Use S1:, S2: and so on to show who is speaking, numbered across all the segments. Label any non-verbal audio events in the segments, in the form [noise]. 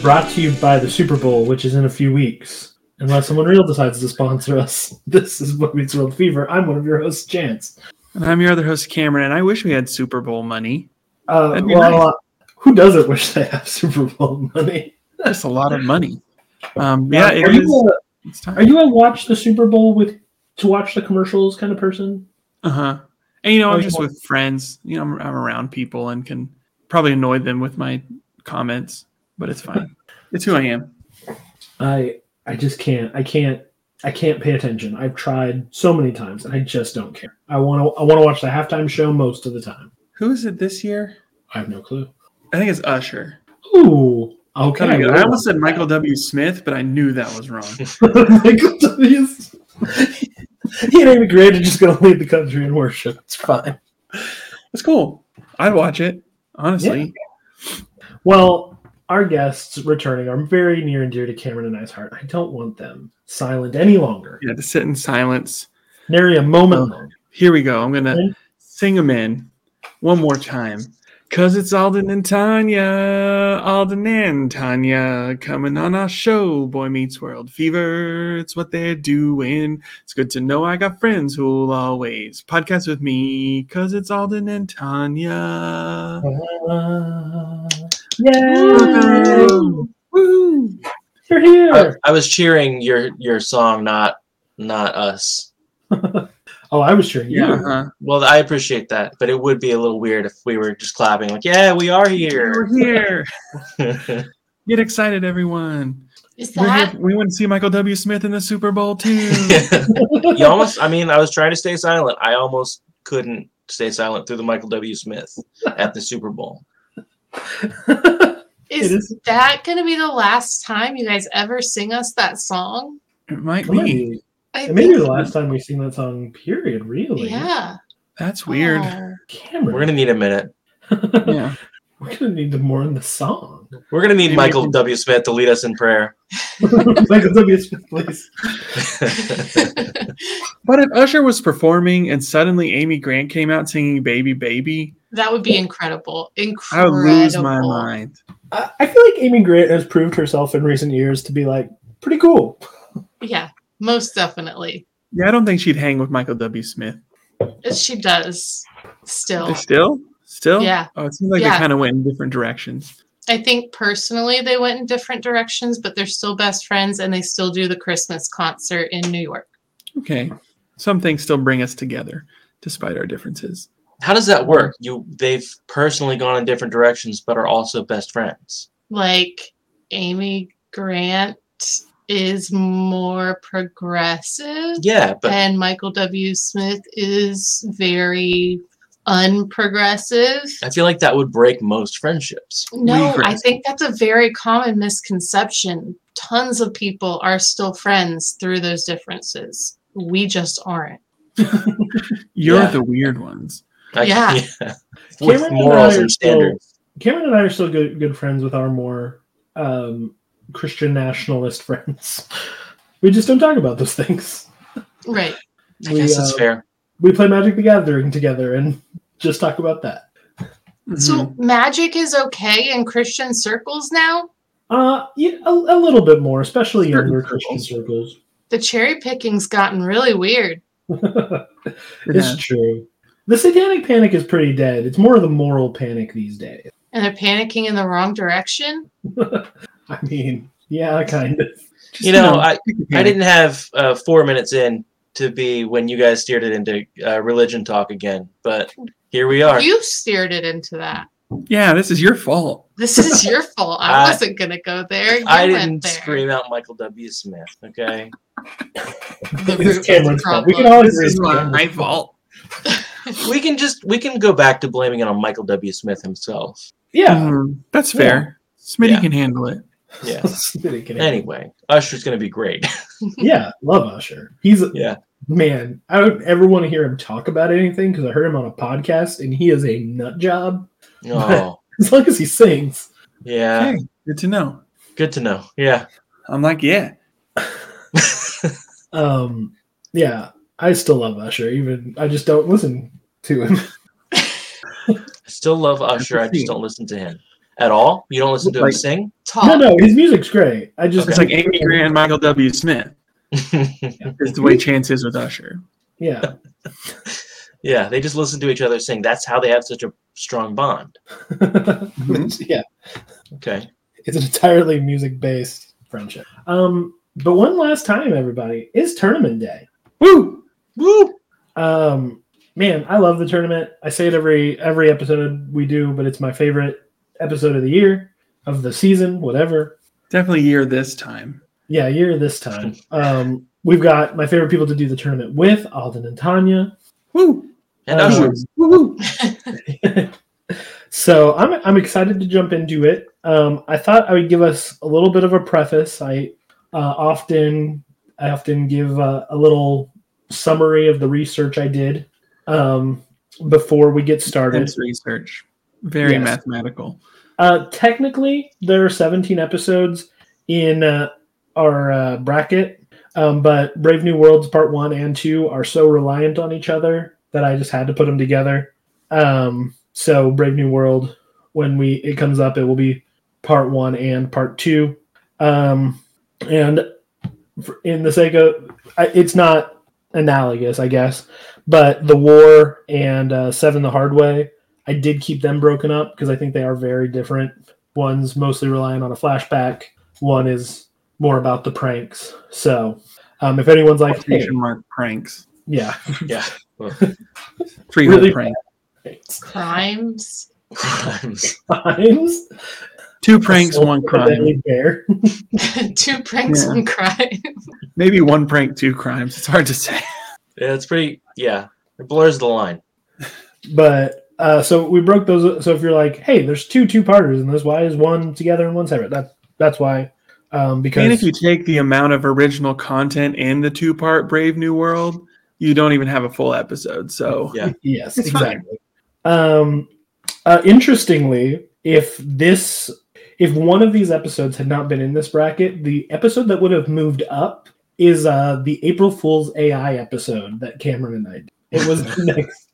S1: brought to you by the Super Bowl, which is in a few weeks. Unless someone real decides to sponsor us, [laughs] this is What Beats World Fever. I'm one of your hosts, Chance.
S2: And I'm your other host, Cameron, and I wish we had Super Bowl money.
S1: Uh,
S2: That'd be
S1: well,
S2: nice.
S1: uh, who doesn't wish they have [laughs] Super Bowl money?
S2: That's a lot of money. Um, yeah,
S1: are
S2: it
S1: you
S2: is.
S1: a,
S2: it's
S1: are
S2: time.
S1: you a watch the Super Bowl with to watch the commercials kind of person?
S2: Uh huh. And you know,
S1: Are
S2: I'm
S1: you
S2: just
S1: a-
S2: with friends. You know, I'm, I'm around people and can probably annoy them with my comments, but
S1: [laughs]
S2: it's fine. it's who I am.
S1: I I just can't. I can't. I can't pay attention. I've tried so many times, and I just don't care. I want to. I want to watch the halftime show most of the time.
S2: Who is it this year?
S1: I have no clue.
S2: I think it's Usher.
S1: Ooh. Okay.
S2: That'd be good. I
S1: well.
S2: almost said Michael W. Smith, but I knew that was
S1: [laughs]
S2: wrong.
S1: Michael W. is- he ain't even great. He's just gonna lead the country in worship. It's fine.
S2: It's cool. I'd watch it, honestly.
S1: Well, our guests returning are very near and dear to Cameron and I's heart. I don't want them silent any longer.
S2: Yeah, to sit in silence.
S1: Nary a moment
S2: Oh.
S1: longer.
S2: Here we go. I'm going
S1: Okay.
S2: to sing them in one more time. Because it's Alden and Tanya, Alden and Tanya coming on our show. Boy Meets World Fever. It's what they're doing. It's good to know I got friends who'll always podcast with me. Because it's Alden and Tanya.
S1: Uh,
S2: Yay!
S1: yay!
S2: Woo!
S1: You're here.
S3: I, I was cheering your your song, not not us.
S1: oh, I was sure.
S2: Yeah.
S1: Yeah. [laughs]
S2: uh-huh.
S3: Well, I appreciate that, but it would be a little weird if we were just clapping like, "Yeah, we are
S2: [laughs]
S3: here." [laughs]
S2: We're here.
S3: That's
S2: Get excited, everyone.
S4: Is
S2: We're
S4: that
S2: here. We want to see Michael W. Smith in the Super Bowl, too.
S3: you almost. I mean, I was trying to stay silent. I almost couldn't stay silent through the Michael W. Smith at the Super Bowl.
S1: It
S4: is,
S1: is-
S4: that gonna be the last time you guys ever sing us that song?
S2: it might
S1: It might
S2: be.
S1: be-
S4: I
S1: it may be
S4: think-
S1: the last time we sing that song. Period. Really.
S4: Yeah.
S2: That's weird.
S4: Oh.
S1: Cameron.
S3: We're gonna need a minute.
S2: Yeah.
S1: [laughs] We're gonna need to mourn the song. [laughs]
S3: We're gonna need
S2: Maybe we
S3: Michael
S2: can-
S3: W. Smith to lead us in prayer. [laughs]
S1: Michael W. Smith, please.
S2: But if Usher was performing and suddenly Amy Grant came out singing Baby Baby,
S4: that would be incredible.
S2: I
S4: Incredible.
S2: would lose my mind.
S1: I I feel like Amy Grant has proved herself in recent years to be like pretty cool.
S4: Yeah, most definitely.
S2: Yeah, I don't think she'd hang with Michael W. Smith.
S4: She does still.
S2: They Still? Still?
S4: Yeah.
S2: Oh, it seems like they
S4: Yeah.
S2: kind of went in different directions.
S4: I think personally they went in different directions, but they're still best friends and they still do the Christmas concert in New York.
S2: Okay. Some things still bring us together despite our differences.
S3: How does that work? You they've personally gone in different directions, but are also best friends.
S4: like Amy Grant is more progressive
S3: Yeah, but
S4: and Michael W. Smith is very unprogressive.
S3: I feel like that would break most friendships.
S4: No, I
S2: regressive.
S4: think that's a very common misconception. Tons of people are still friends through those differences. We just aren't.
S2: You're
S3: Yeah.
S2: the weird ones.
S3: I-
S4: Yeah.
S3: With
S1: Cameron and
S3: morals
S1: I are
S3: and
S1: still-
S3: standards.
S1: Cameron and I are still good good friends with our more um, Christian nationalist [laughs] friends. We just don't talk about those things.
S4: Right.
S3: I guess
S1: We,
S3: that's
S1: uh,
S3: fair.
S1: We play Magic the Gathering together and just talk about that.
S4: So
S3: Mm-hmm.
S4: magic is okay in Christian circles now?
S1: Uh, yeah, a, a little bit more, especially
S2: Certain
S1: younger
S2: circles.
S1: Christian circles. [laughs]
S4: The cherry picking's gotten really weird.
S2: Mhm.
S1: It's true. The satanic panic is pretty dead. It's more of the moral panic these days.
S4: And they're panicking in the wrong direction.
S1: I mean, yeah, kind of. [laughs]
S2: Just,
S3: You know, I-
S2: pick a
S3: I
S2: panic.
S3: didn't have uh, four minutes in to be when you guys steered it into uh, religion talk again, but here we are.
S4: You steered it into that.
S2: Yeah, this is your fault.
S3: [laughs]
S4: This is your fault. I,
S3: I-
S4: wasn't gonna go there. You
S3: I
S4: went
S3: didn't
S4: there.
S3: scream out Michael W. Smith. Okay,
S4: The root
S1: It's
S4: of
S1: Cameron's
S4: the
S1: fault. We can
S4: problem.
S1: all
S2: This
S1: agree.
S2: is
S1: it's Cameron's
S2: my
S1: fault.
S2: fault.
S3: we can just we can go back to blaming it on Michael W. Smith himself.
S1: Yeah.
S2: Mm, that's
S1: Yeah.
S2: fair. Smitty
S3: Yeah.
S2: can handle it.
S1: [laughs]
S3: Yeah.
S1: Kidding, kidding.
S3: Anyway, Usher's gonna be great. [laughs]
S1: yeah, love Usher. He's a
S3: yeah,
S1: man. I don't ever want to hear him talk about anything because I heard him on a podcast and he is a nut job. [laughs]
S3: oh
S1: As long as he sings,
S3: yeah,
S2: Okay, good to know.
S3: good to know. Yeah,
S2: I'm like, yeah,
S1: um, yeah, I still love Usher. Even I just don't listen to him. [laughs]
S3: I still love Usher. I
S2: see.
S3: just don't listen to him. at all? You don't listen to
S2: Like-
S3: him sing?
S4: Talk.
S1: No, no, his music's great. I just
S2: It's like Amy Grant, Michael W. Smith.
S3: [laughs]
S2: Is the way Chance is with Usher.
S1: Yeah, [laughs]
S3: yeah, they just listen to each other sing. That's how they have such a strong bond.
S1: yeah.
S3: Okay.
S1: It's an entirely music-based friendship. Um, but one last time, everybody, is tournament day.
S2: Woo!
S3: Woo!
S1: Um, man, I love the tournament. I say it every every episode we do, but it's my favorite episode of the year, of the season, whatever.
S2: Definitely year this time.
S1: Yeah, year this time. Um, we've got my favorite people to do the tournament with Alden and Tanya.
S2: Woo!
S3: And
S1: Uh,
S3: Usher.
S2: Usher. Woo! woo.
S1: so I'm I'm excited to jump into it. Um, I thought I would give us a little bit of a preface. I uh, often I often give uh, a little summary of the research I did um, before we get started.
S2: Intense research. Very
S1: Yes.
S2: mathematical.
S1: Uh, technically, there are 17 episodes in uh, our uh, bracket, um, but Brave New Worlds Part 1 and 2 are so reliant on each other that I just had to put them together. Um, so, Brave New World, when we it comes up, it will be Part 1 and Part 2. Um, and for- in the sake of, I- it's not analogous, I guess, but The War and uh, Seven the Hard Way I did keep them broken up because I think they are very different. One's mostly relying on a flashback. One is more about the pranks. So, um, if anyone's like, hey,
S2: Quotation mark pranks.
S1: yeah,
S3: [laughs]
S1: [laughs]
S3: Yeah.
S2: Three
S1: Really?
S2: really? pranks.
S4: Crimes. [laughs]
S3: Crimes.
S1: times
S2: Two
S1: [laughs]
S2: pranks, one crime.
S1: Bear.
S4: Two pranks,
S2: Yeah.
S4: one crime.
S2: Maybe one prank, two crimes. It's hard to say.
S3: Yeah, it's pretty. Yeah, it blurs the line. [laughs]
S1: But uh, so we broke those. So if you're like, hey, there's two two parters in this. Why is one together and one separate? That's that's why. Um, because
S2: And if you take the amount of original content in the two part Brave New World, you don't even have a full episode. So
S3: Yeah.
S1: [laughs] Yes,
S2: It's fine.
S1: exactly. Um, uh, interestingly, if this, if one of these episodes had not been in this bracket, the episode that would have moved up is uh, the April Fool's AI episode that Cameron and I. Did. It was the [laughs] next.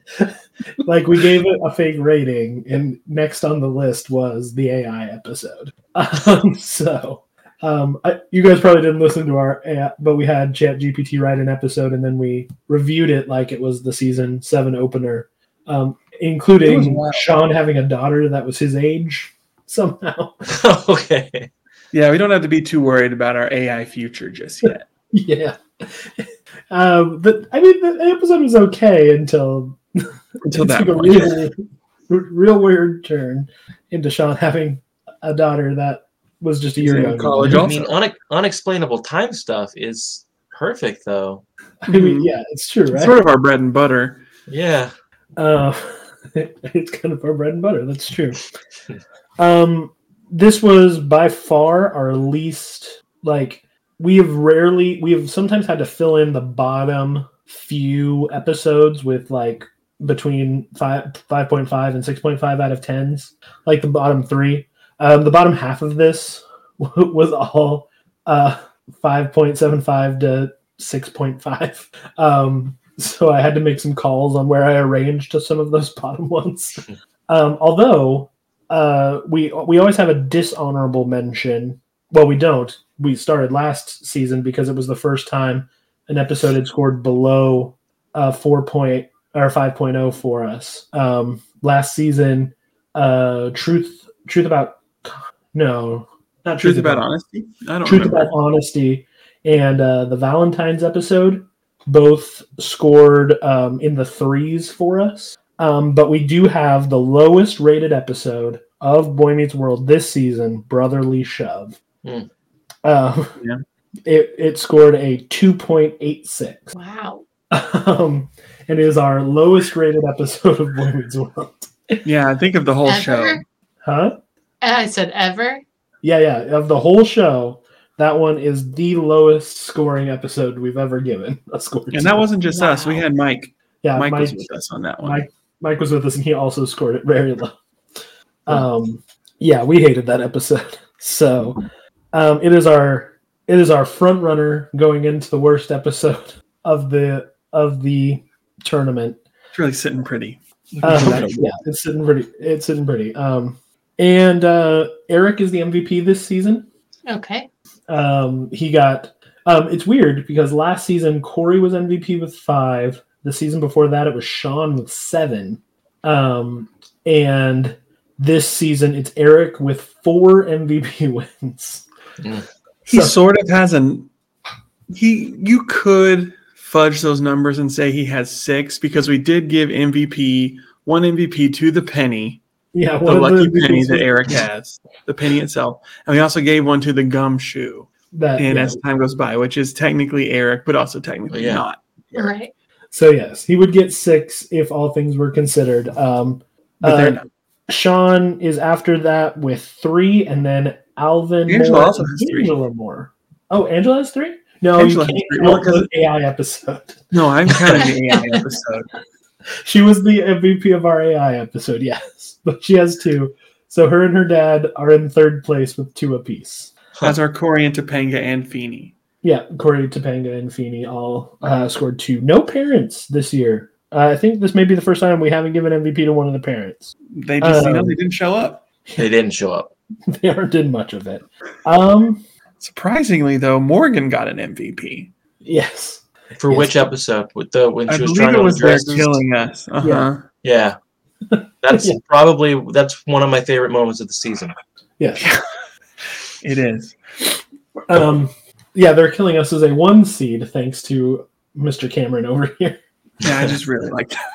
S1: like we gave it a fake rating, and next on the list was the AI episode. [laughs] Um, so. Um, I, you guys probably didn't listen to our, uh, but we had Chat GPT write an episode, and then we reviewed it like it was the season seven opener, um,
S2: It was
S1: including
S2: wild.
S1: Sean having a daughter that was his age [laughs] somehow.
S3: okay.
S2: yeah, we don't have to be too worried about our AI future just yet.
S1: yeah, um, but I mean the episode was okay until
S2: Until
S1: it
S2: that
S1: took a
S2: point.
S1: real, real weird turn into Sean having a daughter that was just a year
S2: in
S1: younger.
S2: college.
S3: I
S2: also.
S3: mean, une- unexplainable time stuff is perfect, though.
S1: I mean, yeah, it's true,
S2: It's
S1: right?
S2: Sort of our bread and butter.
S3: Yeah.
S1: Uh, [laughs] it's kind of our bread and butter. That's true. um, this was by far our least like we have rarely we have sometimes had to fill in the bottom few episodes with like between five five point five and six point five out of tens, like the bottom three. Um, the bottom half of this [laughs] was all uh, five point seven five to six point five. [laughs] Um, so I had to make some calls on where I arranged to some of those [laughs] bottom ones. um, although uh, we we always have a dishonorable mention. Well, we don't. We started last season because it was the first time an episode had scored below uh, four point or five for us. Um, last season, uh, truth truth about no not
S2: Truth about honesty? I don't
S1: Truth
S2: remember.
S1: About Honesty and uh, the Valentine's episode both scored um, in the threes for us. Um, but we do have the lowest rated episode of Boy Meets World this season, Brotherly Shove.
S3: Hmm.
S1: Um,
S2: Yeah.
S1: it, it scored a 2.86
S4: [laughs] Wow.
S1: [laughs] um, and is our lowest rated episode of Boy Meets World.
S2: yeah, I think of the whole
S4: ever? Uh,
S2: show.
S1: Huh?
S4: I said ever.
S1: Yeah, yeah. Of the whole show, that one is the lowest scoring episode we've ever given a score.
S2: And
S1: to.
S2: that wasn't just us. We
S4: Wow.
S2: had Mike.
S1: yeah,
S2: Uh, Mike,
S1: Mike,
S2: was with us on that one.
S1: Mike- Mike was with us, and he also scored it very
S2: [laughs]
S1: low. Um, yeah, we hated that episode. [laughs] So, um, it is our it is our front runner going into the worst episode [laughs] of the of the tournament. Uh,
S2: It's really sitting pretty.
S1: Um, yeah, it's sitting pretty. It's sitting pretty. Um, And uh, Eric is the MVP this season.
S4: Okay.
S1: Um, he got. Um, it's weird because last season Corey was MVP with five. The season before that it was Sean with seven. Um, and this season it's Eric with four MVP [laughs] wins.
S2: He
S1: So-
S2: sort of has an he you could fudge those numbers and say he has six because we did give MVP one MVP to the penny,
S1: Yeah,
S2: the
S1: one of
S2: lucky
S1: MVPs
S2: penny that
S1: was-
S2: Eric has, the penny itself. And we also gave one to the gumshoe.
S1: that-
S2: And
S1: yeah.
S2: as time goes by, which is technically Eric, but also technically
S3: Yeah.
S2: not.
S4: All right.
S1: So yes, he would get six if all things were considered. Um,
S2: But they're
S1: Uh,
S2: not.
S1: Sean is after that with three, and then Alvin
S2: Angela
S1: Moore
S2: also
S1: and
S2: has three.
S1: Angela Moore. Oh, Angela has three. No,
S2: Angela has
S1: you can't
S2: three.
S1: count
S2: Well, 'cause-
S1: the AI episode. [laughs]
S2: No, I'm kind of the AI episode.
S1: She was the MVP of our AI episode, yes, [laughs] but she has two. So her and her dad are in third place with two apiece.
S2: That's our Corey and Topanga and Feeney.
S1: Yeah, Corey Topanga and Feeney all uh, scored two. No parents this year. Uh, I think this may be the first time we haven't given MVP to one of the parents. [laughs]
S2: They just you know
S1: Um,
S2: they didn't show up.
S3: They didn't show up.
S1: they aren't in much of it. Um,
S2: Surprisingly, though, Morgan got an MVP.
S1: yes.
S3: For
S1: Yes.
S3: which episode? With the when
S2: I
S3: she was
S2: believe
S3: trying
S2: it
S3: to
S2: was
S3: address
S2: they're
S3: this?
S2: killing us. Uh-huh.
S1: Yeah.
S2: [laughs]
S3: Yeah. That's
S1: Yeah.
S3: probably that's one of my favorite moments of the season.
S1: Yes.
S2: It is.
S1: Um, yeah, they're killing us as a one seed thanks to Mr. Cameron over [laughs] here.
S2: Yeah, I just really like that.
S1: [laughs]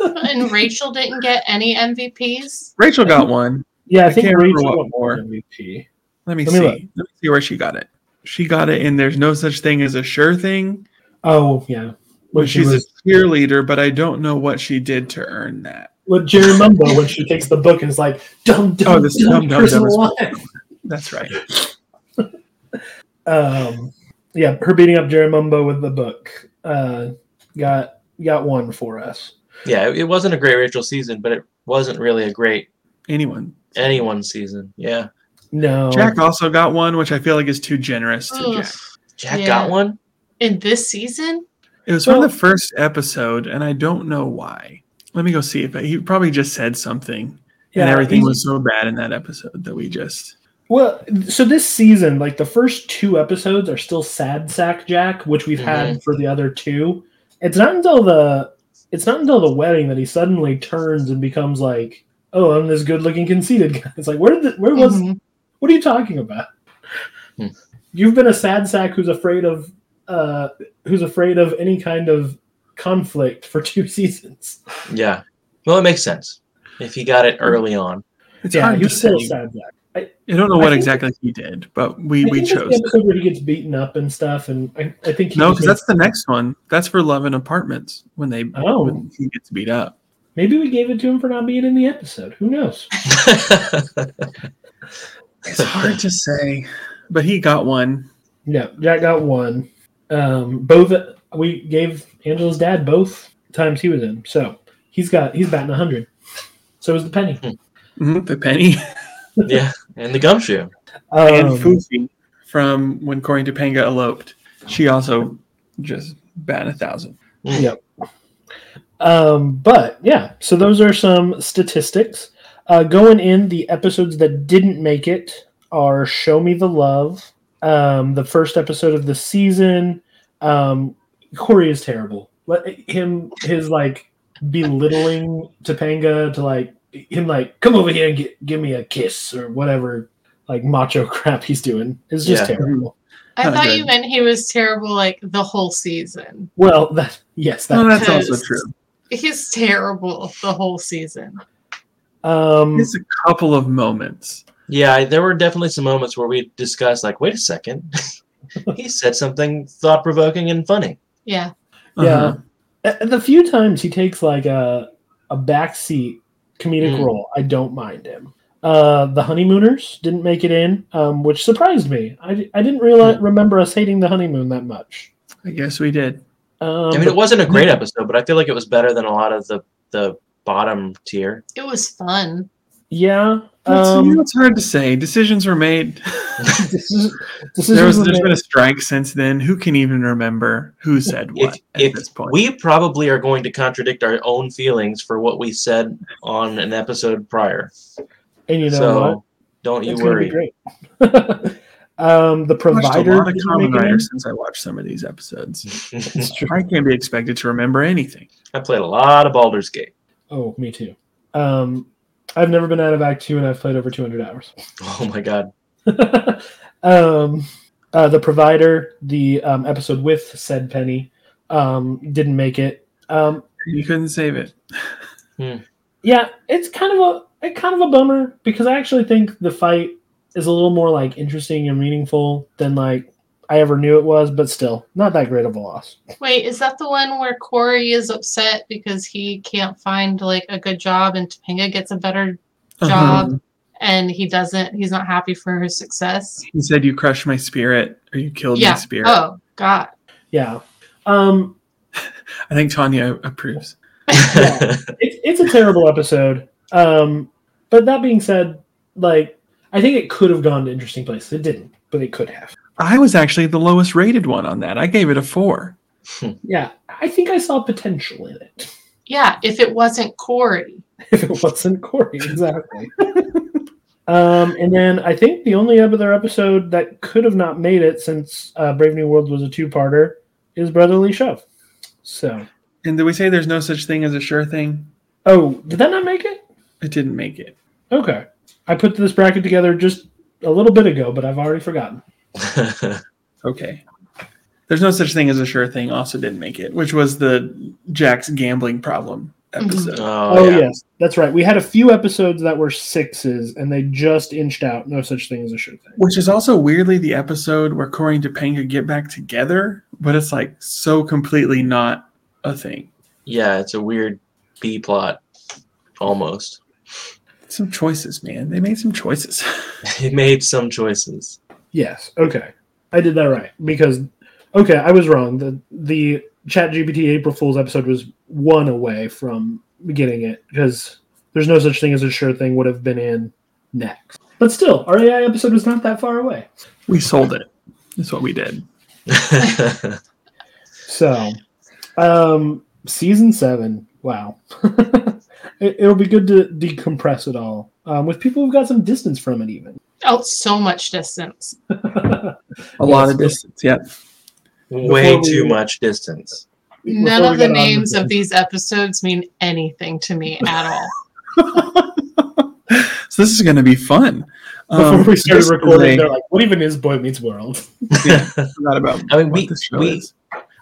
S4: And Rachel didn't get any MVPs.
S2: Rachel got one.
S1: Yeah, I,
S2: I
S1: think
S2: can't remember
S1: Rachel
S2: what
S1: won
S2: more.
S1: MVP.
S2: Let me
S1: Let
S2: see.
S1: me look.
S2: Let me see where she got it. She got it, and there's no such thing as a sure thing.
S1: Oh yeah, when she
S2: she's
S1: was
S2: a cheerleader, but I don't know what she did to earn that.
S1: with Jerry Mumbo when she takes the book and is like dumb dumb
S2: Oh, this
S1: dumb,
S2: dumb, dumb,
S1: person
S2: dumb is-
S1: alive."
S2: That's right.
S1: Um, yeah, her beating up Jerry Mumbo with the book uh, got got one for us.
S3: Yeah, it, it wasn't a great Rachel season, but it wasn't really a great
S2: Anyone.
S3: anyone season. Yeah.
S1: No,
S2: Jack also got one, which I feel like is too generous to
S4: Ugh.
S2: Jack.
S3: Jack
S4: Yeah.
S3: got one?
S4: In this season,
S2: It was
S1: Well-
S2: from the first episode, and I don't know why. Let me go see if I, he probably just said something, and everything
S1: he's-
S2: was so bad in that episode that we just
S1: Well, so this season, like the first two episodes are still sad sack Jack, which we've had for the other two. It's not until the it's not until the wedding that he suddenly turns and becomes like, "Oh, I'm this good-looking conceited guy." [laughs] It's like, where did the, where was
S4: Mhm.
S1: what are you talking about?
S3: Hmm.
S1: You've been a sad sack who's afraid of uh who's afraid of any kind of conflict for [laughs] two seasons.
S3: Yeah. Well, it makes sense. If he got
S1: Hmm.
S3: it
S1: [laughs]
S3: early on.
S2: it's
S1: yeah,
S2: hard to
S1: he's
S2: say.
S1: still a sad sack.
S2: I don't know
S1: I
S2: what
S1: think-
S2: exactly he did, but we
S1: I
S2: we
S1: think that's
S2: chose
S1: the episode where he gets beaten up and stuff, and I, I think he
S2: no
S1: just
S2: because
S1: made-
S2: that's the next one. That's for Love and Apartments when they
S1: Oh.
S2: when he gets beat up.
S1: Maybe we gave it to him for not being in the episode. Who knows?
S2: It's hard to say, but he got one.
S1: Yeah, Jack got one. Um, both we gave Angela's dad both times he was in, so he's got he's batting hundred. So is the penny.
S2: Mhm,
S1: [laughs]
S2: the penny
S3: [laughs] yeah. And the gumshoe.
S2: and
S1: Um,
S2: Foofy from when Cory and Topanga eloped. She also just bat a thousand.
S1: um, but yeah, so those are some statistics. Uh, going in, the episodes that didn't make it are "Show Me the Love," um, the first episode of the season. Um, Corey is terrible. Let him his like belittling Topanga to like him like come over here and gi- give me a kiss or whatever like macho [laughs] crap he's doing is just
S3: Yeah.
S1: terrible.
S4: I
S2: Kinda
S4: thought
S2: good.
S4: you meant he was terrible like the whole season.
S1: Well, that yes, that
S2: No, Oh, that's also
S4: Because-
S2: true.
S4: He's terrible the whole season.
S1: um,
S2: It's a couple of moments.
S3: Yeah, I, there were definitely some moments where we discussed like, wait a second. [laughs] he said something thought provoking and funny.
S4: Yeah.
S1: Yeah.
S2: Uh-huh.
S1: Uh, the few times he takes like a a backseat comedic
S3: Mm.
S1: role, I don't mind him. Uh, the honeymooners didn't make it in, um, which surprised me. I, di- I didn't realize
S2: Hmm.
S1: remember us hating the honeymoon that much.
S2: I guess we did.
S1: Um,
S3: I mean, it wasn't a great episode, but I feel like it was better than a lot of the the bottom tier.
S4: It was fun.
S1: yeah.
S2: It's, you know,
S1: Um,
S2: it's hard to say. Decisions were made.
S1: this is, this
S2: there was,
S1: is
S2: there's been a strike since then. Who can even remember who said what
S3: If,
S2: at
S3: if
S2: this point?
S3: we probably are going to contradict our own feelings for what we said on an episode prior.
S1: And you know
S3: so
S1: what?
S3: don't you
S1: It's gonna be
S3: worry.
S2: [laughs]
S1: great. [laughs] um, the
S2: I've watched a
S1: provider
S2: lot of
S1: is
S2: Common
S1: making
S2: Rider
S1: it.
S2: since I watched some of these episodes.
S1: It's true.
S2: I can't be expected to remember anything.
S3: [laughs] I played a lot of Baldur's Gate.
S1: Oh, me too. Um, I've never been out of Act Two, and I've played over 200 hours.
S3: Oh my god.
S1: [laughs] um, uh, the provider, the um, episode with said Penny, um, didn't make it. Um,
S2: You couldn't save it.
S1: yeah, it's kind of a it kind of a bummer because I actually think the fight is a little more like interesting and meaningful than like I ever knew it was, but still not that great of a loss.
S4: Wait, is that the one where Corey is upset because he can't find like a good job and Topanga gets a better
S2: Uh-huh.
S4: job and he doesn't he's not happy for her success?
S2: He said, "You crushed my spirit, or you killed
S4: Yeah.
S2: my spirit."
S4: Oh god.
S1: Yeah. Um,
S2: I think Tanya approves.
S1: Yeah. it's it's a terrible episode. Um, but that being said, like I think it could have gone to interesting places. It didn't, but it could have.
S2: I was actually the lowest rated one on that. I gave it a four.
S1: Yeah, I think I saw potential in it.
S4: Yeah, if it wasn't Corey.
S1: [laughs] If it wasn't Corey, exactly. um, and then I think the only other episode that could have not made it, since uh, Brave New World was a two-parter, is Brotherly Shove. So,
S2: And did we say there's no such thing as a sure thing?
S1: oh, did that not make it?
S2: It didn't make it.
S1: Okay, I put this bracket together just a little bit ago, but I've already forgotten.
S2: Okay. There's no such thing as a sure thing. Also didn't make it, which was the Jack's gambling problem
S4: Mm-hmm.
S2: episode.
S3: [laughs] oh,
S1: Oh,
S3: yeah.
S1: yes, that's right. We had a few episodes that were sixes, and they just inched out. No such thing as a sure thing.
S2: Which is also weirdly the episode where Corey and Topanga get back together, but it's like so completely not a thing.
S3: Yeah, it's a weird B plot almost.
S2: Some choices, man. They made some choices.
S3: [laughs]
S2: [laughs]
S3: It made some [laughs] choices.
S1: Yes. Okay, I did that right because okay, I was wrong. The the Chat GPT April Fool's episode was one away from getting it because there's no such thing as a sure thing would have been in next. But still, our AI episode was not that far away.
S2: we sold it. That's what we did.
S1: So, um, season seven. Wow, [laughs] it, it'll be good to decompress it all um, with people who've got some distance from it, even. [laughs]
S4: Out so much distance.
S2: A lot of distance. Yeah.
S3: Way
S1: Before we-
S3: too much distance.
S4: None
S1: Before we
S4: of the
S1: got on
S4: names
S1: with
S4: of these episodes mean anything to me at all.
S2: So this is going to be fun.
S1: Before
S2: Um,
S1: we started
S2: this
S1: recording,
S2: is
S1: they're
S2: a-
S1: like, "What even is Boy Meets World?"
S2: I forgot about
S3: I mean,
S2: what
S3: we-
S2: this show
S3: we-
S2: is.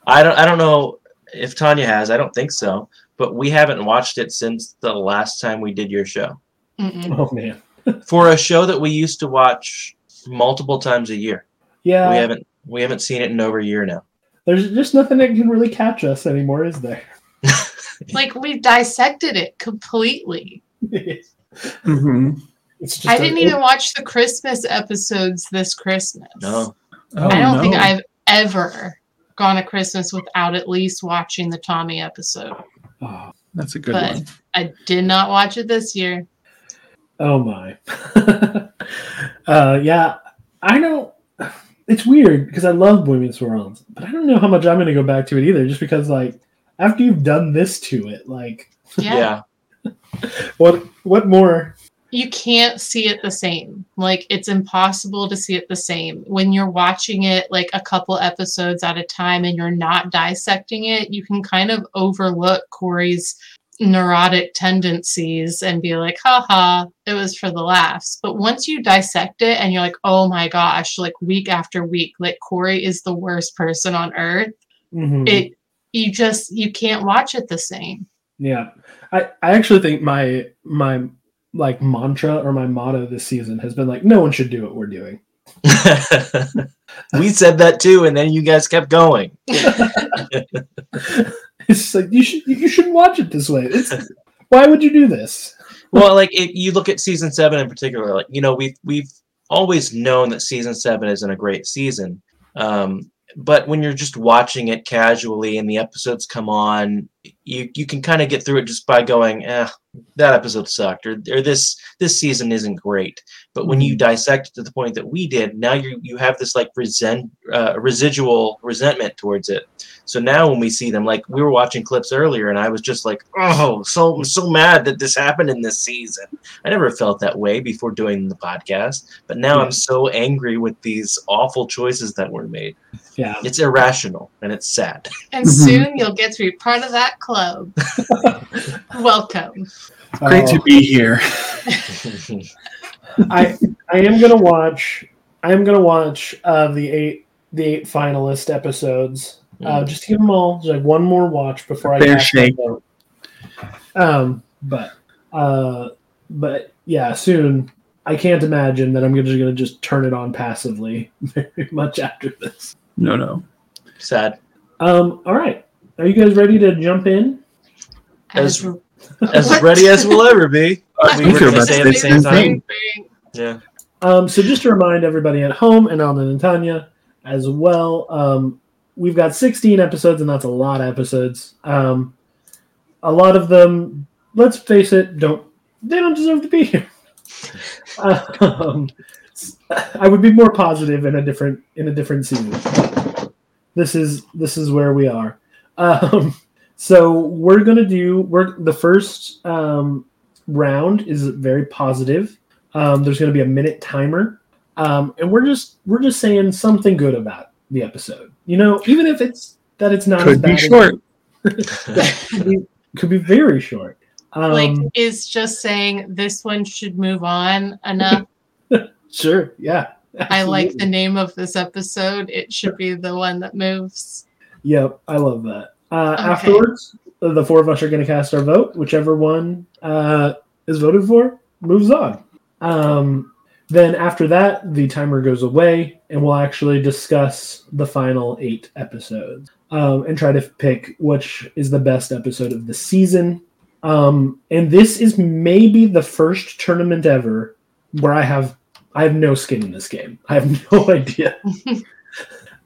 S3: I don't I don't know if Tanya has, I don't think so, but we haven't watched it since the last time we did your show.
S4: Mm-mm.
S1: Oh man,
S3: For a show that we used to watch multiple times a year.
S1: yeah.
S3: we haven't we haven't seen it in over a year now.
S1: There's just nothing that can really catch us anymore, is there? [laughs]
S4: Like we dissected it completely.
S1: it's
S2: Mhm.
S1: just
S4: I
S1: a-
S4: didn't even watch the Christmas episodes this Christmas.
S3: No.
S2: Oh,
S4: I don't think
S2: no.
S4: I've ever gone a Christmas without at least watching the Tommy episode.
S1: Oh,
S2: That's a good
S4: but-
S2: one.
S4: I did not watch it
S1: [laughs]
S4: this year.
S1: oh my. [laughs] uh, yeah, I don't. It's weird because I love Boy Meets World, but I don't know how much I'm going to go back to it either. Just because, like, after you've done this to it, like,
S4: Yeah.
S1: what what more?
S4: You can't see it the same. Like it's impossible to see it the same. When you're watching it like a couple episodes at a time and you're not dissecting it, you can kind of overlook Corey's neurotic tendencies and be like, haha, it was for the laughs. But once you dissect it and you're like, oh my gosh, like week after week, like Corey is the worst person on earth,
S1: Mhm.
S4: it you just you can't watch it the same.
S1: Yeah. I, I actually think my my like mantra or my motto this season has been like no one should do what we're doing.
S3: Yeah. [laughs] we said that too, and then you guys kept going.
S1: [laughs] It's just like you should you shouldn't watch it this way. It's why would you do this?
S3: Well, like it, you look at season seven in particular, like you know, we've we've always known that season seven isn't a great season. Um, but when you're just watching it casually and the episodes come on, you you can kind of get through it just by going, eh, that episode sucked or, or this this season isn't great but when you dissect it to the point that we did now you you have this like resent uh, residual resentment towards it so now when we see them like we were watching clips earlier and i was just like oh so so mad that this happened in this season i never felt that way before doing the podcast but now i'm so angry with these awful choices that were made
S1: Yeah.
S3: it's irrational and it's sad
S4: And soon you'll get to be part of that club. Welcome.
S2: Great
S1: Uh,
S2: to be here.
S1: I I am gonna watch. I am gonna watch uh, the eight the eight finalist episodes. Uh, just to give them all like one more watch before I
S2: Fair
S1: cast my
S2: shake.
S1: vote. Um, but uh, but yeah, soon. I can't imagine that I'm gonna- just gonna just turn it on passively [laughs] very much after this.
S2: No, no.
S3: sad
S1: Um, all right, are you guys ready to jump in?
S3: As-
S4: As-
S3: as
S4: What?
S3: ready
S4: [laughs]
S3: as we'll ever be
S2: I
S3: Uh, we
S2: think
S3: were
S2: you're
S3: gonna
S2: about to
S3: say
S2: say
S3: at the
S2: the
S3: same
S2: same
S3: time.
S2: thing.
S3: [laughs] yeah
S1: Um, so just to remind everybody at home and Alden and Tanya as well, um, we've got 16 episodes, and that's a lot of episodes. Um, a lot of them, let's face it, don't they don't deserve to be
S2: [laughs]
S1: here. um, I would be more positive in a different in a different season. This is this is where we are. Um, so we're gonna do we're the first um, round is very positive. Um, there's going to be a minute timer, um, and we're just we're just saying something good about the episode. You know, even if it's that it's not as
S2: Could
S1: bad
S2: be
S1: as-
S2: short.
S1: could be, could be very short. Um,
S4: like is just saying this one should move on enough.
S1: sure, yeah.
S4: I like the
S1: absolutely.
S4: name of this episode. It should be the one that moves.
S1: Yep, I love that. Uh,
S4: Okay.
S1: Afterwards, the four of us are going to cast our vote. Whichever one uh, is voted for moves on. Um, then after that, the timer goes away, and we'll actually discuss the final eight episodes um, and try to pick which is the best episode of the season. Um, and this is maybe the first tournament ever where I have I have no skin in this game. I have [laughs] no idea.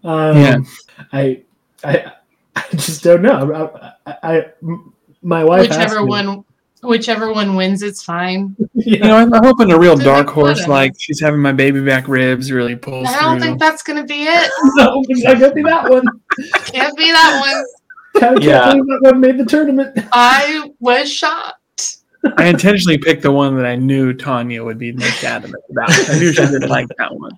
S1: um,
S2: Yeah.
S1: I, I I just don't know. I, I, I- m- my wife asked
S4: whichever
S1: me-
S4: one whichever one wins, it's fine.
S1: [laughs] Yeah.
S2: You know, I'm, I'm hoping a real
S4: Does
S2: dark
S4: that
S2: horse,
S4: matter?
S2: like she's having my baby back ribs, really pulls
S4: I don't
S2: through.
S4: think that's gonna be it.
S1: no, it's not gonna be that one.
S4: Can't be that one.
S1: Kinda can't
S3: Yeah.
S1: believe that one made the tournament.
S4: I was shocked.
S2: I intentionally picked the one that I knew Tanya would be most adamant about. I knew she didn't like that one.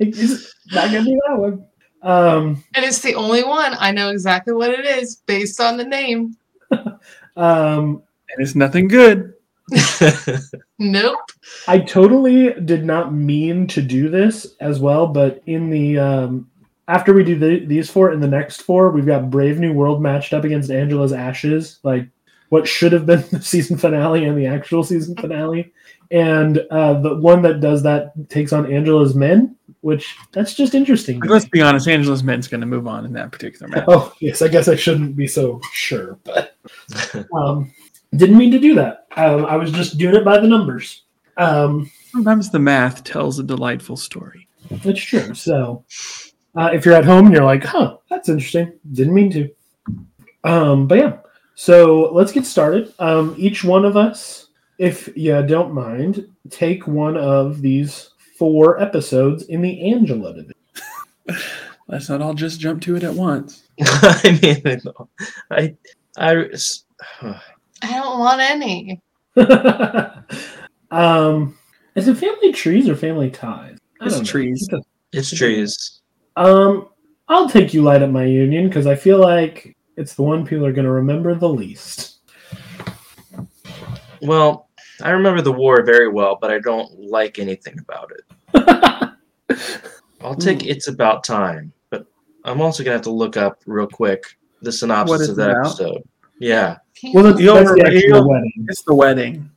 S1: It's not gonna be that one. Um,
S4: And it's the only one I know exactly what it is based on the name.
S1: um,
S2: And it's nothing good.
S4: Nope.
S1: I totally did not mean to do this as well, but in the um, after we do the, these four and the next four, we've got Brave New World matched up against Angela's Ashes, like what should have been [laughs] the season finale and the actual season finale, and uh, the one that does that takes on Angela's Men, which that's just interesting. to
S2: Let's
S1: me.
S2: be honest, Angela's men's going to move on in that particular match.
S1: Oh yes, I guess I shouldn't be so sure, but um, didn't mean to do that. Um, I was just doing it by the numbers. Um,
S2: Sometimes the math tells a delightful story.
S1: That's true. So, uh, if you're at home and you're like, "Huh, that's interesting," didn't mean to. Um, but yeah. So let's get started. Um, each one of us, if you don't mind, take one of these four episodes in the Angela division.
S2: Let's not all just jump to it at once.
S3: [laughs] I mean, I know. I, I, s-
S4: I don't want any.
S1: [laughs] um, is it family trees or family ties? I
S2: It's
S1: don't know.
S2: trees.
S3: it's trees.
S1: Um, I'll take you light up my union because I feel like it's the one people are going to remember the least.
S3: Well, I remember the war very well, but I don't like anything about it. I'll take it's about time, but I'm also gonna have to look up real quick the synopsis
S2: it's
S3: of that
S2: about?
S3: episode. Yeah.
S1: Well, that's,
S2: You'll
S1: that's the
S2: remember-
S1: actual
S2: you'll-
S1: wedding.
S2: It's the wedding.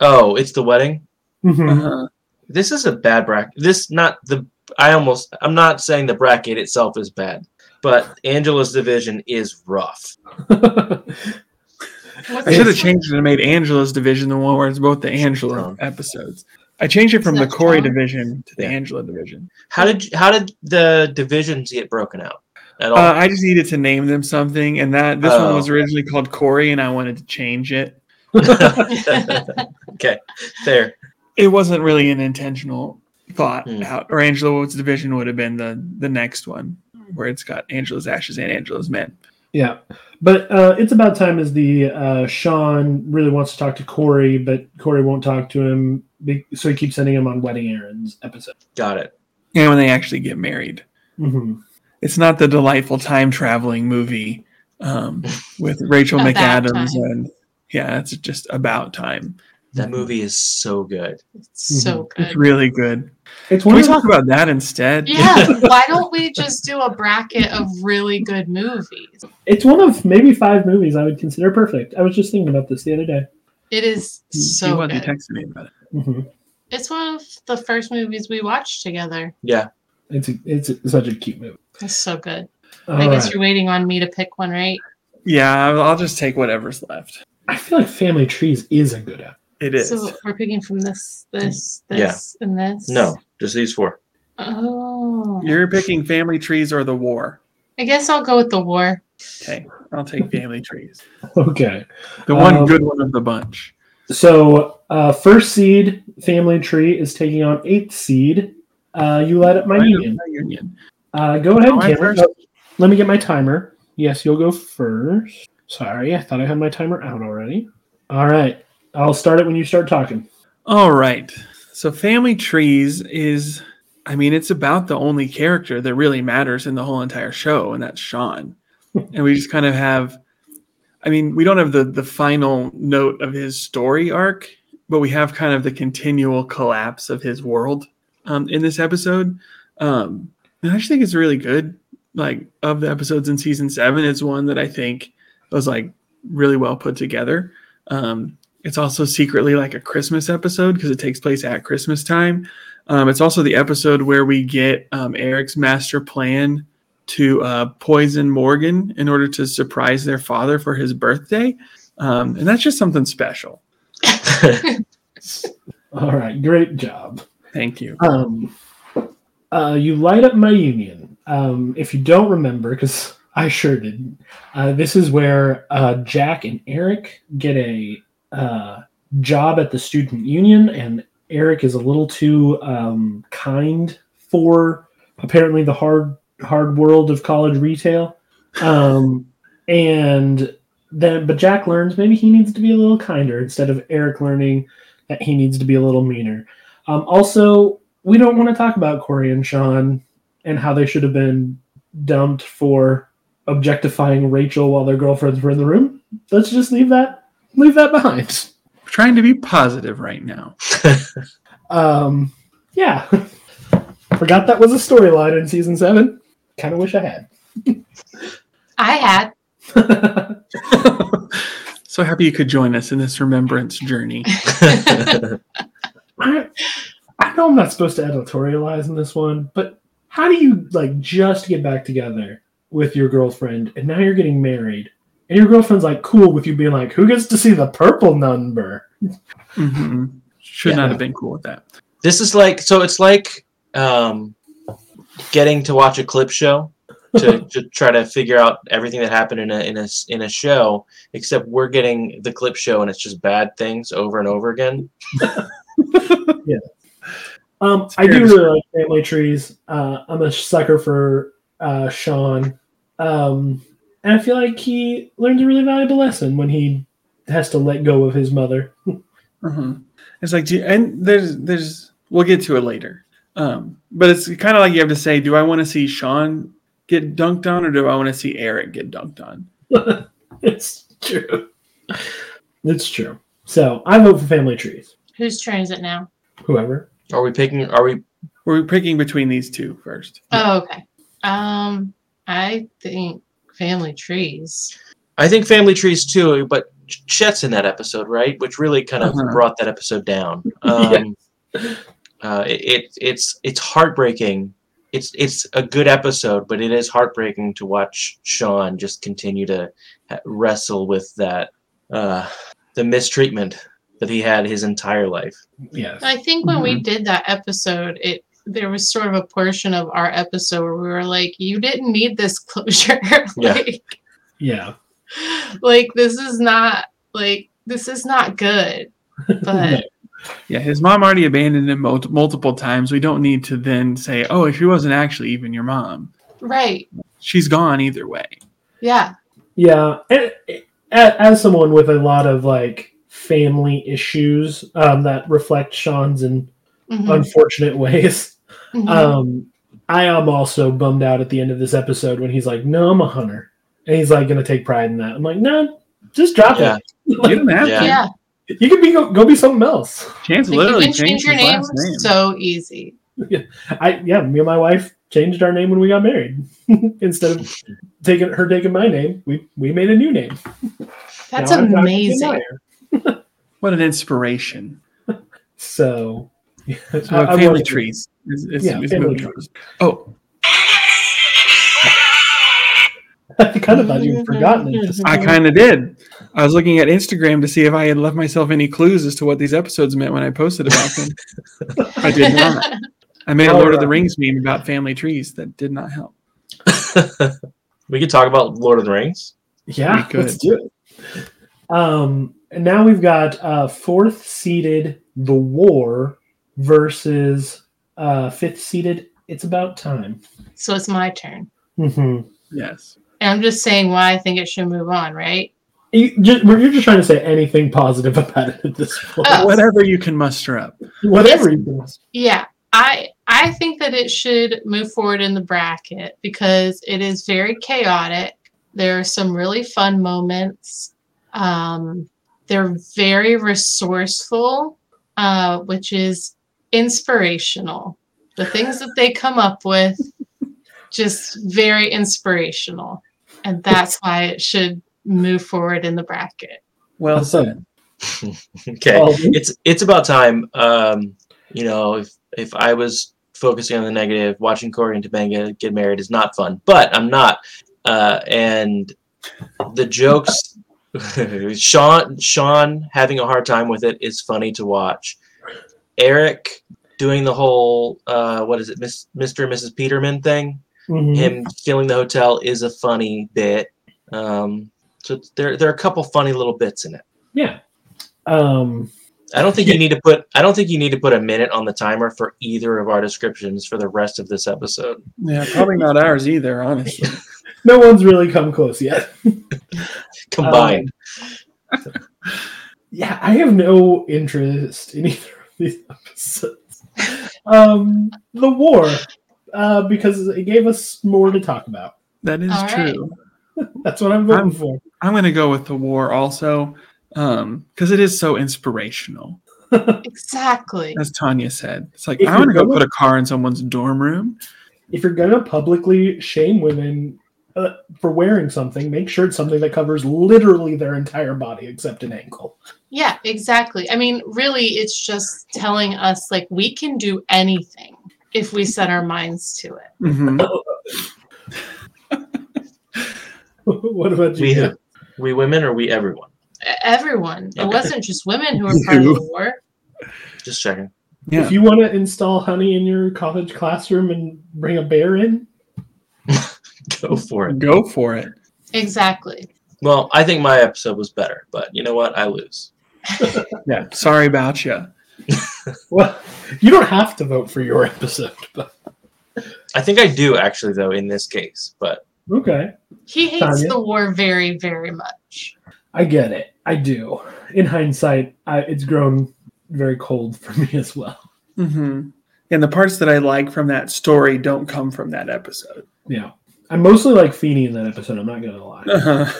S3: Oh, it's the wedding.
S1: Mhm.
S2: Uh-huh.
S3: This is a bad bracket. This not the. I almost. I'm not saying the bracket itself is bad, but Angela's division is rough.
S1: Mm-hmm. [laughs]
S4: What's
S2: I should have
S4: this
S2: changed it and made Angela's division the one where it's both the Angela
S3: Strong.
S2: episodes. I changed it from the
S4: Isn't that
S2: Corey
S4: strong?
S2: division to the
S3: Yeah.
S2: Angela division.
S3: How did you- how did the divisions get broken out at all?
S2: Uh, I just needed to name them something, and that this one was
S3: Oh.
S2: originally called Corey, and I wanted to change it.
S3: [laughs] okay, there.
S2: It wasn't really an intentional thought.
S3: Hmm.
S2: How, or Angela Wood's division would have been the the next one where it's got Angela's ashes and Angela's men.
S1: Yeah, but uh, it's about time as the uh, Sean really wants to talk to Corey, but Corey won't talk to him, be- so he keeps sending him on wedding errands episode.
S3: Got it.
S2: And when they actually get married.
S1: hmm
S2: it's not the delightful time traveling movie
S3: [laughs]
S2: um, with Rachel
S4: About
S2: McAdams
S4: time.
S2: and yeah, it's just about time.
S3: That movie is so good.
S4: It's so
S2: It's
S4: good.
S2: really good.
S1: It's
S2: Can
S1: one
S2: we
S1: of the-
S2: talk about that
S1: [laughs]
S2: instead?
S4: Yeah, why don't we just do a bracket of really good movies?
S1: It's one of maybe five movies I would consider perfect. I was just thinking about this the other day.
S4: It is
S2: He-
S4: so
S2: he wasn't
S4: good.
S2: texting me about it.
S1: hmm
S4: It's one of the first movies we watched together.
S3: Yeah.
S1: It's a, it's a, such a cute movie.
S4: It's so good.
S1: All
S4: I guess
S1: right.
S4: you're waiting on me to pick one, right?
S2: Yeah, I'll I'll just take whatever's left.
S1: I feel like Family Trees is a good app.
S2: It is.
S4: So we're picking from this, this,
S3: Yeah.
S4: this, and this.
S3: No, just these four. [laughs]
S4: Oh.
S2: You're picking Family Trees or The War.
S4: I guess I'll go with the war.
S2: Okay, I'll [laughs] take Family Trees.
S1: Okay.
S2: The one
S1: Um,
S2: good one of the bunch.
S1: So uh, first seed Family Tree is taking on eighth seed. Uh, you light up my
S2: Mine is
S1: medium.
S2: my union.
S1: Uh, go ahead,
S2: Am I
S1: Cameron.
S2: first?
S1: Oh, let me get my timer. Yes, you'll go first. Sorry, I thought I had my timer out already. All right, I'll start it when you start talking.
S2: All right. So Family Trees is I mean, it's about the only character that really matters in the whole entire show, and that's Sean. and we just kind of have I mean, we don't have the the final note of his story arc, but we have kind of the continual collapse of his world um, in this episode. Um, and I just think it's really good. Like of the episodes in season seven, it's one that I think was like really well put together. Um, it's also secretly like a Christmas episode because it takes place at Christmas time. Um, it's also the episode where we get um, Eric's master plan to uh, poison Morgan in order to surprise their father for his birthday. Um, and that's just something special.
S1: All right, great job.
S2: Thank you.
S1: Um, uh, you light up my union. Um, if you don't remember, because [laughs] I sure didn't, uh, this is where uh, Jack and Eric get a uh, job at the student union, and Eric is a little too um, kind for apparently the hard hard world of college retail. Um, and then, but Jack learns maybe he needs to be a little kinder instead of Eric learning that he needs to be a little meaner. Um, also, we don't want to talk about Corey and Sean and how they should have been dumped for objectifying Rachel while their girlfriends were in the room. Let's just leave that leave that behind.
S2: I'm trying to be positive right now.
S1: Um, yeah, [laughs] forgot that was a storyline in season seven. Kind of wish I had.
S4: I
S2: [laughs]
S4: had. [laughs]
S1: [laughs]
S2: So happy you could join us in this remembrance journey.
S1: I, I know I'm not supposed to editorialize in this one, but how do you like just get back together with your girlfriend and now you're getting married and your girlfriend's like cool with you being like, who gets to see the purple number?
S2: hmm Should
S1: Yeah.
S2: not have been cool with that.
S3: this is like so it's like um getting to watch a clip show to, to try to figure out everything that happened in a in a s- in a show except we're getting the clip show and it's just bad things over and over again
S1: Um, I do really like family trees. Uh, I'm a sucker for uh, Sean, um, and I feel like he learns a really valuable lesson when he has to let go of his mother. [laughs]
S2: Mhm. It's like, do you, and there's, there's, we'll get to it later. Um, but it's kind of like you have to say, do I want to see Sean get dunked on, or do I want to see Eric get dunked on?
S1: it's true. It's true. So I vote for family trees.
S4: Whose turn is it now?
S1: Whoever.
S3: are we picking are we
S2: We're picking between these two first.
S4: Oh, okay. Um, I think Family Trees.
S3: i think family trees too but chet's in that episode right which really kind of
S2: Uh-huh.
S3: brought that episode down um uh, it, it it's it's heartbreaking it's it's a good episode, but it is heartbreaking to watch Sean just continue to ha- wrestle with that uh, the mistreatment that he had his entire life. [laughs]
S1: Yes.
S4: I think when
S2: Mm-hmm.
S4: we did that episode, it there was sort of a portion of our episode where we were like, "You didn't need this [laughs] closure.
S3: Yeah.
S4: like,
S1: yeah.
S4: like this is not like this is not good. But
S2: [laughs] Yeah, his mom already abandoned him mul- multiple times. We don't need to then say, oh, she wasn't actually even your mom.
S4: right.
S2: She's gone either way.
S4: Yeah.
S1: Yeah, and, a- as someone with a lot of like family issues um, that reflect Sean's in
S4: Mhm.
S1: unfortunate ways,
S4: Mhm.
S2: uh,
S1: um, I am also bummed out at the end of this episode when he's like, "No, I'm a hunter," and he's like, "Gonna take pride in that." I'm like, "No, just drop
S3: Yeah.
S1: it.
S2: You don't have to.
S3: Yeah.
S4: yeah.
S1: you could be go, go be something else."
S2: Chance
S4: Like, you
S2: literally
S4: can
S2: changed
S4: change your
S2: his
S4: name,
S2: last name.
S4: so easy.
S1: I yeah, me and my wife changed our name when we got married. [laughs] Instead
S3: [laughs]
S1: of taking her taking my name, we we made a new name.
S4: That's
S1: Now I'm Dr.
S4: amazing.
S1: Denier.
S2: what an inspiration. [laughs]
S1: So,
S2: So
S1: I- I
S2: family
S1: wanted to-
S2: trees. It's, it's,
S1: Yeah,
S2: it's
S1: family
S2: moving. Oh,
S1: [laughs] I kind of thought you'd forgotten it. Just,
S2: I kind of did. I was looking at Instagram to see if I had left myself any clues as to what these episodes meant when I posted about them. I did not. I made a
S1: All
S2: Lord of the
S1: right.
S2: Rings meme about family trees that did not help.
S3: we could talk about Lord of the Rings. [laughs]
S1: yeah,
S2: We could.
S1: let's do it. Um, and now we've got uh, fourth seeded The War versus uh, fifth seeded It's About Time.
S4: [laughs] so it's my turn.
S1: Mm-hmm.
S2: Yes.
S4: And I'm just saying why I think it should move on, right?
S1: You just, you're just trying to say anything positive about it at this point.
S4: Oh.
S2: Whatever you can muster up.
S1: Whatever you can.
S4: Yeah, I I think that it should move forward in the bracket because it is very chaotic. There are some really fun moments. Um, they're very resourceful, uh, which is inspirational. The things that they come up with, just very inspirational, and that's why it should move forward in the bracket.
S2: Well
S1: Awesome.
S2: said.
S3: Okay.
S1: Oh,
S3: it's it's about time. Um, you know, if if I was focusing on the negative, watching Corey and Topanga get married is not fun. But I'm not, uh, and the jokes. [laughs] Sean Sean having a hard time with it is funny to watch. Eric doing the whole uh, what is it, Miss, Mr. and Mrs. Peterman thing,
S1: mhm.
S3: him killing the hotel is a funny bit. Um, so there there are a couple funny little bits in it.
S1: Yeah. Um,
S3: I don't think you need to put. I don't think you need to put a minute on the timer for either of our descriptions for the rest of this episode.
S2: Yeah, probably not ours either, honestly.
S1: no one's really come close yet.
S3: Combined,
S1: Yeah, I have no interest in [laughs] either of these episodes. Um, the war, uh, because it gave us more to talk about.
S2: That is
S4: All right.
S2: true.
S1: That's what I'm voting
S2: I'm-
S1: for.
S2: I'm going to go with the war also um because it is so inspirational.
S4: Exactly.
S2: As Tanya said, it's like
S1: If
S2: I want to
S1: you're
S2: go
S1: going-
S2: put a car in someone's dorm room.
S1: If you're gonna publicly shame women uh, for wearing something, make sure it's something that covers literally their entire body except an ankle. [laughs]
S4: Yeah, exactly. I mean, really, it's just telling us like we can do anything if we set our minds to it.
S2: Mhm.
S1: what about you?
S3: we
S1: Jim?
S3: we women or we everyone.
S4: E- Everyone. It
S3: Okay.
S4: wasn't just women who were part of the war.
S3: Just checking. [laughs]
S2: Yeah.
S1: If you want to install honey in your college classroom and bring a bear in,
S3: Go for it.
S2: Go for it.
S4: Exactly.
S3: Well, I think my episode was better, but you know what? I lose.
S2: Yeah. Sorry about you.
S1: well, [laughs] you don't have to vote for your episode. But
S3: I think I do actually, though, in this case. But
S1: okay.
S4: He hates
S1: Tanya?
S4: the war very, very much.
S1: I get it. I do. In hindsight, I, it's grown very cold for [laughs] me as well.
S2: hmm And the parts that I like from that story don't come from that episode.
S1: Yeah. I mostly like Feeney in that episode. I'm not going to
S2: [laughs]
S1: lie.
S2: Uh-huh.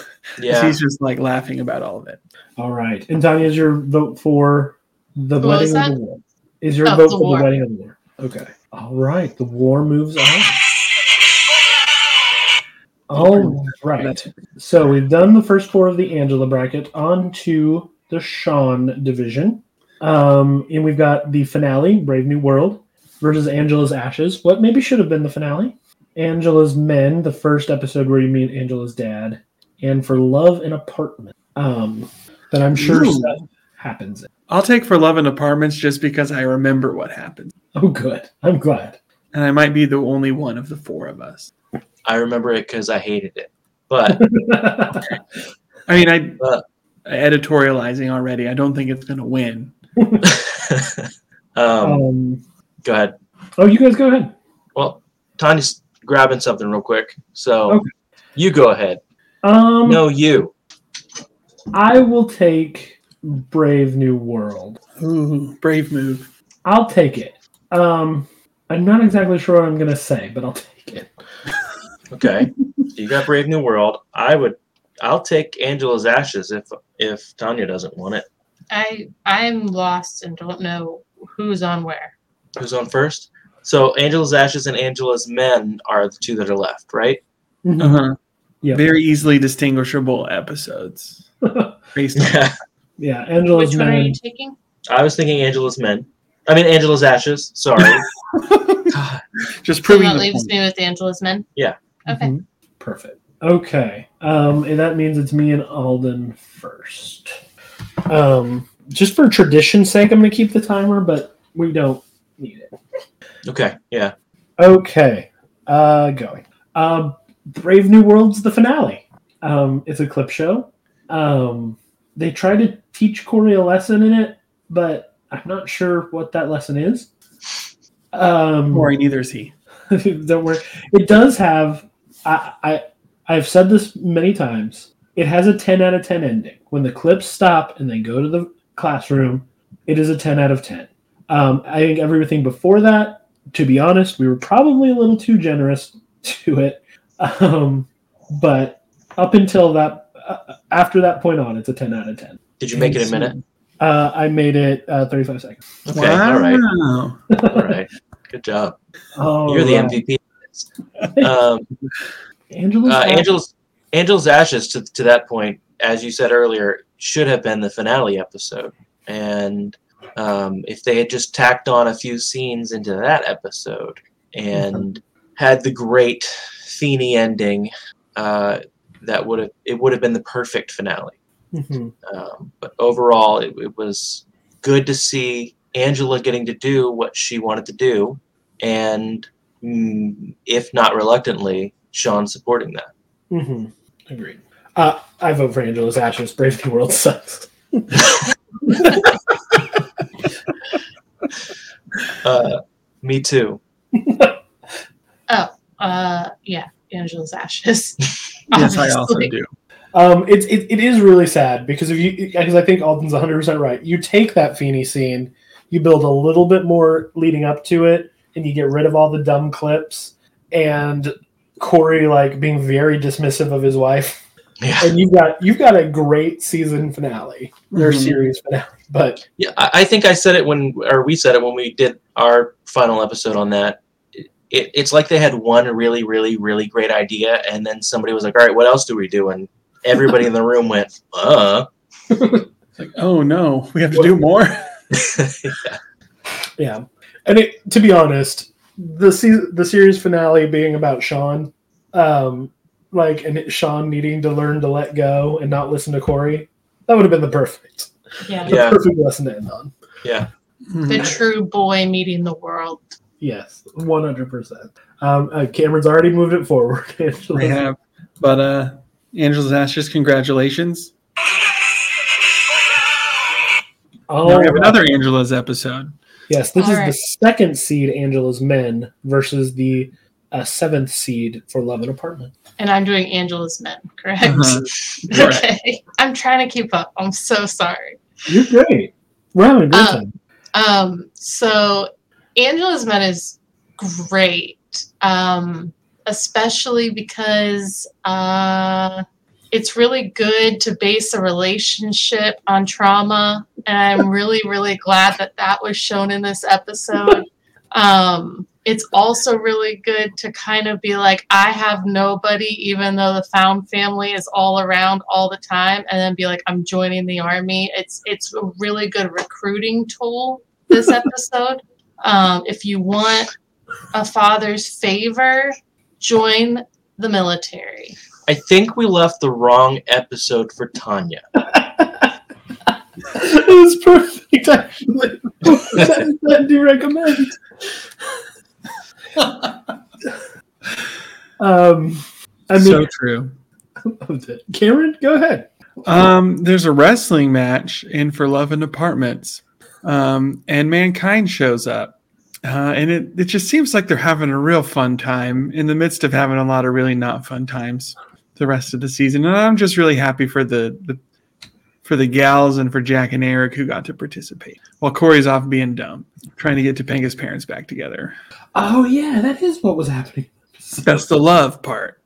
S3: yeah,
S2: He's just like laughing about all of it.
S1: All right. And Tanya, is your vote for the
S4: What was
S1: wedding of
S4: that?
S1: the war? Is your
S4: Oh,
S1: vote
S4: the
S1: for
S4: war.
S1: the wedding of the war? Okay. All right. The war
S4: [laughs]
S1: moves on. All Oh, right.
S2: That's-
S1: So we've done the first four of the Angela bracket. On to the Sean division. Um, and we've got the finale, Brave New World, versus Angela's Ashes. What maybe should have been the finale? Angela's Men, the first episode where you meet Angela's dad, and for Love and Apartment. Um, that I'm sure
S2: Ooh.
S1: stuff happens. in.
S2: I'll take for love and apartments just because I remember what happened.
S1: Oh, good. I'm glad.
S2: And I might be the only one of the four of us.
S3: I remember it because I hated it. But
S2: I mean, I
S3: Uh,
S2: editorializing already. I don't think it's going to win.
S3: [laughs] um,
S1: Um,
S3: go ahead.
S1: oh, you guys go ahead.
S3: Well, Tanya's grabbing something real quick, so
S1: Okay.
S3: you go ahead.
S1: Um,
S3: no, you.
S1: I will take Brave New World.
S2: Ooh, brave move.
S1: I'll take it. Um, I'm not exactly sure what I'm gonna say, but I'll [laughs] take it.
S3: Okay, you got Brave New World. I would. I'll take Angela's Ashes if if Tanya doesn't want it.
S4: I I'm lost and don't know who's on where.
S3: Who's on first? So Angela's Ashes and Angela's Men are the two that are left, [laughs] right?
S2: Uh huh.
S1: Yeah.
S2: Very easily distinguishable [laughs] episodes. Based on-
S3: Yeah.
S1: Yeah, Angela's
S4: Which one are
S1: men.
S4: you taking?
S3: I was thinking Angela's Men. I mean Angela's Ashes. Sorry. God.
S2: just
S4: So
S2: proving
S4: that
S2: the
S4: leaves
S2: point.
S4: me with Angela's men.
S3: Yeah.
S4: Okay.
S1: Mm-hmm.
S2: Mhm.
S1: Perfect. Okay. Um, and that means it's me and Alden first. Um, just for tradition's sake, I'm going to keep the timer, but we don't need it.
S3: [laughs] Okay. Yeah.
S1: Okay. Uh, going. Uh, Brave New World's the finale. Um, it's a clip show. Um, they try to teach Corey a lesson in it, but I'm not sure what that lesson is. Um,
S2: Don't worry, neither is he.
S1: [laughs] don't worry. It does have. I, I I've said this many times. It has a ten out of ten ending. When the clips stop and they go to the classroom, it is a ten out of ten. Um, I think everything before that, to be honest, we were probably a little too generous [laughs] to it. Um, but up until that, uh, after that point on, it's a ten out of ten.
S3: Did you make it a minute?
S1: Uh, I made it uh, thirty-five seconds.
S3: Okay. All right.
S2: Wow.
S3: All right. Good job.
S1: Oh,
S3: You're the MVP. Um,
S1: Angela's
S3: uh,
S1: Ashes.
S3: Angel's Angel's Ashes to to that point, as you said earlier, should have been the finale episode. And um, if they had just tacked on a few scenes into that episode and had the great Feeny ending, uh, that would have it would have been the perfect finale.
S1: Mhm.
S3: Um, but overall, it, it was good to see Angela getting to do what she wanted to do, and mm, if not reluctantly, Sean supporting that.
S1: Mm-hmm. Agreed. Uh, I vote for Angela's Ashes. Brave New World sucks.
S3: Uh, me too.
S4: Uh yeah, Angela's ashes.
S2: Yes,
S4: [laughs]
S2: I also
S4: Obviously.
S2: do.
S1: Um, it's it, it is really sad because if you because I think Alden's one hundred percent right. You take that Feeny scene, you build a little bit more leading up to it, and you get rid of all the dumb clips and Corey like being very dismissive of his wife,
S3: Yeah,
S1: and you've got you've got a great season finale or
S2: Mhm.
S1: series finale. But
S3: yeah. I, I think I said it when, or we said it when we did our final episode on that. It, it, it's like they had one really, really, really great idea, and then somebody was like, "All right, what else do we do?" And everybody in the room went, "Uh."
S2: It's like, oh no, we have to do more.
S1: yeah, and it, to be honest, the se- the series finale being about Sean, um, like and it- Sean needing to learn to let go and not listen to Corey, that would have been the perfect.
S4: Yeah.
S1: the
S3: Yeah.
S1: perfect lesson to end on.
S2: [laughs]
S4: The true boy meeting the world.
S1: Yes, one hundred percent. Um, uh, Cameron's already moved it forward. [laughs] Angela.
S2: They have, but uh, Angela's Ashes, congratulations.
S1: Oh,
S2: Now we have another Angela's episode.
S1: yes, this is the
S4: Alright.
S1: second seed Angela's Men versus the uh, seventh seed for Love and Apartment.
S4: And I'm doing Angela's men, correct? [laughs]
S2: Uh-huh. Right.
S4: Okay. I'm trying to keep up. I'm so sorry.
S1: You're great. We're having a good
S4: Uh,
S1: time.
S4: Um, so Angela's Men is great, um, especially because uh, it's really good to base a relationship on trauma. And I'm really, really glad that that was shown in this episode. Um, it's also really good to kind of be like, I have nobody, even though the found family is all around all the time, and then be like, I'm joining the army. It's it's a really good recruiting tool. This episode, um, if you want a father's favor, join the military.
S3: I think we left the wrong episode for Tanya. [laughs]
S1: it was perfect, actually. that, that do you recommend? um, I mean,
S2: so true.
S1: Um, loved it. Cameron, go ahead.
S2: Um, there's a wrestling match in For Love and Apartments, um, and Mankind shows up. Uh, and it, it just seems like they're having a real fun time in the midst of having a lot of really not fun times the rest of the season. And I'm just really happy for the, the for the gals and for Jack and Eric who got to participate. While Corey's off being dumb, trying to get Topanga's parents back together.
S5: Oh yeah, that is what was happening.
S2: That's the love part.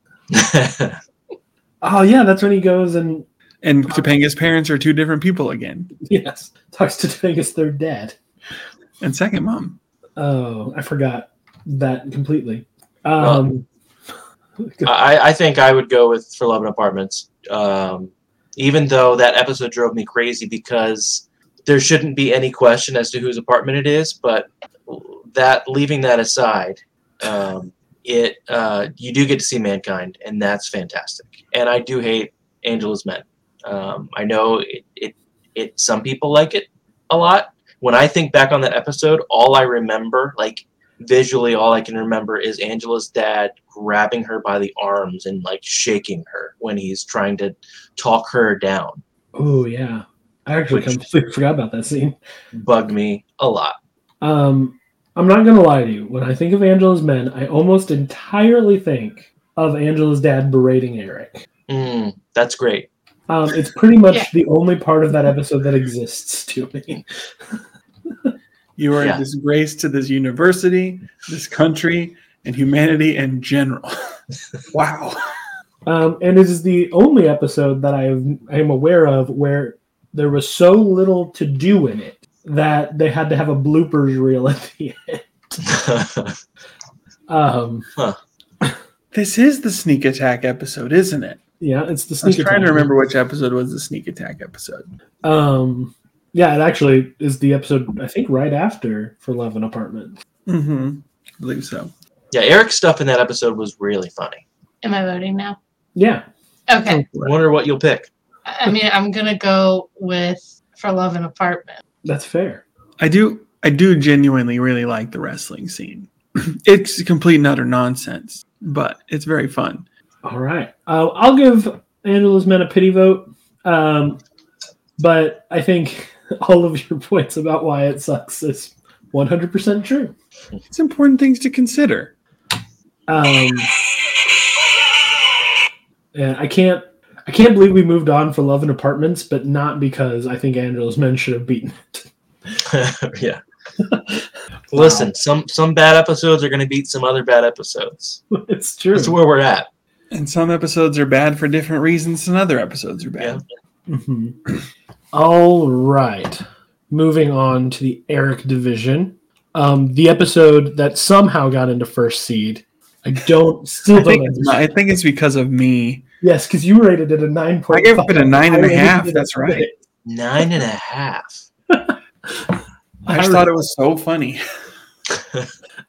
S1: Oh yeah, that's when he goes and
S2: And Topanga's parents are two different people again.
S1: yes, talks to Tangus their dad.
S2: And second mom.
S1: Oh, I forgot that completely. Um,
S3: I, I think I would go with For Love and Apartments. Um, even though that episode drove me crazy because there shouldn't be any question as to whose apartment it is, but that leaving that aside, um, it uh, you do get to see mankind, and that's fantastic. And I do hate Angela's Men. Um, I know it, it it some people like it a lot. When I think back on that episode, all I remember, like visually all I can remember is Angela's dad grabbing her by the arms and like shaking her when he's trying to talk her down.
S1: oh yeah, I actually
S3: Which-
S1: completely forgot about that scene.
S3: Bugged me a lot.
S1: Um, I'm not gonna lie to you. When I think of Angela's men, I almost entirely think of Angela's dad berating Eric.
S3: Mm, that's great. [laughs]
S1: Um, it's pretty much
S4: Yeah.
S1: the only part of that episode that exists to me.
S2: You are
S3: Yeah.
S2: a disgrace to this university, this country, and humanity in general. [laughs] wow.
S1: Um, and it is the only episode that I have, I am aware of where there was so little to do in it that they had to have a bloopers reel at the end. Um,
S2: This is the sneak attack episode, isn't it?
S1: yeah, it's the
S2: I was
S1: sneak
S2: trying to
S1: attack.
S2: remember which episode was the sneak attack episode.
S1: Um, yeah, it actually is the episode I think right after for Love and Apartment.
S2: Mm-hmm. I believe so.
S3: yeah, Eric's stuff in that episode was really funny.
S4: Am I voting now?
S1: Yeah,
S4: Okay.
S3: Wonder what you'll pick.
S4: I I mean, I'm gonna go with For Love and Apartment.
S1: that's fair.
S2: I do I do genuinely really like the wrestling scene. [clears throat] it's complete and utter nonsense, but it's very fun.
S1: All right. Uh, I'll give Angela's men a pity vote. Um, but I think [laughs] all of your points about why it sucks is 100% true.
S2: It's important things to consider.
S1: Um, and I can't. I can't believe we moved on for Love and Apartments, but not because I think Angela's Men should have beaten it.
S3: [laughs] yeah. Listen, some some bad episodes are going to beat some other bad episodes.
S1: [laughs] it's true.
S3: That's where we're at.
S2: And some episodes are bad for different reasons than other episodes are bad.
S1: Mhm. [clears throat] All right. Moving on to the Eric division. Um, the episode that somehow got into first seed. I
S2: [laughs]
S1: don't still
S2: I,
S1: don't
S2: think,
S1: understand.
S2: I think it's because of me.
S1: Yes, because you rated it a nine
S2: I
S1: point.
S2: gave it a nine and a
S1: rated
S2: half.
S1: it a
S2: That's right.
S1: six.
S3: Nine and a half.
S2: I just thought it was so funny.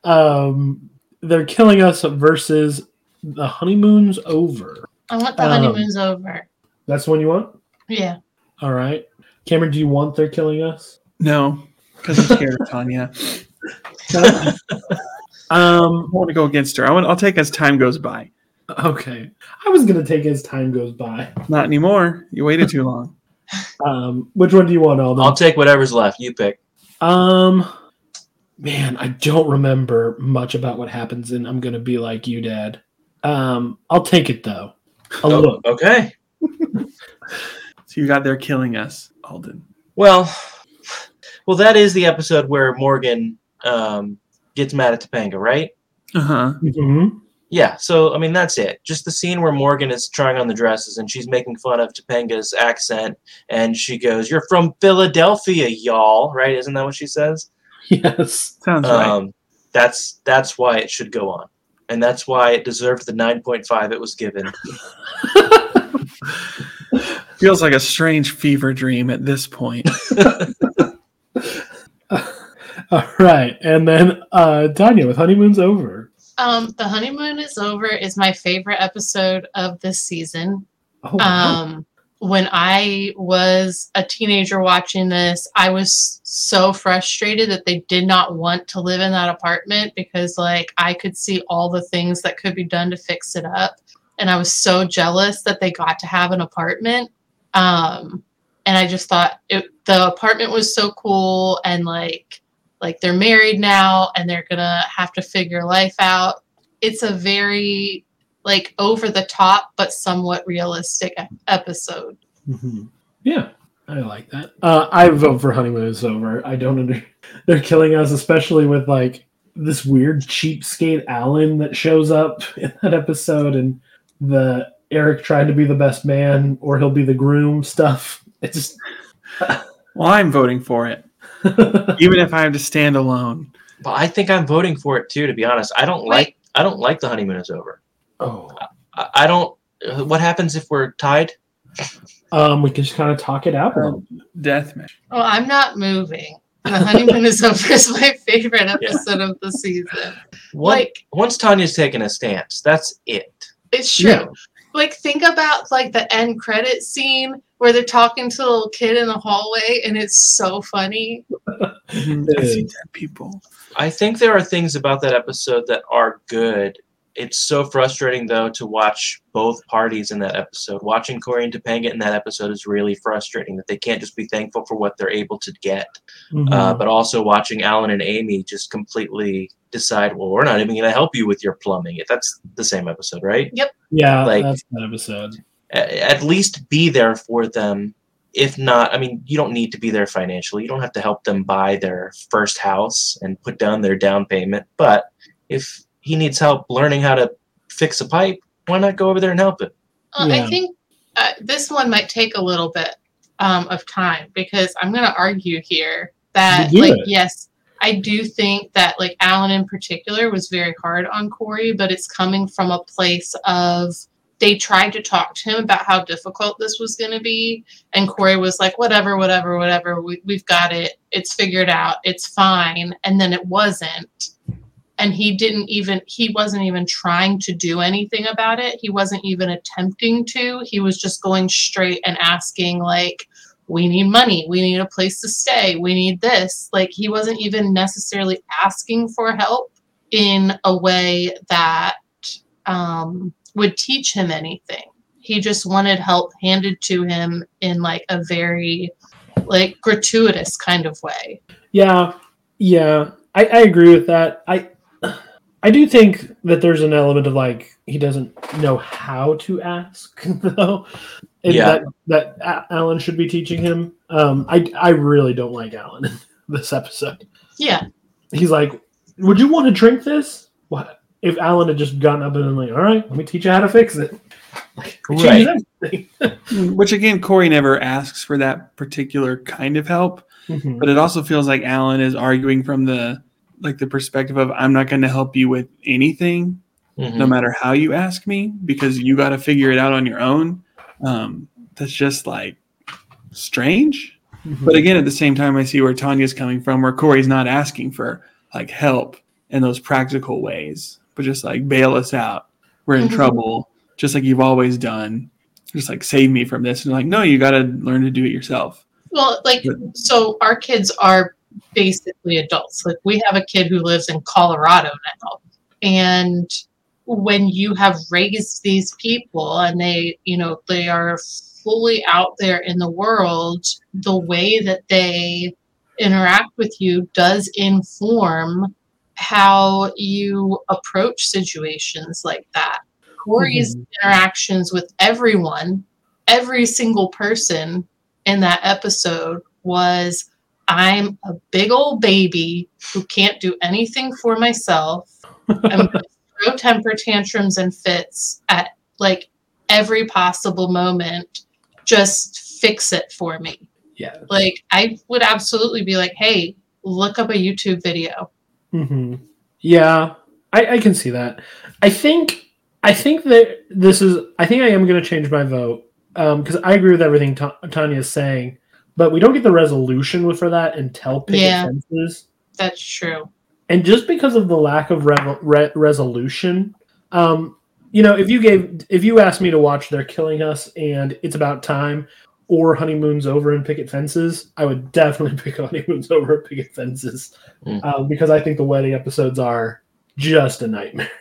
S1: Um, they're killing us versus the honeymoon's over.
S4: I want the
S1: Um,
S4: honeymoon's over.
S1: That's the one you want.
S4: Yeah.
S1: All right, Cameron. Do you want they're killing
S2: [laughs]
S1: us? [laughs]
S2: No, because I'm scared [laughs] of Tanya. I
S1: um.
S2: want to go against her. I want. I'll take as time goes by.
S1: Okay. I was gonna take as time goes by.
S2: Not anymore. You waited too long.
S1: Um. Which one do you want, Alden?
S3: I'll take whatever's left. You pick.
S1: Um, man, I don't remember much about what happens, and I'm gonna be like you, Dad. Um, I'll take it though. A
S3: Oh,
S1: look.
S3: Okay.
S2: So you got there killing us, Alden.
S3: Well, well, that is the episode where Morgan um, gets mad at Topanga, right?
S2: Uh huh.
S1: Mhm.
S3: Yeah. So I mean, that's it. Just the scene where Morgan is trying on the dresses and she's making fun of Topanga's accent, and she goes, "You're from Philadelphia, y'all, right?" Isn't that what she says?
S1: [laughs] Yes.
S2: Sounds right.
S3: Um, that's that's why it should go on, and that's why it deserved the nine point five it was given.
S2: Feels like a strange fever dream at this point.
S1: All right, and then uh, Tanya with honeymoon's over.
S4: Um, the honeymoon is over is my favorite episode of this season.
S1: Oh, wow.
S4: um when i was a teenager watching this i was so frustrated that they did not want to live in that apartment because like i could see all the things that could be done to fix it up and i was so jealous that they got to have an apartment Um, and I just thought it, the apartment was so cool, and like like they're married now, and they're gonna have to figure life out. It's a very like over the top but somewhat realistic e- episode.
S1: Mhm. Yeah, I like that. Uh, I vote for honeymoon is over. I don't under. [laughs] They're killing us, especially with like this weird cheapskate Alan that shows up [laughs] in that episode, and the Eric tried to be the best man or he'll be the groom stuff. [laughs] It's just
S2: Well, I'm voting for it, even if I have to stand alone.
S3: But I think I'm voting for it too. To be honest, I don't like I don't like the honeymoon is over.
S1: oh,
S3: I, I don't. uh, What happens if we're tied?
S1: um, we can just kind of talk it out. a
S3: Um,
S1: little.
S2: Um, Deathmatch.
S4: Oh, I'm not moving. The honeymoon is over is my favorite episode of the season.
S3: One,
S4: Like
S3: once Tanya's taking a stance, that's it.
S4: it's true.
S1: Yeah.
S4: Like think about like the end credit scene where they're talking to the little kid in the hallway and it's so funny.
S2: Mhm, I see dead people.
S3: I think there are things about that episode that are good. It's so frustrating though to watch both parties in that episode. Watching Corey and Topanga in that episode is really frustrating that they can't just be thankful for what they're able to get.
S1: Mm-hmm.
S3: Uh, but also watching Alan and Amy just completely decide, well, we're not even going to help you with your plumbing. That's the same episode, right?
S1: yeah,
S3: like-
S1: that's that episode.
S3: A- At least be there for them. If not, I mean, you don't need to be there financially. You don't have to help them buy their first house and put down their down payment. But if he needs help learning how to fix a pipe, why not go over there and help him?
S4: Uh,
S1: Yeah.
S4: I think uh, this one might take a little bit um, of time because I'm going to argue here that,
S1: You do
S4: like, yes, I do think that, like, Alan in particular was very hard on Corey, but it's coming from a place of they tried to talk to him about how difficult this was going to be. And Corey was like, whatever, whatever, whatever. We, we've got it. It's figured out. It's fine. And then it wasn't. And he didn't even, he wasn't even trying to do anything about it. He wasn't even attempting to. He was just going straight and asking, like, we need money. We need a place to stay. We need this. Like, he wasn't even necessarily asking for help in a way that um, would teach him anything. He just wanted help handed to him in like a very like gratuitous kind of way.
S1: Yeah, yeah, I, I agree with that. I I do think that there's an element of like he doesn't know how to ask [laughs] though. and
S3: Yeah.
S1: that, that A- Alan should be teaching him. Um, I I really don't like Alan [laughs] in this episode.
S4: Yeah.
S1: He's like, "Would you want to drink this?" What if Alan had just gotten up and been like, "All right, let me teach you how to fix it." Like, it changes everything.
S2: Mm, Which again, Corey never asks for that particular kind of help,
S1: Mhm.
S2: but it also feels like Alan is arguing from the like the perspective of I'm not going to help you with anything.
S3: Mm-hmm.
S2: no
S3: Mm.
S2: matter how you ask me because you got to figure it out on your own um, that's just like strange
S1: Mhm.
S2: but again at the same time i see where tanya's coming from where corey's not asking for like help in those practical ways but just like bail us out we're in
S4: Mhm.
S2: trouble just like you've always done just like save me from this and like no you got to learn to do it yourself
S4: Well, like so our kids are basically adults. Like we have a kid who lives in Colorado now. And when you have raised these people and they, you know, they are fully out there in the world, the way that they interact with you does inform how you approach situations like that.
S1: Mm-hmm.
S4: Corey's interactions with everyone, every single person in that episode was I'm a big old baby who can't do anything for myself. I'm gonna throw temper tantrums and fits at like every possible moment. Just fix it for me.
S1: Yeah.
S4: Like I would absolutely be like, hey, look up a YouTube video.
S1: hmm Yeah, I, I can see that. I think I think that this is. I think I am going to change my vote because I agree with everything Ta- Tanya is saying, but we don't get the resolution with- for that until picket
S4: Yeah.
S1: fences.
S4: That's true.
S1: And just because of the lack of revo- re- resolution, um, you know, if you gave if you asked me to watch "They're Killing Us" and "It's About Time" or "Honeymoon's Over" and "Picket Fences," I would definitely [laughs] pick "Honeymoon's Over" and "Picket Fences"
S3: Mm.
S1: um, because I think the wedding episodes are just a nightmare,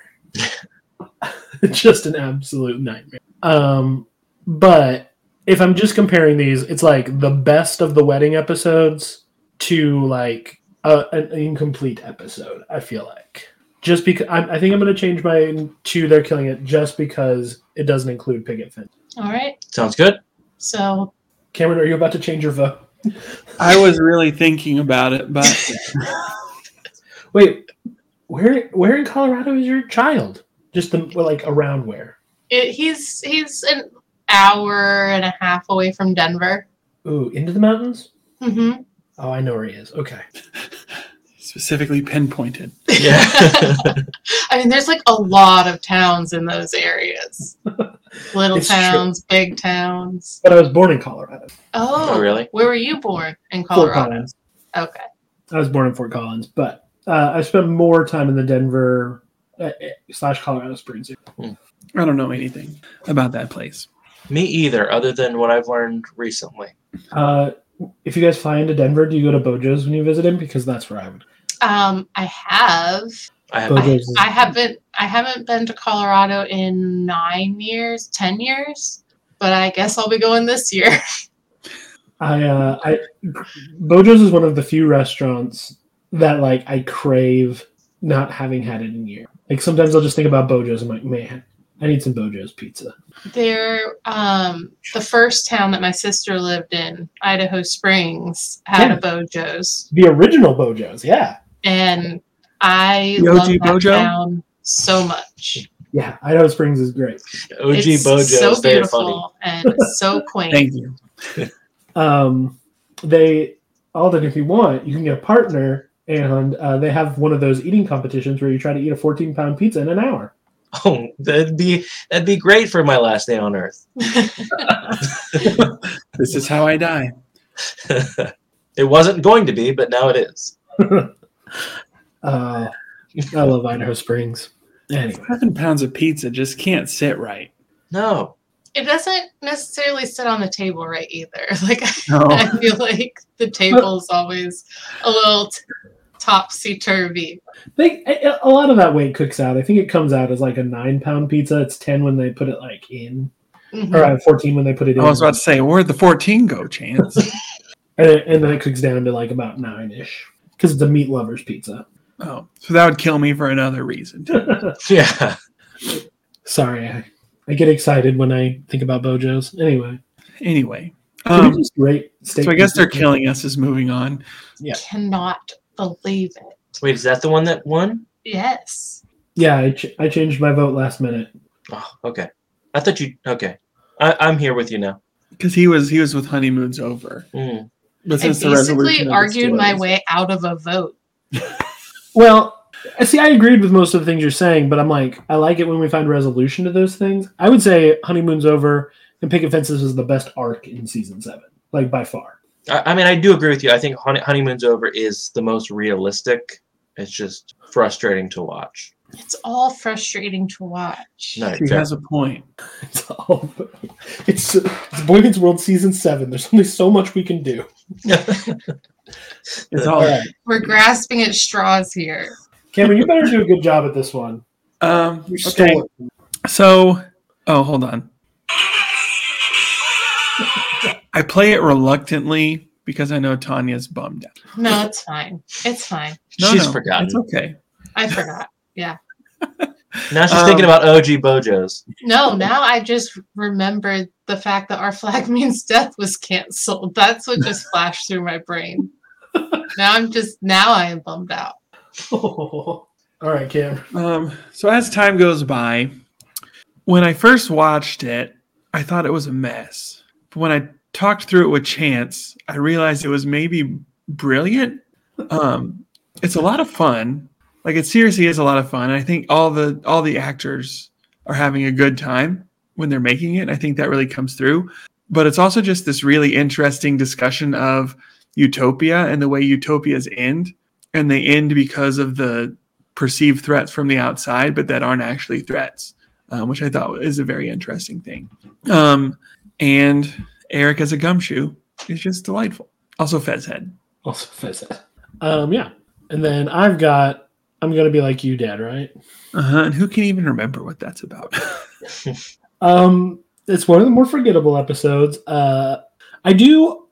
S1: just an absolute nightmare. Um, but if I'm just comparing these, it's like the best of the wedding episodes to like a, an incomplete episode. I feel like just because I, I think I'm going to change mine to they're killing it just because it doesn't include picket fence.
S4: All right.
S3: Sounds good.
S4: So
S1: Cameron, are you about to change your vote?
S2: I was really thinking about it, but
S1: Wait, where where in Colorado is your child? Just the well, like around where?
S4: it, he's he's an hour and a half away from Denver.
S1: Ooh, into the mountains?
S4: Mm-hmm.
S1: Oh, I know where he is. Okay.
S2: specifically pinpointed.
S3: Yeah.
S4: [laughs]
S3: [laughs]
S4: I mean, there's like a lot of towns in those [laughs] areas. Little
S1: It's true.
S4: towns, big towns.
S1: But I was born in Colorado.
S4: Oh,
S3: Oh, really?
S4: Where were you born? In
S1: Fort
S4: Colorado.
S1: Collins.
S4: Okay.
S1: I was born in Fort Collins, but uh, I spent more time in the Denver uh, slash Colorado Springs. area.
S2: I don't know anything about that place.
S3: Me either, other than what I've learned recently.
S1: Uh, if you guys fly into Denver, do you go to Bojo's when you visit him? Because that's where I would.
S4: Um, I have.
S3: I have
S1: Okay.
S4: Uh, I,
S1: Bojo's is-
S4: I haven't. I haven't been to Colorado in nine years, ten years. But I guess I'll be going this year.
S1: I, uh, I Bojo's is one of the few restaurants that like I crave not having had it in years. Like sometimes I'll just think about Bojo's. I'm like, man, I need some Bojo's pizza.
S4: There, um, the first town that my sister lived in, Idaho Springs, had
S1: Yeah.
S4: a Bojo's.
S1: The original Bojo's, yeah,
S4: and I
S2: The
S4: love
S2: OG
S4: that
S2: Bojo?
S4: town so much.
S1: yeah. Idaho Springs is great.
S3: OG
S4: it's
S3: Bojo's.
S4: so
S3: they're funny. [laughs]
S4: beautiful and
S2: [laughs]
S4: so quaint.
S2: Thank you.
S1: um, they Alden, if you want, you can get a partner, and uh, they have one of those eating competitions where you try to eat a 14 pound pizza in an hour.
S3: Oh, that'd be that'd be great for my last day on Earth.
S2: This is how I die.
S3: it wasn't going to be, but now it is.
S1: Uh, I love Idaho Springs. Anyway,
S2: Seven pounds of pizza just can't sit right.
S3: No, [laughs]
S4: it doesn't necessarily sit on the table right either. [laughs] Like
S2: No.
S4: I [laughs] feel like the table's always a little t- topsy turvy.
S1: they, a, a lot of that weight cooks out. I think it comes out as like a nine pound pizza. It's 10 when they put it like in,
S4: Mm-hmm.
S1: or uh, 14 when they put it in,
S2: I was about to say, where'd the 14 go, Chance?
S1: and, it- and then it cooks down to like about nine ish because it's a meat lover's pizza.
S2: Oh, so that would kill me for another reason. too.
S3: yeah,
S1: Sorry, I, I get excited when I think about Bojo's. Anyway,
S2: Anyway,
S1: can we
S2: um,
S1: just rate steak
S2: so I guess they're
S1: pizza?
S2: killing us is moving on.
S1: Yeah.
S4: Cannot believe it.
S3: wait, is that the one that won?
S4: Yes.
S1: Yeah, I, ch- I changed my vote last minute.
S3: Oh, okay. I thought you. Okay, I, I'm here with you now.
S2: Because he was he was with honeymoons over,
S3: Mm.
S2: but
S4: I
S2: since the resolution
S4: basically
S2: of the
S4: argued my
S2: stories-
S4: way out of a vote.
S1: Well, I see, I agreed with most of the things you're saying, but I'm like, I like it when we find resolution to those things. I would say honeymoon's over and picket fences is the best arc in season seven, like by far.
S3: I, I mean, I do agree with you. I think Honey, honeymoon's over is the most realistic. It's just frustrating to watch.
S4: It's all frustrating to watch.
S3: No,
S2: He
S3: fair.
S2: has a point.
S1: It's all, [laughs] it's, it's Boy Meets World season seven. There's only so much we can [laughs] do.
S2: It's all.
S1: right.
S4: We're grasping at straws here.
S1: Cameron, you better do a good job at this one.
S2: Um,
S1: You
S2: okay.
S1: stole it.
S2: So, oh, hold on. I play it reluctantly because I know Tanya's bummed out.
S4: No, it's fine. It's fine.
S2: No,
S3: she's
S2: no,
S3: forgotten.
S2: It's okay.
S4: I forgot.
S3: Now she's
S2: Um,
S3: thinking about OG Bojo's.
S4: No, now I just remembered the fact that our flag [laughs] means death was canceled. That's what just flashed through my brain. Now I'm just now I am bummed out.
S1: [laughs] all right, Cameron.
S2: Um, so as time goes by, when I first watched it, I thought it was a mess. But when I talked through it with Chance, I realized it was maybe brilliant. Um, it's a lot of fun. Like it seriously is a lot of fun. I think all the all the actors are having a good time when they're making it. I think that really comes through. But it's also just this really interesting discussion of utopia and the way utopias end. And they end because of the perceived threats from the outside, but that aren't actually threats, um, which I thought is a very interesting thing. Um, and Eric as a gumshoe is just delightful. Also, Fez head.
S1: Also, visit. Um, yeah. And then I've got, I'm going to be like you, Dad, right?
S2: Uh-huh. And who can even remember what that's about?
S1: Um, it's one of the more forgettable episodes. Uh, I do.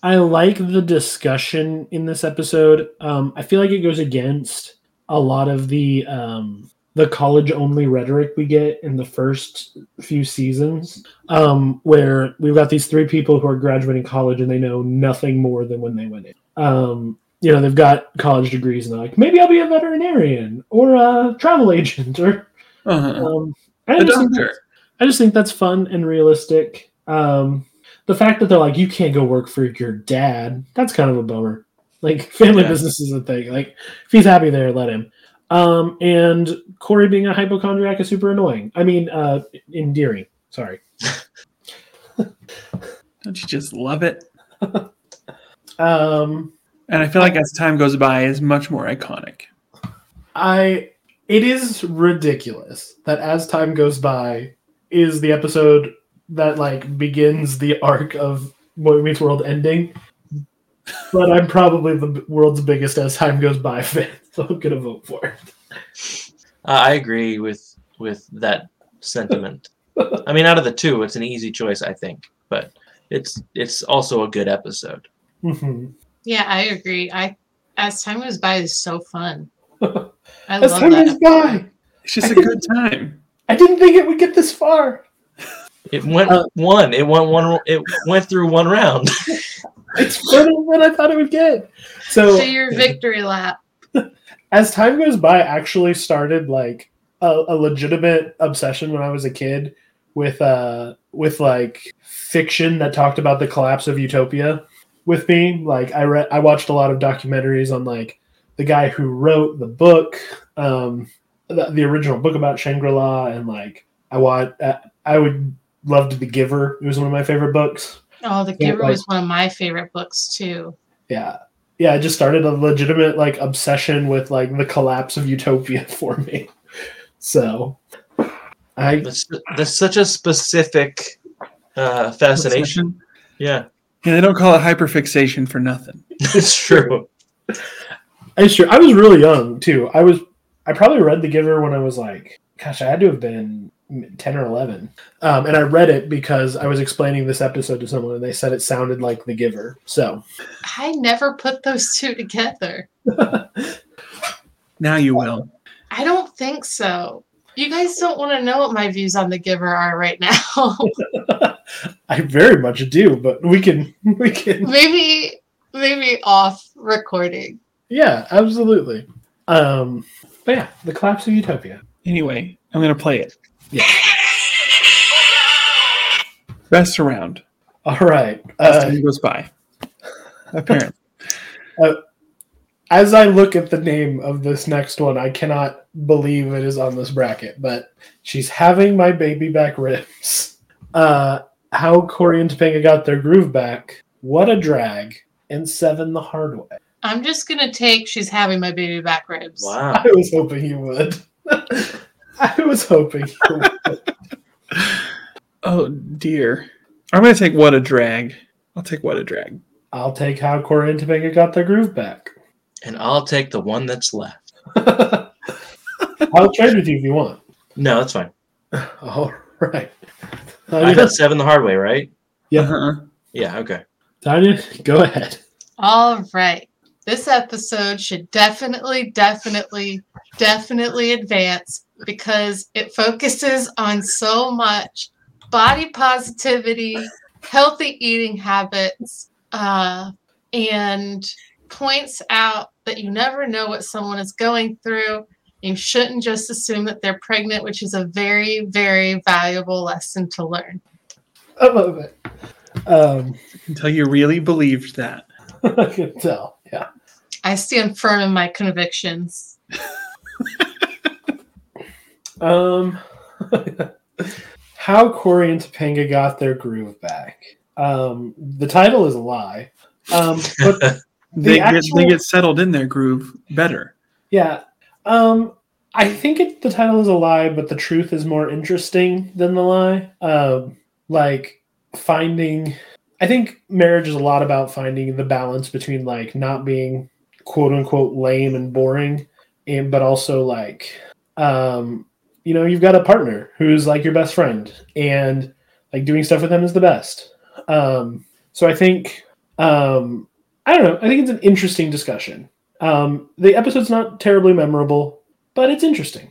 S1: I like the discussion in this episode. Um, I feel like it goes against a lot of the um, the college only rhetoric we get in the first few seasons, um, where we've got these three people who are graduating college and they know nothing more than when they went in. Um, you know, they've got college degrees and they're like, maybe I'll be a veterinarian or a travel agent [laughs] or
S2: [laughs] Uh-huh.
S1: um, I
S2: A
S1: just think
S2: doctor.
S1: I just think that's fun and realistic. Um, the fact that they're like, you can't go work for your dad, that's kind of a bummer. Like, [laughs] family
S2: Yeah.
S1: business is a thing. Like, if he's happy there, let him. Um, and Corey being a hypochondriac is super annoying. I mean, uh, endearing. Sorry.
S2: Don't you just love it?
S1: Um,
S2: And I feel like as time goes by, it's much more iconic.
S1: I it is ridiculous that as time goes by is the episode that like begins the arc of Boy Meets World ending. But I'm probably the b- world's biggest as time goes by [laughs] fan, so I'm gonna vote for it.
S3: Uh, I agree with with that sentiment. I mean, out of the two, it's an easy choice, I think, but it's it's also a good episode.
S1: Mhm.
S4: Yeah, I agree. I as time goes by is so fun. I
S1: As
S4: love
S1: time
S4: that.
S1: goes by,
S2: It's just a good time.
S1: I didn't think it would get this far.
S3: It went
S1: Uh,
S3: one. It went one. It went through one round.
S1: It's further than I thought it would get. So
S4: So your victory lap.
S1: as time goes by I actually started like a, a legitimate obsession when i was a kid with uh with like fiction that talked about the collapse of utopia with me like i read i watched a lot of documentaries on like the guy who wrote the book um the, the original book about shangri-la and like i want i, I would loved the giver it was one of my favorite books
S4: Oh, The
S1: Yeah,
S4: Giver
S1: like-
S4: was one of my favorite books too.
S1: yeah yeah i just started a legitimate like obsession with like the collapse of utopia [laughs] for me so i
S3: That's, that's such a specific uh, fascination. [laughs] Yeah,
S2: Yeah, they don't call it hyperfixation for nothing.
S3: it's true.
S1: it's true i was really young too i was i probably read the giver when i was like gosh i had to have been 10 or 11 um, and i read it because i was explaining this episode to someone and they said it sounded like the giver so
S4: I never put those two together.
S2: Now you will.
S4: I don't think so. You guys don't want to know what my views on The Giver are right now. [laughs]
S1: i very much do but we can [laughs] we can
S4: maybe maybe off recording.
S1: yeah absolutely um but yeah the collapse of utopia
S2: Anyway, I'm gonna play it.
S1: Yeah.
S2: Best around
S1: all right
S2: as
S1: uh,
S2: time goes by. [laughs] Apparently,
S1: as I look at the name of this next one, I cannot believe it is on this bracket, but she's having my baby back ribs. [laughs] Uh, how Corey and Topanga got their groove back. What a drag. And seven the hard way. [laughs]
S4: I'm just gonna take she's having my baby back ribs.
S3: Wow.
S1: I was hoping you would. [laughs] I was hoping you would. [laughs]
S2: oh dear. I'm gonna take what a drag. I'll take what a drag.
S1: I'll take how Corey and Topanga got their groove back. [laughs]
S3: And I'll take the one that's left.
S1: I'll trade with you if you want.
S3: No, that's fine.
S1: All right.
S3: I
S1: Tanya,
S3: got seven the hard way, right?
S1: Yeah.
S2: Uh-huh.
S3: Yeah. Okay.
S1: Tanya go ahead. [laughs]
S4: All right. This episode should definitely, definitely, definitely advance because it focuses on so much body positivity, healthy eating habits, uh, and points out that you never know what someone is going through. You shouldn't just assume that they're pregnant, which is a very, very valuable lesson to learn.
S1: I love it. Um,
S2: Until you really believed that.
S1: [laughs] I can tell. Yeah.
S4: I stand firm in my convictions.
S1: Um, [laughs] how Corey and Topanga got their groove back. Um, the title is a lie. Um, but [laughs] The
S2: They get
S1: actual-
S2: they get settled in their groove better.
S1: yeah, um, I think it, the title is a lie, but the truth is more interesting than the lie. Um, like finding, I think marriage is a lot about finding the balance between like not being quote unquote lame and boring, and but also like um, you know, you've got a partner who's like your best friend, and Like doing stuff with him is the best. Um, so I think um, I don't know. I think it's an interesting discussion. Um, the episode's not terribly memorable, but it's interesting.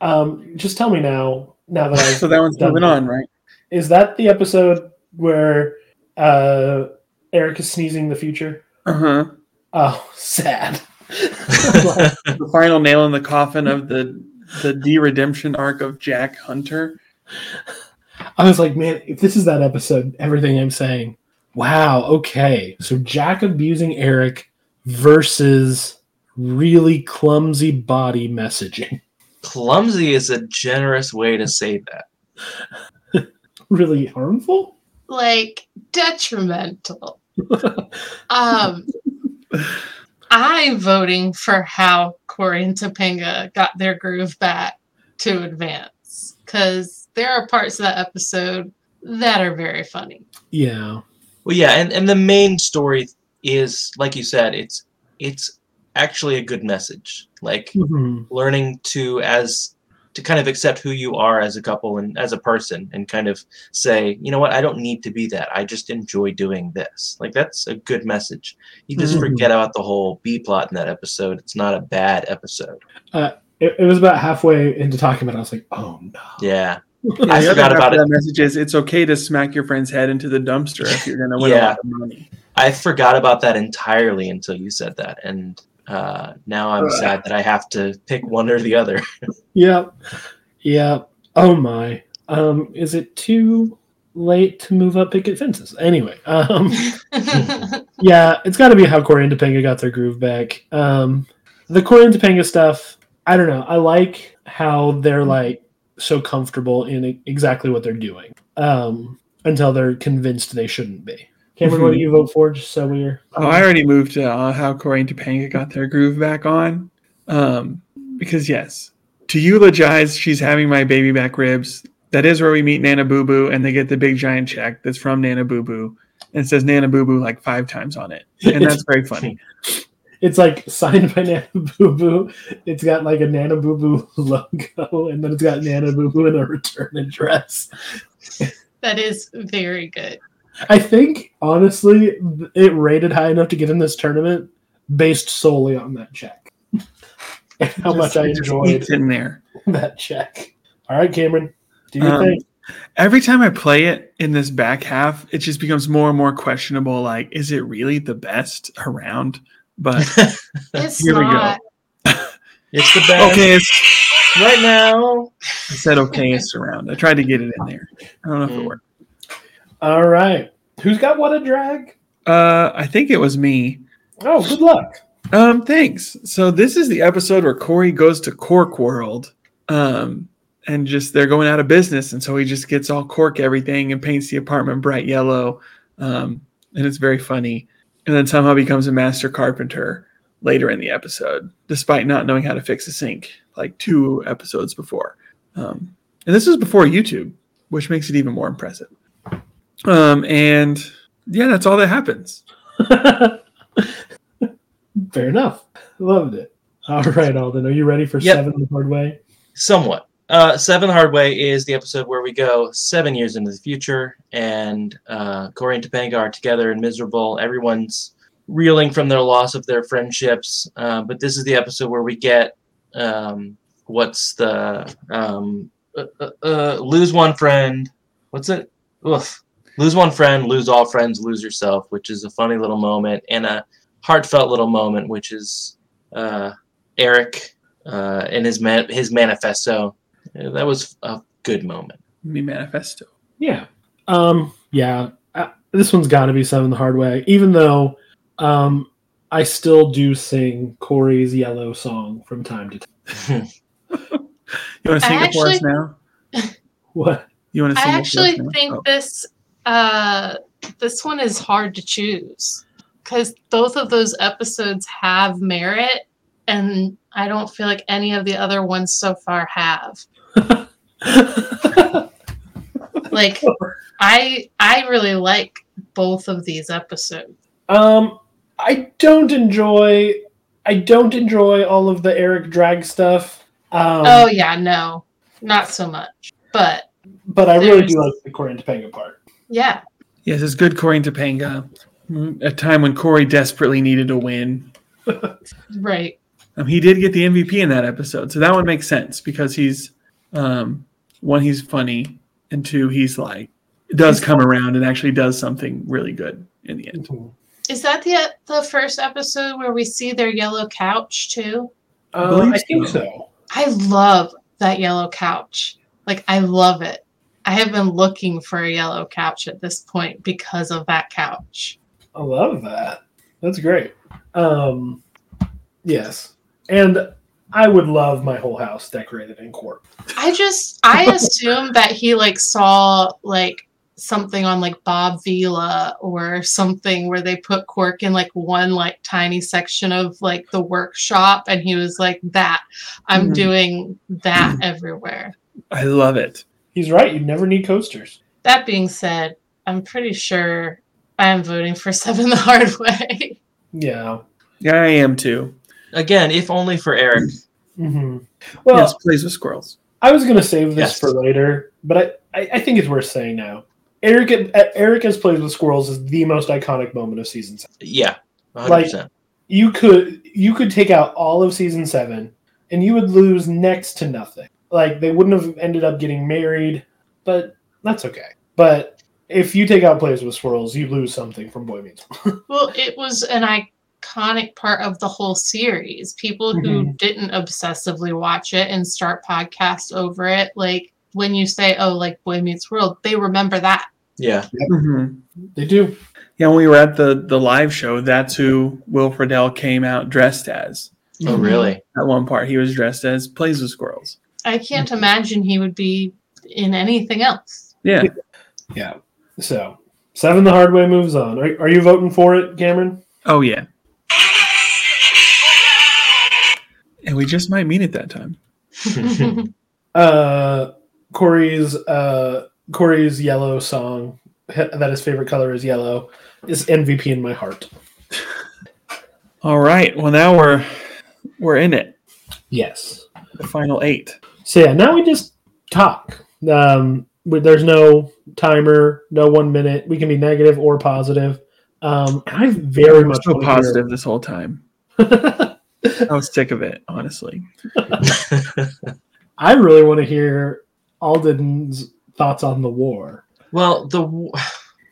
S1: Um, just tell me now. Now that I've
S2: So that one's moving on, right?
S1: Is that the episode where uh, Eric is sneezing the future?
S2: Uh huh.
S1: Oh, [laughs] sad.
S2: The final nail in the coffin of the the de redemption arc of Jack Hunter.
S1: I was like, man, if this is that episode, everything I'm saying. Wow, okay. So Jack abusing Eric versus really clumsy body messaging.
S3: [laughs]
S1: [laughs]
S3: Clumsy is a generous way to say that.
S1: Really harmful?
S4: like
S2: [laughs]
S4: detrimental. um, I'm voting for how Corey and Topanga got their groove back to advance because there are parts of that episode that are
S2: [laughs]
S4: very funny. [laughs]
S1: Yeah.
S3: Well, yeah, and, and the main story is, like you said, it's it's actually a good message. Like
S1: Mhm.
S3: learning to as to kind of accept who you are as a couple and as a person and kind of say you know what i don't need to be that i just enjoy doing this like that's a good message you just
S1: Mhm.
S3: forget about the whole b plot in that episode it's not a bad episode
S1: It, it was about halfway into talking about it. I was like, oh no.
S3: yeah
S2: Yeah, the other
S3: forgot
S2: half
S3: about
S2: of
S3: it.
S2: That message is it's okay to smack your friend's head into the dumpster if you're gonna win a
S3: Yeah.
S2: lot of money.
S3: i forgot about that entirely until you said that and uh, now i'm sad that i have to pick one or the other
S1: Yep. Yep. Oh my. Um, is it too late to move up picket fences? Anyway, um [laughs] yeah, it's got to be how Corey and Topanga got their groove back. Um, the Corey and Topanga stuff, I don't know. I like how they're like so comfortable in e-, exactly what they're doing um, until they're convinced they shouldn't be. Cameron, what do you vote for? Just so we're
S2: Oh, I already moved to uh, how Corey and Topanga got their groove back on. Um, because yes, to eulogize, she's having my baby back ribs. That is where we meet Nana Boo Boo, and they get the big giant check that's from Nana Boo Boo, and it says Nana Boo Boo like five times on it, and that's
S1: [laughs]
S2: very funny.
S1: it's like signed by [laughs] Nana Boo Boo. It's got like a Nana Boo Boo [laughs] logo, and then it's got Nana Boo Boo in a return address.
S4: that is very good.
S1: I think honestly, it rated high enough to get in this tournament based solely on that check. [laughs] And how much
S2: Just-
S1: I
S2: it just
S1: enjoyed
S2: eats in there.
S1: [laughs] that check. All right, Cameron, do your
S2: Um,
S1: thing.
S2: every time I play it in this back half, it just becomes more and more questionable. Like, is it really the best around?
S1: [laughs]
S2: But
S4: It's
S2: Here we go.
S4: not.
S3: it's the best
S2: okay, it's,
S3: right now
S2: I said okay, it's around. I tried to get it in there. I don't know if it
S3: Mm.
S2: worked.
S1: All right, who's got what a drag?
S2: Uh, I think it was me.
S1: Oh, good luck. [laughs]
S2: Um, thanks. So this is the episode where Corey goes to Cork World. Um, and just they're going out of business, and so he just gets all cork everything and paints the apartment bright yellow. Um, and it's very funny. And then somehow becomes a master carpenter later in the episode, despite not knowing how to fix a sink like two episodes before. Um, and this is before YouTube, which makes it even more impressive. Um, and yeah, that's all that happens.
S1: Fair enough. Loved it. All right, Alden, are you ready for
S3: Yep.
S1: seven the hard way?
S3: somewhat. Uh, Seven Hard Way is the episode where we go seven years into the future, and uh, Corey and Topanga are together and miserable. Everyone's reeling from their loss of their friendships, uh, but this is the episode where we get um, what's the um, uh, uh, uh, lose one friend. What's it? Oof. Lose one friend, lose all friends, lose yourself, which is a funny little moment and a heartfelt little moment, which is uh, Eric uh, in his man- his manifesto. Uh, That was a good moment. [laughs]
S2: Me manifesto.
S1: Yeah. Um. Yeah. Uh, this one's got to be seven the hard way, even though, um, I still do sing Corey's yellow song from time to time. [laughs]
S2: You want to
S4: I
S2: sing it for us
S4: actually-
S2: now?
S1: What? [laughs]
S2: You want to sing
S4: I
S2: it for us
S4: actually
S2: now?
S4: think
S2: Oh.
S4: this uh, this one is hard to choose because both of those episodes have merit, and I don't feel like any of the other ones so far have. Like I I really like both of these episodes.
S1: Um, I don't enjoy. I don't enjoy all of the Eric drag stuff. Um,
S4: oh yeah, Oh, no, not so much. But
S1: but I really do
S4: there's-
S1: like the Corey and Topanga part.
S4: Yeah.
S2: Yes, it's good Corey and Topanga. Mm, A time when Corey desperately needed a win.
S4: Right.
S2: Um, he did get the MVP in that episode, so that one makes sense because he's um, one, he's funny, and two, he's like does come around and actually does something really good in the end.
S4: Is that the the first episode where we see their yellow couch too?
S1: Uh,
S2: believe
S1: I think
S2: so.
S1: so.
S4: I love that yellow couch. Like I love it. I have been looking for a yellow couch at this point because of that couch.
S1: I love that. That's great. Um, yes, and I would love my whole house decorated in cork.
S4: I just I assume that he like saw like something on like Bob Vila or something where they put cork in like one like tiny section of like the workshop and he was like that I'm
S2: Mhm.
S4: doing that everywhere.
S2: I love it.
S1: He's right. You never need coasters.
S4: That being said, I'm pretty sure I am voting for Seven the Hard Way. [laughs]
S1: Yeah.
S2: Yeah, I am too.
S3: Again, if only for Eric.
S1: hmm Well,
S2: yes, plays with squirrels.
S1: I was gonna save this
S3: Yes.
S1: for later, but I, I, I think it's worth saying now. Eric Eric as plays with squirrels is the most iconic moment of season seven.
S3: Yeah, 100%.
S1: You could you could take out all of season seven and you would lose next to nothing. Like they wouldn't have ended up getting married, but that's okay. But if you take out plays with squirrels, you lose something from Boy Meets. World.
S4: Well, it was an iconic part of the whole series. People who didn't obsessively watch it and start podcasts over it, like when you say, oh, like Boy Meets World, they remember that.
S3: Yeah.
S2: Mhm.
S1: They do.
S2: Yeah, when we were at the the live show, that's who Will Friedle came out dressed as.
S3: Oh, really? [laughs]
S2: At one part, he was dressed as plays with squirrels.
S4: I can't imagine he would be in anything else. [laughs]
S2: Yeah,
S1: So seven the hard way moves on. Are, are you voting for it, Cameron?
S2: oh yeah. And we just might meet it that time.
S1: Uh, Corey's uh, Corey's yellow song h- that his favorite color is yellow is MVP in my heart.
S2: All right. Well, now we're we're in it.
S1: Yes.
S2: The final eight.
S1: So yeah, now we just talk. Um, but there's no timer, no one minute. We can be negative or positive. Um, and I very
S2: I'm
S1: much
S2: so
S1: wanna hear-
S2: positive this whole time. I was sick of it, honestly.
S1: [laughs] I really want to hear Alden's thoughts on the war.
S3: Well, the w-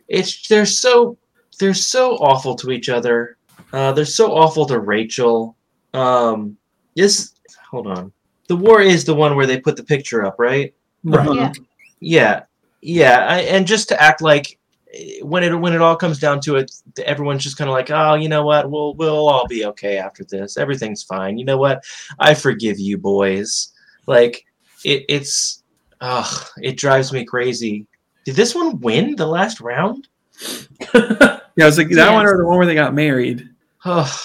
S3: it's they're so they're so awful to each other. Uh, they're so awful to Rachel. Um, this hold on. The war is the one where they put the picture up, right?
S1: Right.
S4: Yeah.
S3: Yeah, yeah. I, and just to act like eh, when it when it all comes down to it, th- everyone's just kind of like, oh, you know what? We'll we'll all be okay after this. Everything's fine. You know what? I forgive you, boys. Like it, it's ugh, it drives me crazy. Did this one win the last round?
S2: Yeah, I was like that
S4: Yeah.
S2: one or the one where they got married.
S3: Ugh.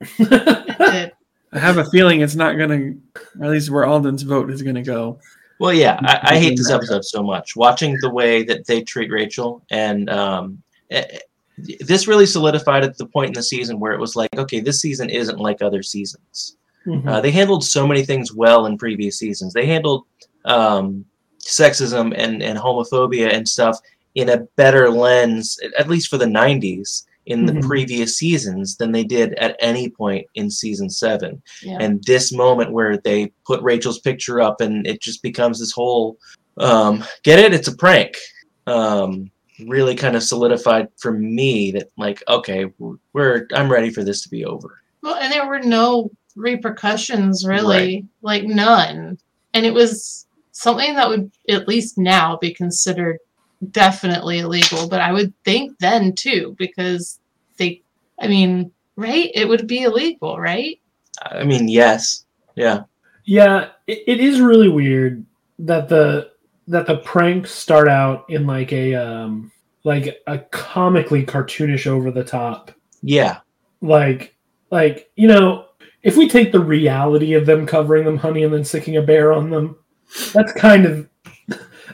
S4: It did.
S2: I have a feeling it's not gonna, or at least where Alden's vote is gonna go.
S3: well, yeah, I, I hate this episode so much. Watching the way that they treat Rachel, and um, eh, eh, this really solidified at the point in the season where it was like, okay, this season isn't like other seasons.
S1: Hmm.
S3: Uh, they handled so many things well in previous seasons. They handled um, sexism and, and homophobia and stuff in a better lens, at- at least for the 90s, in the
S1: Mhm.
S3: previous seasons than they did at any point in season seven.
S4: Yeah.
S3: and this moment where they put Rachel's picture up and it just becomes this whole um, get it it's a prank um, really kind of solidified for me that like okay we're I'm ready for this to be over
S4: Well, and there were no repercussions really, like none. And it was something that would at least now be considered definitely illegal, but I would think then too, because they, I mean, right? It would be illegal, right?
S3: I mean yes yeah
S1: Yeah, it, it is really weird that the that the pranks start out in like a um like a comically cartoonish over the top
S3: yeah
S1: like like you know if we take the reality of them covering them honey and then sticking a bear on them that's kind of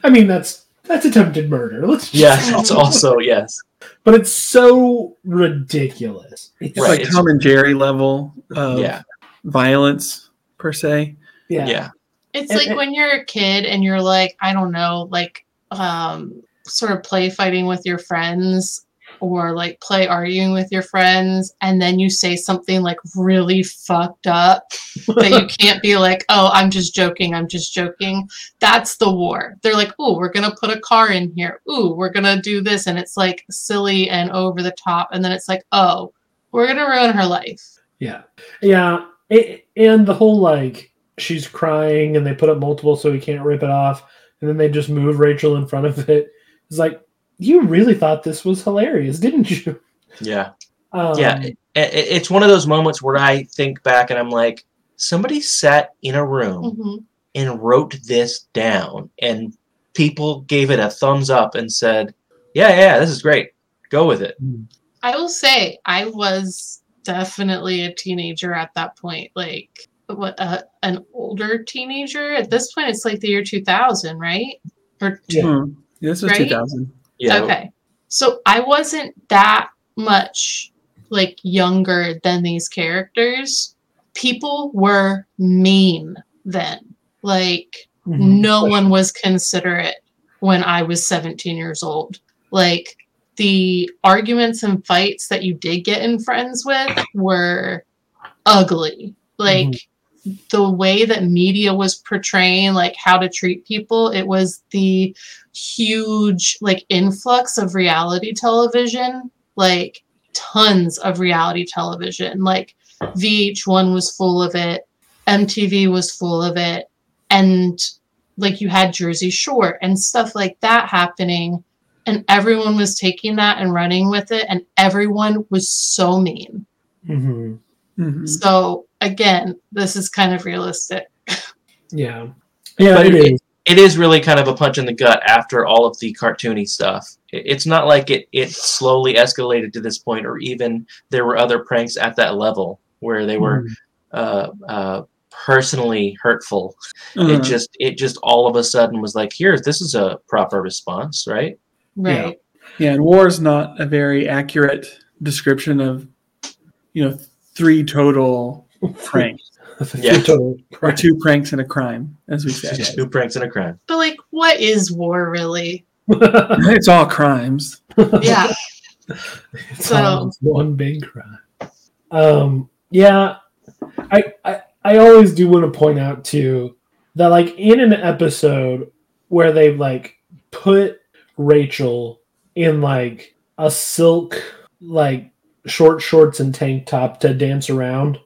S1: I mean that's that's attempted murder let's just,
S3: yeah [laughs]
S1: [laughs]
S3: that's also yes
S1: but it's so ridiculous it's
S2: It's
S3: Right,
S2: like
S3: it's-
S2: Tom and Jerry level of
S3: Yeah.
S2: violence per se.
S1: yeah
S3: yeah
S4: It's
S1: And-
S4: like
S1: and-
S4: when you're a kid and you're like, I don't know, like, um, sort of play fighting with your friends or like play arguing with your friends and then you say something like really fucked up that you can't be like oh i'm just joking i'm just joking that's the war they're like oh we're gonna put a car in here ooh we're gonna do this and it's like silly and over the top and then it's like oh we're gonna ruin her life
S1: Yeah. Yeah. a- and the whole like she's crying and they put up multiple so he can't rip it off. And then they just move Rachel in front of it. It's like, you really thought this was hilarious, didn't you?
S3: Yeah.
S1: Um,
S3: Yeah, I- I- it's one of those moments where I think back and I'm like, somebody sat in a room
S1: Mm-hmm.
S4: hmm
S3: and wrote this down, and people gave it a thumbs up and said, "Yeah, yeah, this is great. Go with it."
S4: I will say I was definitely a teenager at that point, like what uh, an older teenager. At this point, it's like the year two thousand, right? Or
S1: Yeah.
S2: Hmm. This was
S4: Right?
S2: 2000.
S3: Yeah.
S4: okay, so I wasn't that much like younger than these characters. People were mean then, like
S1: mhm.
S4: no one was considerate when I was 17 years old. Like the arguments and fights that you did get in friends with were ugly. Like the way that media was portraying like how to treat people, it was the huge like influx of reality television, like tons of reality television. Like VH1 was full of it, MTV was full of it, and like you had Jersey Shore and stuff like that happening. And everyone was taking that and running with it, and everyone was so mean.
S1: Mhm.
S2: Mhm.
S4: So, again, this is kind of realistic.
S1: Yeah. Yeah,
S3: But
S1: it
S3: it-
S1: is.
S3: It is really kind of a punch in the gut after all of the cartoony stuff. I- It's not like it it slowly escalated to this point, or even there were other pranks at that level where they were uh, uh, personally hurtful.
S2: Uh-huh.
S3: It just it just all of a sudden was like, here, this is a proper response, right?
S1: Yeah.
S4: Right.
S2: Yeah, and war is not a very accurate description of, you know, three total
S1: Hmm.
S2: pranks
S3: Yeah.
S1: Total
S2: or
S1: crap.
S2: two pranks and a crime, as we said.
S3: Two pranks and a crime.
S4: But, like, what is war really?
S2: [laughs] it's all crimes.
S4: Yeah.
S1: It's
S4: So-
S1: all one big crime. Um, yeah, I, I I always do want to point out too that like in an episode where they've like put Rachel in like a silk like short shorts and tank top to dance around,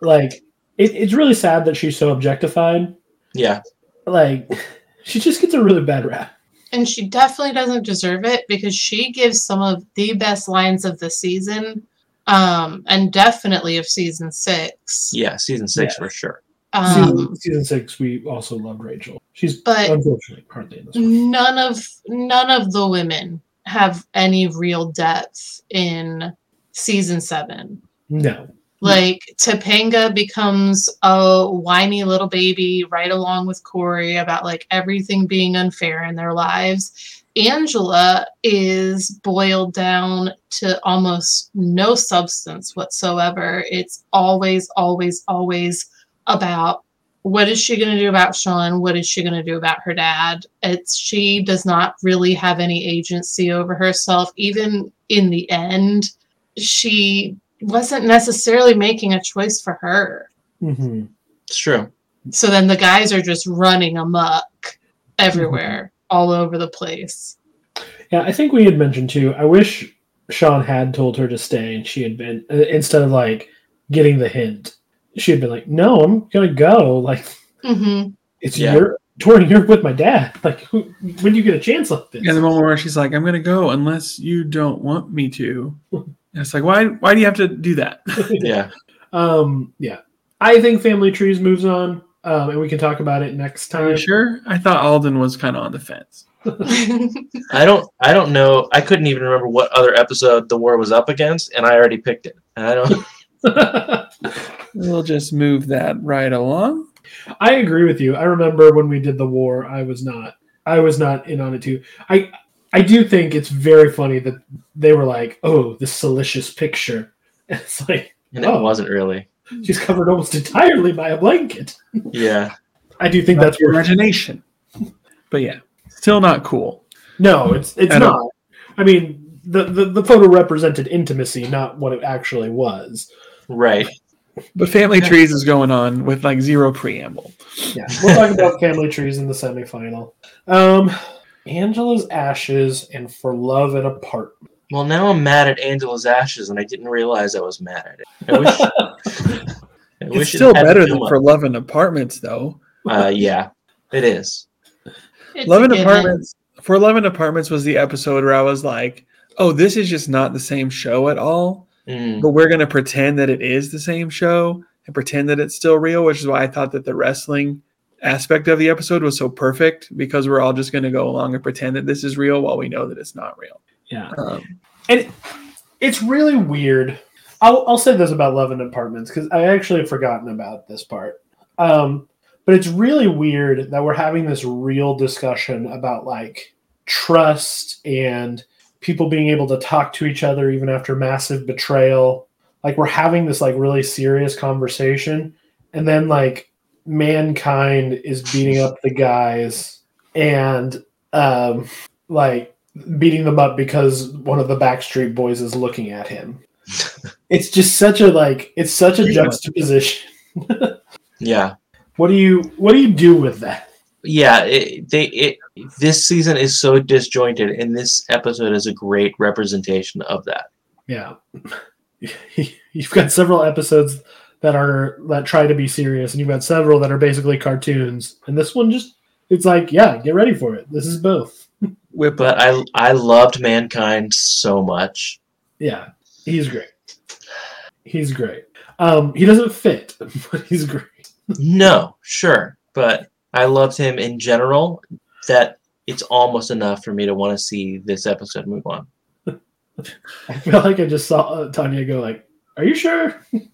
S1: like it, it's really sad that she's so objectified.
S3: Yeah.
S1: Like [laughs] she just gets a really bad rap.
S4: And she definitely doesn't deserve it because she gives some of the best lines of the season um, and definitely of season six.
S3: Yeah, season six for sure.
S4: Um,
S1: season, season six, we also loved Rachel. She's
S4: But-
S1: unfortunately hardly in this. One.
S4: none of none of the women have any real depth in season seven.
S1: No,
S4: Like Topanga becomes a whiny little baby right along with Corey about like everything being unfair in their lives. Angela is boiled down to almost no substance whatsoever. It's always, always, always about what is she going to do about Sean? What is she going to do about her dad? It's she does not really have any agency over herself. Even in the end, she wasn't necessarily making a choice for her.
S1: Mm-hmm.
S3: It's true.
S4: So then the guys are just running amok everywhere, all over the place.
S1: Yeah, I think we had mentioned too. I wish Sean had told her to stay, and she had been uh, instead of like getting the hint, she had been like, "No, I'm gonna go. Like
S4: hmm
S1: it's
S3: Yeah.
S1: your touring Europe with my dad. Like who, when do you get a chance like this?"
S2: And the moment where she's like, "I'm gonna go unless you don't want me to," and it's like, "Why? Why do you have to do that?"
S3: Yeah.
S1: Um, yeah, I think Family Trees moves on, um, and we can talk about it next
S2: Are
S1: time.
S2: you [laughs] sure? I thought Alden was kind of on the fence.
S3: I don't I don't know. I couldn't even remember what other episode the war was up against, and I already picked it. And I don't [laughs]
S1: [laughs]
S2: We'll just move that right along.
S1: I agree with you. I remember when we did the war, I was not I was not in on it too. I I do think it's very funny that they were like, "Oh, this salacious picture." [laughs] And it's like
S3: and
S1: Oh.
S3: it wasn't really.
S1: she's covered almost entirely by a blanket.
S3: Yeah.
S1: I do think that's where
S2: imagination. But yeah, still not cool.
S1: No, it's it's
S2: At
S1: not.
S2: all.
S1: I mean, the, the the photo represented intimacy, not what it actually was.
S3: Right.
S2: But Family
S1: Yeah.
S2: Trees is going on with like zero preamble.
S1: Yeah, we'll talk about [laughs] family trees in the semifinal. Um, Angela's ashes and for love and apart.
S3: Well, now I'm mad at Angela's ashes, and I didn't realize I was mad at it.
S2: [laughs]
S3: I wish. I
S2: It's
S3: wish it
S2: still
S3: hadn't
S2: better
S3: come
S2: than
S3: up.
S2: for Love and Apartments, though.
S3: Uh, yeah, it is.
S4: It's
S2: Love
S4: a
S2: and
S4: given.
S2: Apartments. For Love and Apartments was the episode where I was like, "Oh, this is just not the same show at all."
S3: Mm,
S2: but we're going to pretend that it is the same show and pretend that it's still real, which is why I thought that the wrestling aspect of the episode was so perfect because we're all just going to go along and pretend that this is real while we know that it's not real.
S1: Yeah,
S2: Um,
S1: it's really weird. I'll I'll say this about love and apartments because I actually had forgotten about this part. Um, but it's really weird that we're having this real discussion about like trust and people being able to talk to each other even after massive betrayal. Like we're having this like really serious conversation, and then like mankind is beating up the guys and um like beating them up because one of the Backstreet Boys is looking at him. it's just such a like it's such a
S2: Yeah.
S1: juxtaposition.
S3: yeah,
S1: What do you what do you do with that?
S3: yeah. It, they it this season is so disjointed, and this episode is a great representation of that.
S1: Yeah. [laughs] you've got several episodes that are that try to be serious and you've got several that are basically cartoons and this one just it's like yeah, get ready for it. This is both.
S2: whip
S3: But I I loved mankind so much.
S1: Yeah. He's great. He's great. Um he doesn't fit, [laughs] but he's great.
S3: No, sure, but I loved him in general. That it's almost enough for me to want to see this episode move on.
S1: I feel like I just saw uh, Tanya go like, "Are you sure?" [laughs]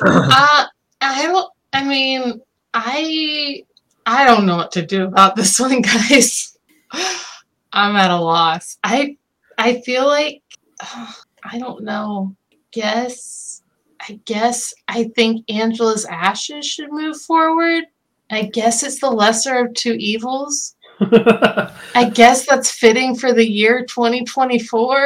S4: Uh, I don't. I mean, I I don't know what to do about this [laughs] one, guys. I'm at a loss. I I feel like [sighs] I don't know. Guess I guess I think Angela's ashes should move forward. I guess it's the lesser of two evils. I guess that's fitting for the year 2024.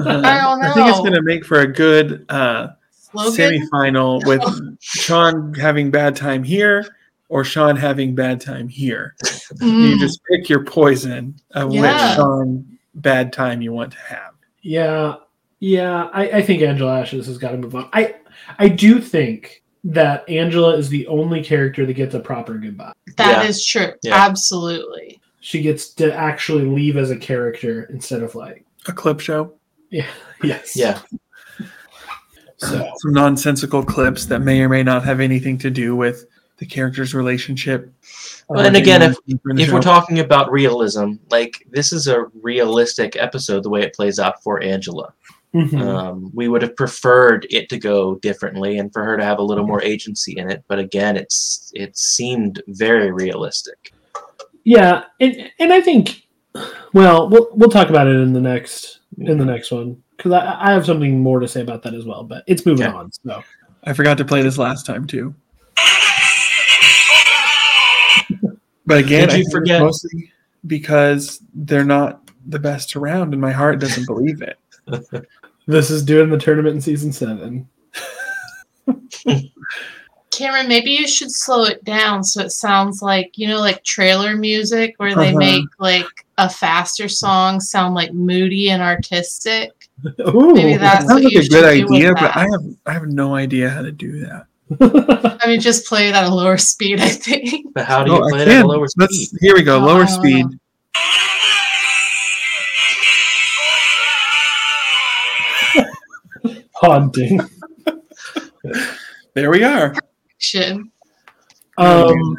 S4: I don't know.
S2: [laughs] I think it's going to make for a good uh,
S4: Slogan. [laughs]
S2: semifinal with Sean having bad time here or Sean having bad time here. You
S4: Mm.
S2: just pick your poison of
S4: Yeah.
S2: which Sean bad time you want to have.
S1: Yeah, yeah. I, I think Angela Ashes has got to move on. I I do think that Angela is the only character that gets a proper goodbye.
S4: That
S3: Yeah.
S4: is true.
S3: Yeah.
S4: Absolutely.
S1: She gets to actually leave as a character instead of like,
S2: A clip show.
S1: yes,
S3: Yeah,
S1: So
S2: some nonsensical clips that may or may not have anything to do with the character's relationship. Oh,
S1: Well,
S3: and again,
S2: if,
S3: if we're talking about realism, like this is a realistic episode the way it plays out for Angela.
S1: Mhm.
S3: Um, we would have preferred it to go differently and for her to have a little more agency in it. But again, it's it seemed very realistic.
S1: yeah, and and I think, well, we'll we'll talk about it in the next in the next one because I, I have something more to say about that as well. But it's moving
S3: Okay.
S1: on. So
S2: I forgot to play this last time too. But again,
S3: Did
S2: I
S3: you
S2: think it's
S3: forget-
S2: mostly because they're not the best around, and my heart doesn't believe it.
S1: this is doing the tournament in season seven.
S4: Cameron, maybe you should slow it down so it sounds like, you know, like trailer music where they
S2: Uh-huh.
S4: make like a faster song sound like moody and artistic.
S1: Ooh.
S4: Maybe that's
S2: Sounds
S4: what
S2: like
S4: you
S2: a
S4: should
S2: good
S4: do with
S2: idea, but
S4: that.
S2: I have I have no idea how to do that.
S4: I mean, just play it at a lower [laughs] speed, I think.
S3: But how do
S2: Oh,
S3: you
S2: I
S3: play it at a
S2: can.
S3: lower speed?
S2: Let's- here we go,
S4: Oh, I
S2: lower
S4: don't
S2: speed.
S4: know.
S1: [laughs] haunting.
S2: There we are.
S4: Should.
S1: Um,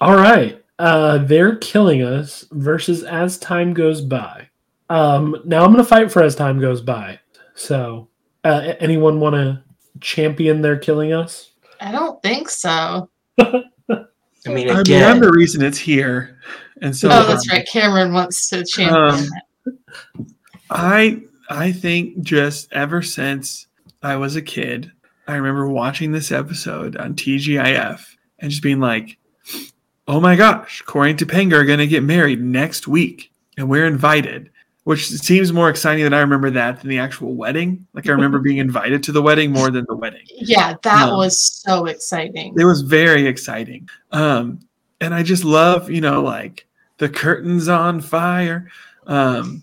S1: all right. Uh, they're killing us versus as time goes by. Um, now I'm gonna fight for as time goes by. So, uh, a- anyone want to champion they're killing us?
S4: I don't think so.
S3: I mean,
S2: I
S3: again,
S2: mean, I'm the reason it's here, and so
S4: Oh, that's right. Cameron wants to champion
S2: Um,
S4: that.
S2: I I think just ever since I was a kid, I remember watching this episode on TGIF and just being like, "Oh my gosh, Corey and Topanga are gonna get married next week," and we're invited, which seems more exciting than I remember that than the actual wedding. Like I remember being invited to the wedding more than the wedding.
S4: Yeah, that
S2: No.
S4: was so exciting.
S2: It was very exciting. Um, and I just love, you know, like the curtains on fire. Um,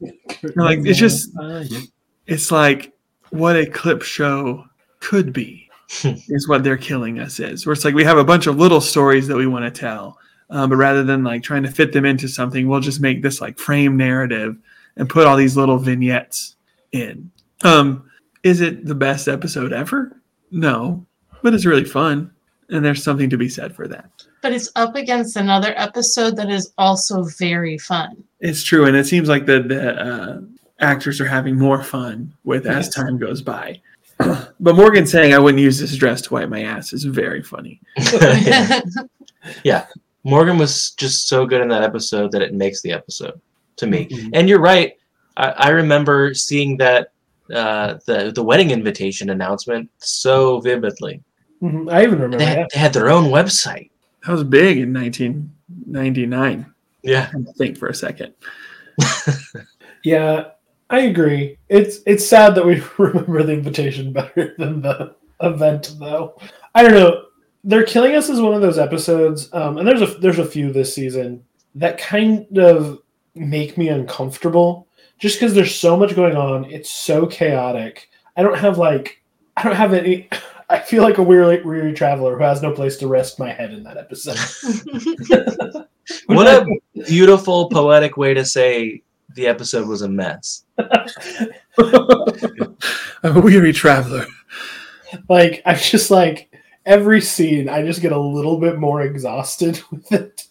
S2: like, it's just-
S1: Uh, yeah.
S2: it's like what a clip show could be is what they're killing us is where it's like we have a bunch of little stories that we want to tell um, but rather than like trying to fit them into something we'll just make this like frame narrative and put all these little vignettes in um, is it the best episode ever no but it's really fun and there's something to be said for that
S4: But it's up against another episode that is also very fun.
S2: [laughs] it's true and it seems like the, the uh, actors are having more fun with as time goes by [clears throat] but morgan saying i wouldn't use this dress to wipe my ass is very funny
S3: [laughs]
S4: [laughs]
S3: Morgan was just so good in that episode that it makes the episode to me.
S1: Mhm.
S3: And you're right. I, I remember seeing that uh, the the wedding invitation announcement so vividly.
S1: Mhm, I even remember
S3: They had,
S1: that.
S3: they had their own website.
S2: that was big in 1999
S3: Yeah,
S2: i think for a second
S1: Yeah, I agree. It's it's sad that we [laughs] remember the invitation better than the event, though. I don't know. They're Killing Us is one of those episodes, um, and there's a there's a few this season that kind of make me uncomfortable, just because there's so much going on. It's so chaotic. I don't have like I don't have any. [laughs] I feel like a weary, weary traveler who has no place to rest my head in that episode.
S3: what a beautiful poetic way to say the episode was a mess.
S2: i'm a weary traveler
S1: like i'm just like every scene i just get a little bit more exhausted [laughs] with it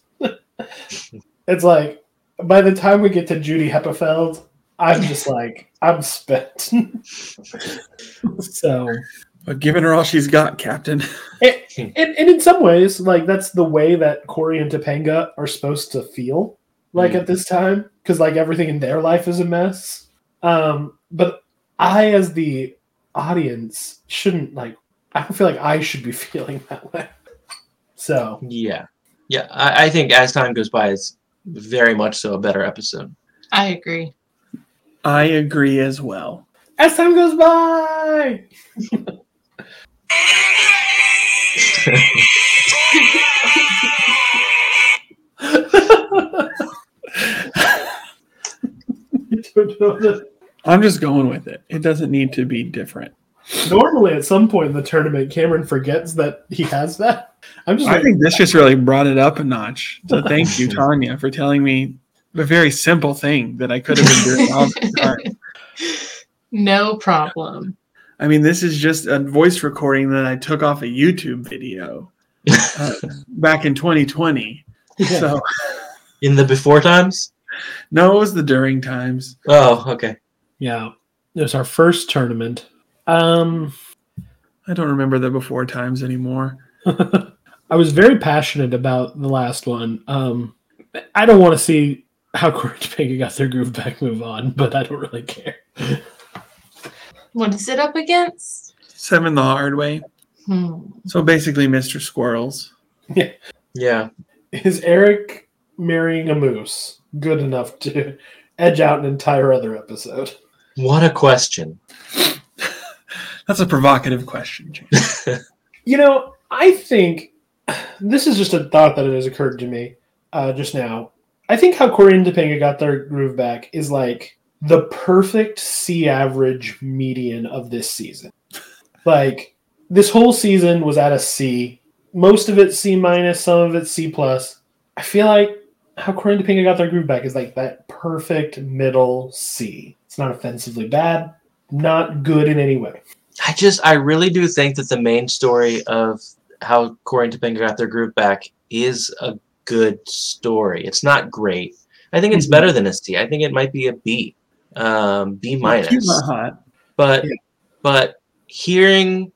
S1: it's like by the time we get to judy hepperfeld i'm just like i'm spent [laughs] so
S2: but giving her all she's got captain [laughs]
S1: it, and, and in some ways like that's the way that corey and topanga are supposed to feel like
S3: Mm.
S1: at this time because like everything in their life is a mess um but i as the audience shouldn't like i don't feel like i should be [laughs] feeling that way so
S3: Yeah, yeah. I, I think as time goes by, it's very much so a better episode.
S4: I agree.
S2: i agree as well
S1: as time goes by I don't know that-
S2: i'm just going with it it doesn't need to be different
S1: Normally, at some point in the tournament, Cameron forgets that he has that. I'm just
S2: I
S1: like,
S2: think this just really brought it up a notch. [laughs] So thank you, Tanya, for telling me a very simple thing that I could have been doing all the time.
S4: No problem.
S2: I mean, this is just a voice recording that I took off a YouTube video
S3: [laughs]
S2: uh, back in 2020.
S1: yeah.
S2: So
S3: In the before times.
S2: no, it was the during times.
S3: Oh, okay.
S1: yeah, it was our first tournament. Um,
S2: I don't remember the before times anymore.
S1: I was very passionate about the last one. Um, I don't want to see how Corey [laughs] Topanga got their groove back move on, but I don't really care.
S4: What is it up against?
S2: Seven the hard way.
S4: Hmm.
S2: So basically, Mr. Squirrels.
S3: Yeah,
S1: Is Eric marrying a moose good enough to edge out an entire other episode?
S3: what a question.
S2: That's a provocative question. James.
S1: You know, I think this is just a thought that has occurred to me uh, just now. I think how Corey and Topanga got their groove back is like the perfect C average median of this season. Like this whole season was at a C. Most of it C minus, some of it C plus. I feel like how Corey and Topanga got their groove back is like that perfect middle C. It's not offensively bad, not good in any way.
S3: I just, I really do think that the main story of how Corey and Topanga got their group back is a good story. It's not great. I think it's
S1: Mhm.
S3: better than a C. I think it might be a B, um, B
S2: Cute,
S3: minus.
S2: not hot.
S3: But,
S1: Yeah.
S3: but hearing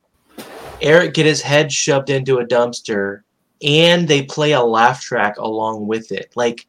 S3: Eric get his head shoved into a dumpster and they play a laugh track along with it, like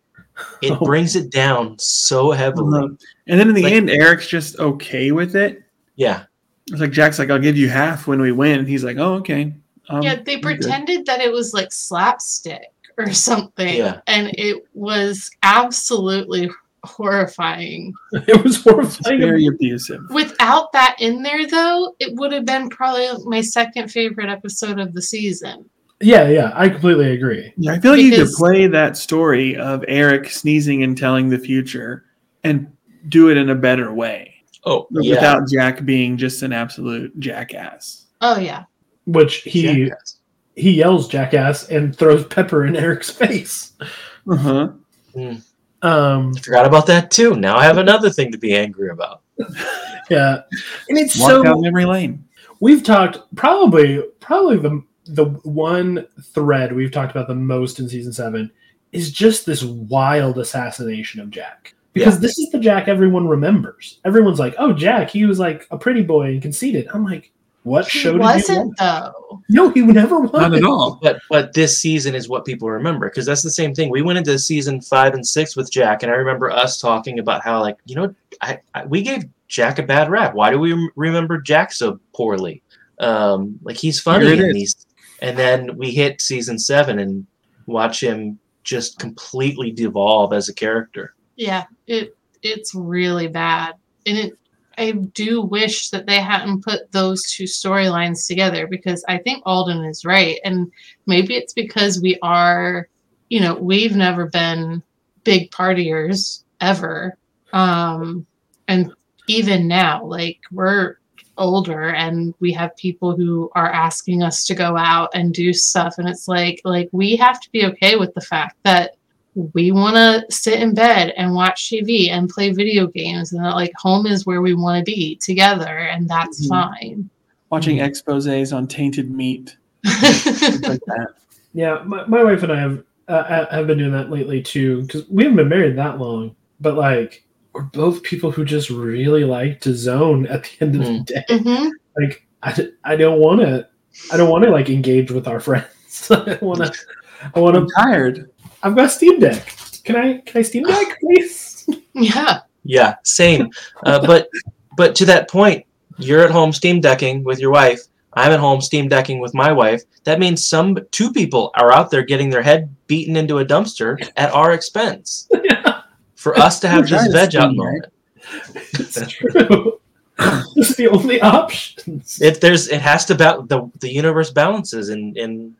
S3: it
S1: Oh.
S3: brings it down so heavily.
S2: Um, And then in the
S3: Like-
S2: end, Eric's just okay with it.
S3: Yeah,
S2: It's like Jack's like, I'll give you half when we win. And he's like, Oh, okay. Um,
S4: yeah, they
S2: I'm good."
S4: pretended that it was like slapstick or something.
S3: Yeah.
S4: And it was absolutely horrifying.
S1: [laughs] It was horrifying.
S2: Very abusive.
S4: Without that in there, though, it would have been probably my second favorite episode of the season.
S1: Yeah, yeah, I completely agree.
S2: Yeah, I feel like you could
S4: Because-
S2: play that story of Eric sneezing and telling the future and do it in a better way
S3: Oh, yeah.
S2: without Jack being just an absolute jackass.
S4: Oh yeah,
S1: Which he
S3: Jackass.
S1: he yells jackass and throws pepper in [laughs] Eric's face.
S2: Uh huh.
S1: Um,
S3: I forgot about that too. Now I have another thing to be angry about.
S1: yeah, and it's
S2: Walk
S1: so
S2: down memory lane.
S1: we've talked probably probably the the one thread we've talked about the most in season seven is just this wild assassination of Jack. Because this is the Jack everyone remembers. Everyone's like, "Oh, Jack, he was like a pretty boy and conceited." I'm like, "What show
S4: he
S1: did you
S4: wasn't
S1: watch?
S4: though.
S1: No, he never was.
S2: Not at all.
S3: But but this season is what people remember because that's the same thing. We went into season five and six with Jack, and I remember us talking about how like you know I, I we gave Jack a bad rap. Why do we rem- remember Jack so poorly? Um, like he's funny
S2: Here it
S3: in
S2: is.
S3: these, and then we hit season seven and watch him just completely devolve as a character.
S4: Yeah, it it's really bad, and it. I do wish that they hadn't put those two storylines together because I think Alden is right, and maybe it's because we are, you know, we've never been big partiers ever, um, and even now, like we're older and we have people who are asking us to go out and do stuff and it's like like we have to be okay with the fact that we want to sit in bed and watch TV and play video games, and that like home is where we want to be together, and that's
S2: Mhm.
S4: fine.
S2: Watching exposes on tainted meat.
S4: [laughs]
S2: Things like that.
S1: Yeah, my, my wife and I have uh, have been doing that lately too because we haven't been married that long, but like we're both people who just really like to zone at the end of the day.
S4: Mhm.
S1: Like I, I don't want to, I don't want to like engage with our [laughs] friends. I want to, I want
S2: I'm
S1: to.
S2: tired.
S1: I've got Steam Deck. Can I can I Steam Deck please?
S4: Yeah,
S3: Yeah, same.
S2: [laughs]
S3: Uh, but but to that point, you're at home steam decking with your wife. I'm at home steam decking with my wife. That means some two people are out there getting their head beaten into a dumpster at our
S2: [laughs]
S3: expense. For us to have
S2: You're
S3: this
S2: trying to
S3: veg out
S2: steam,
S3: moment.
S1: it's true. [laughs] this is the only options.
S3: It there's it has to about the the universe balances in in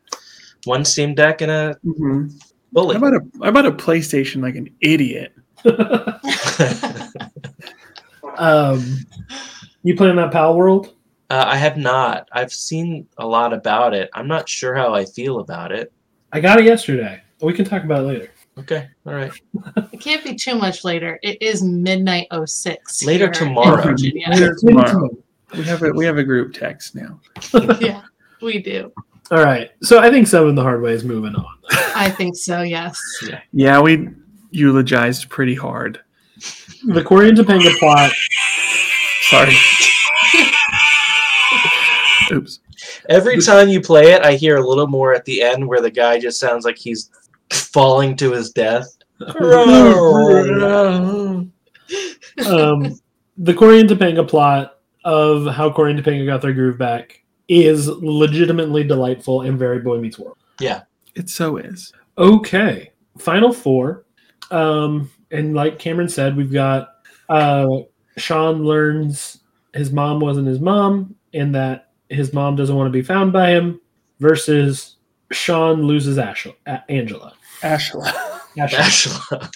S3: one steam deck and a
S2: hmm I
S3: bullet.
S2: bought a I bought a PlayStation like an idiot. [laughs]
S3: [laughs] uh,
S1: um, you play on that Pal World?
S3: Uh, I have not. I've seen a lot about it. I'm not sure how I feel about it.
S1: I got it yesterday. We can talk about it later.
S3: Okay, all right.
S4: it can't be too much later. It is midnight 06.
S3: Later
S4: here in
S1: [laughs]
S3: tomorrow.
S4: Virginia.
S2: Later tomorrow. We have a we have a group text now.
S4: yeah, we do.
S1: All right. So I think seven the hard way is moving on.
S4: I think so. Yes.
S2: Yeah, we eulogized pretty hard.
S1: The Corey and Topanga plot.
S2: Sorry. [laughs] Oops.
S3: Every time you play it, I hear a little more at the end where the guy just sounds like he's falling to his death.
S1: um, the Corey and Topanga plot of how Corey and Topanga got their groove back is legitimately delightful and very Boy Meets World.
S2: It so is.
S1: Okay. Final four. Um, and like Cameron said, we've got uh, Sean learns his mom wasn't his mom and that his mom doesn't want to be found by him versus Sean loses Ash- A- Angela.
S2: Ashla.
S1: Ashley.
S3: Bachelor.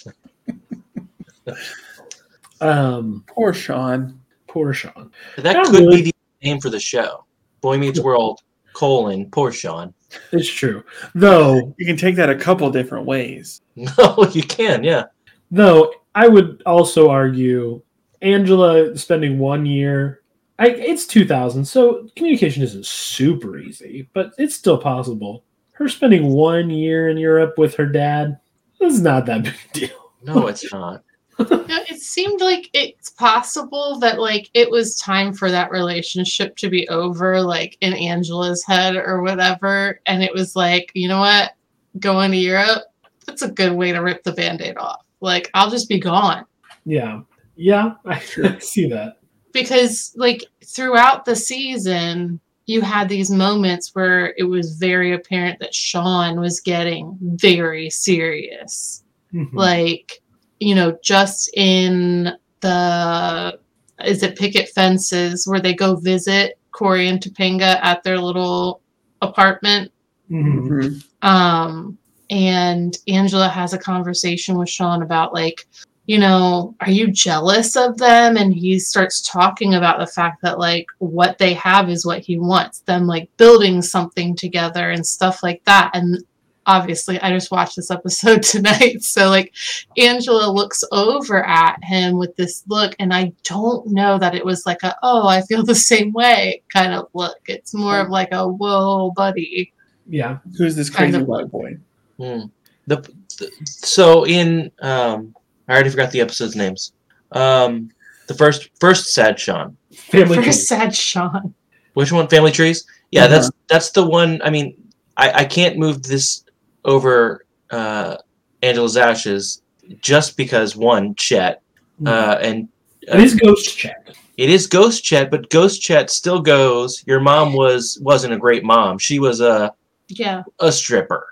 S1: Um,
S2: Poor Sean.
S1: poor Sean.
S3: that
S1: Not
S3: could
S1: really.
S3: be the name for the show. Boy Meets World, colon, poor Sean. [laughs]
S1: It's true. Though,
S2: You can take that a couple different ways.
S3: No, you can, yeah.
S1: though, I would also argue Angela spending one year. I, it's 2000, so communication isn't super easy, but it's still possible. Her spending one year in Europe with her dad is not that [laughs] big a deal.
S3: No, it's not.
S4: No, it seemed like it's possible that like it was time for that relationship to be over, like in Angela's head or whatever. And it was like, you know what? Going to Europe, that's a good way to rip the band-aid off. Like, I'll just be gone.
S1: Yeah. Yeah, I [laughs] see that.
S4: because like throughout the season you had these moments where it was very apparent that Sean was getting very serious
S1: Mhm.
S4: like you know, just in the is it picket fences where they go visit Corey and Topanga at their little apartment.
S1: Mhm.
S4: Um, and Angela has a conversation with Sean about like, you know, are you jealous of them? And he starts talking about the fact that like what they have is what he wants, them like building something together and stuff like that. And obviously I just watched this episode [laughs] tonight. So like Angela looks over at him with this look, and I don't know that it was like a oh, I feel the same way kind of look. It's more of like a whoa, buddy.
S1: Yeah.
S2: Who's this
S4: Kind
S2: crazy
S4: of-
S2: white boy?
S3: Hmm. The, the so in um, I already forgot the episode's names. Um, the first first sad Sean.
S1: Family.
S4: Very
S1: tree.
S4: sad Sean.
S3: Which one? Family trees. Yeah, that's
S1: Mm-hmm.
S3: that's the one. I mean, I, I can't move this over uh, Angela's ashes just because one Chet
S1: Mm-hmm.
S3: uh, and
S1: it is ghost check.
S3: it is Ghost Chet, but Ghost Chet still goes. Your mom was wasn't a great mom. She was a
S4: Yeah.
S3: a stripper.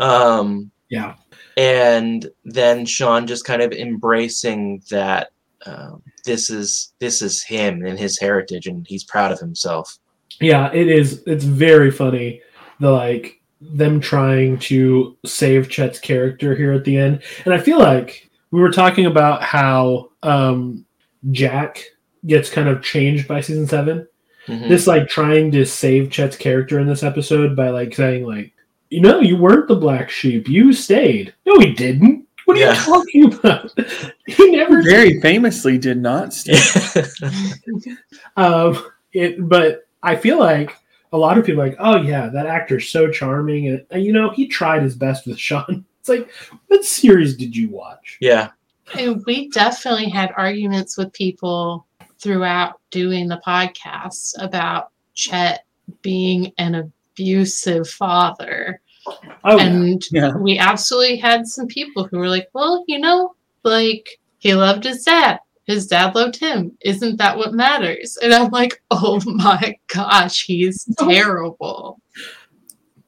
S3: Um,
S1: Yeah.
S3: and then Sean just kind of embracing that um, this is this is him and his heritage, and he's proud of himself.
S1: Yeah, it is. It's very funny. The like them trying to save Chet's character here at the end, and I feel like we were talking about how um, Jack gets kind of changed by season seven.
S3: Mhm.
S1: This like trying to save Chet's character in this episode by like saying like, you know, you weren't the black sheep. You stayed. No, he didn't. What are
S3: Yeah.
S1: you talking about? [laughs] he never
S2: Very famously did not stay.
S3: Mm-hmm. [laughs]
S1: Um, it, but I feel like a lot of people are like, oh yeah, that actor's so charming, and, and, you know he tried his best with Sean. [laughs] It's like, what series did you watch?
S2: [laughs]
S3: yeah,
S4: And we definitely had arguments with people throughout doing the podcast about Chet being an abusive father.
S1: Oh, yeah.
S4: and
S2: Yeah.
S4: we absolutely had some people who were like, well, you know, like he loved his dad. His dad loved him. Isn't that what matters? And I'm like, oh [laughs] my gosh, he's
S1: [laughs]
S4: terrible.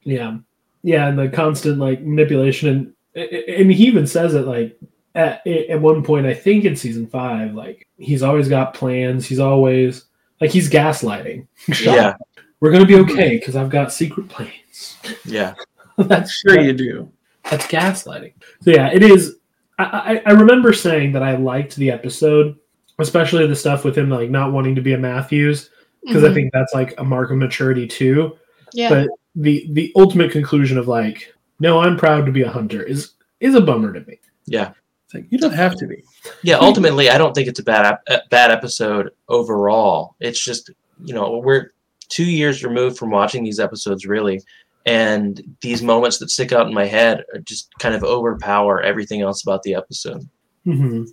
S1: yeah, yeah, and the constant like manipulation, and and he even says it like at at one point, I think in season five, like he's always got plans. He's always like he's gaslighting. Sean,
S3: yeah,
S1: we're gonna be okay because I've got secret plans.
S3: yeah.
S1: That's
S2: Sure you do.
S1: That's gaslighting. So yeah, it is. I, I, I remember saying that I liked the episode, especially the stuff with him like not wanting to be a Matthews, because I
S4: Mhm.
S1: think that's like a mark of maturity too.
S4: yeah.
S1: but- The the ultimate conclusion of like, no, I'm proud to be a hunter is is a bummer to me.
S2: It's like you don't have to be.
S3: Yeah, ultimately, I don't think it's a bad ep- a bad episode overall. It's just you know we're two years removed from watching these episodes really, and these moments that stick out in my head are just kind of overpower everything else about the episode.
S1: Mm-hmm.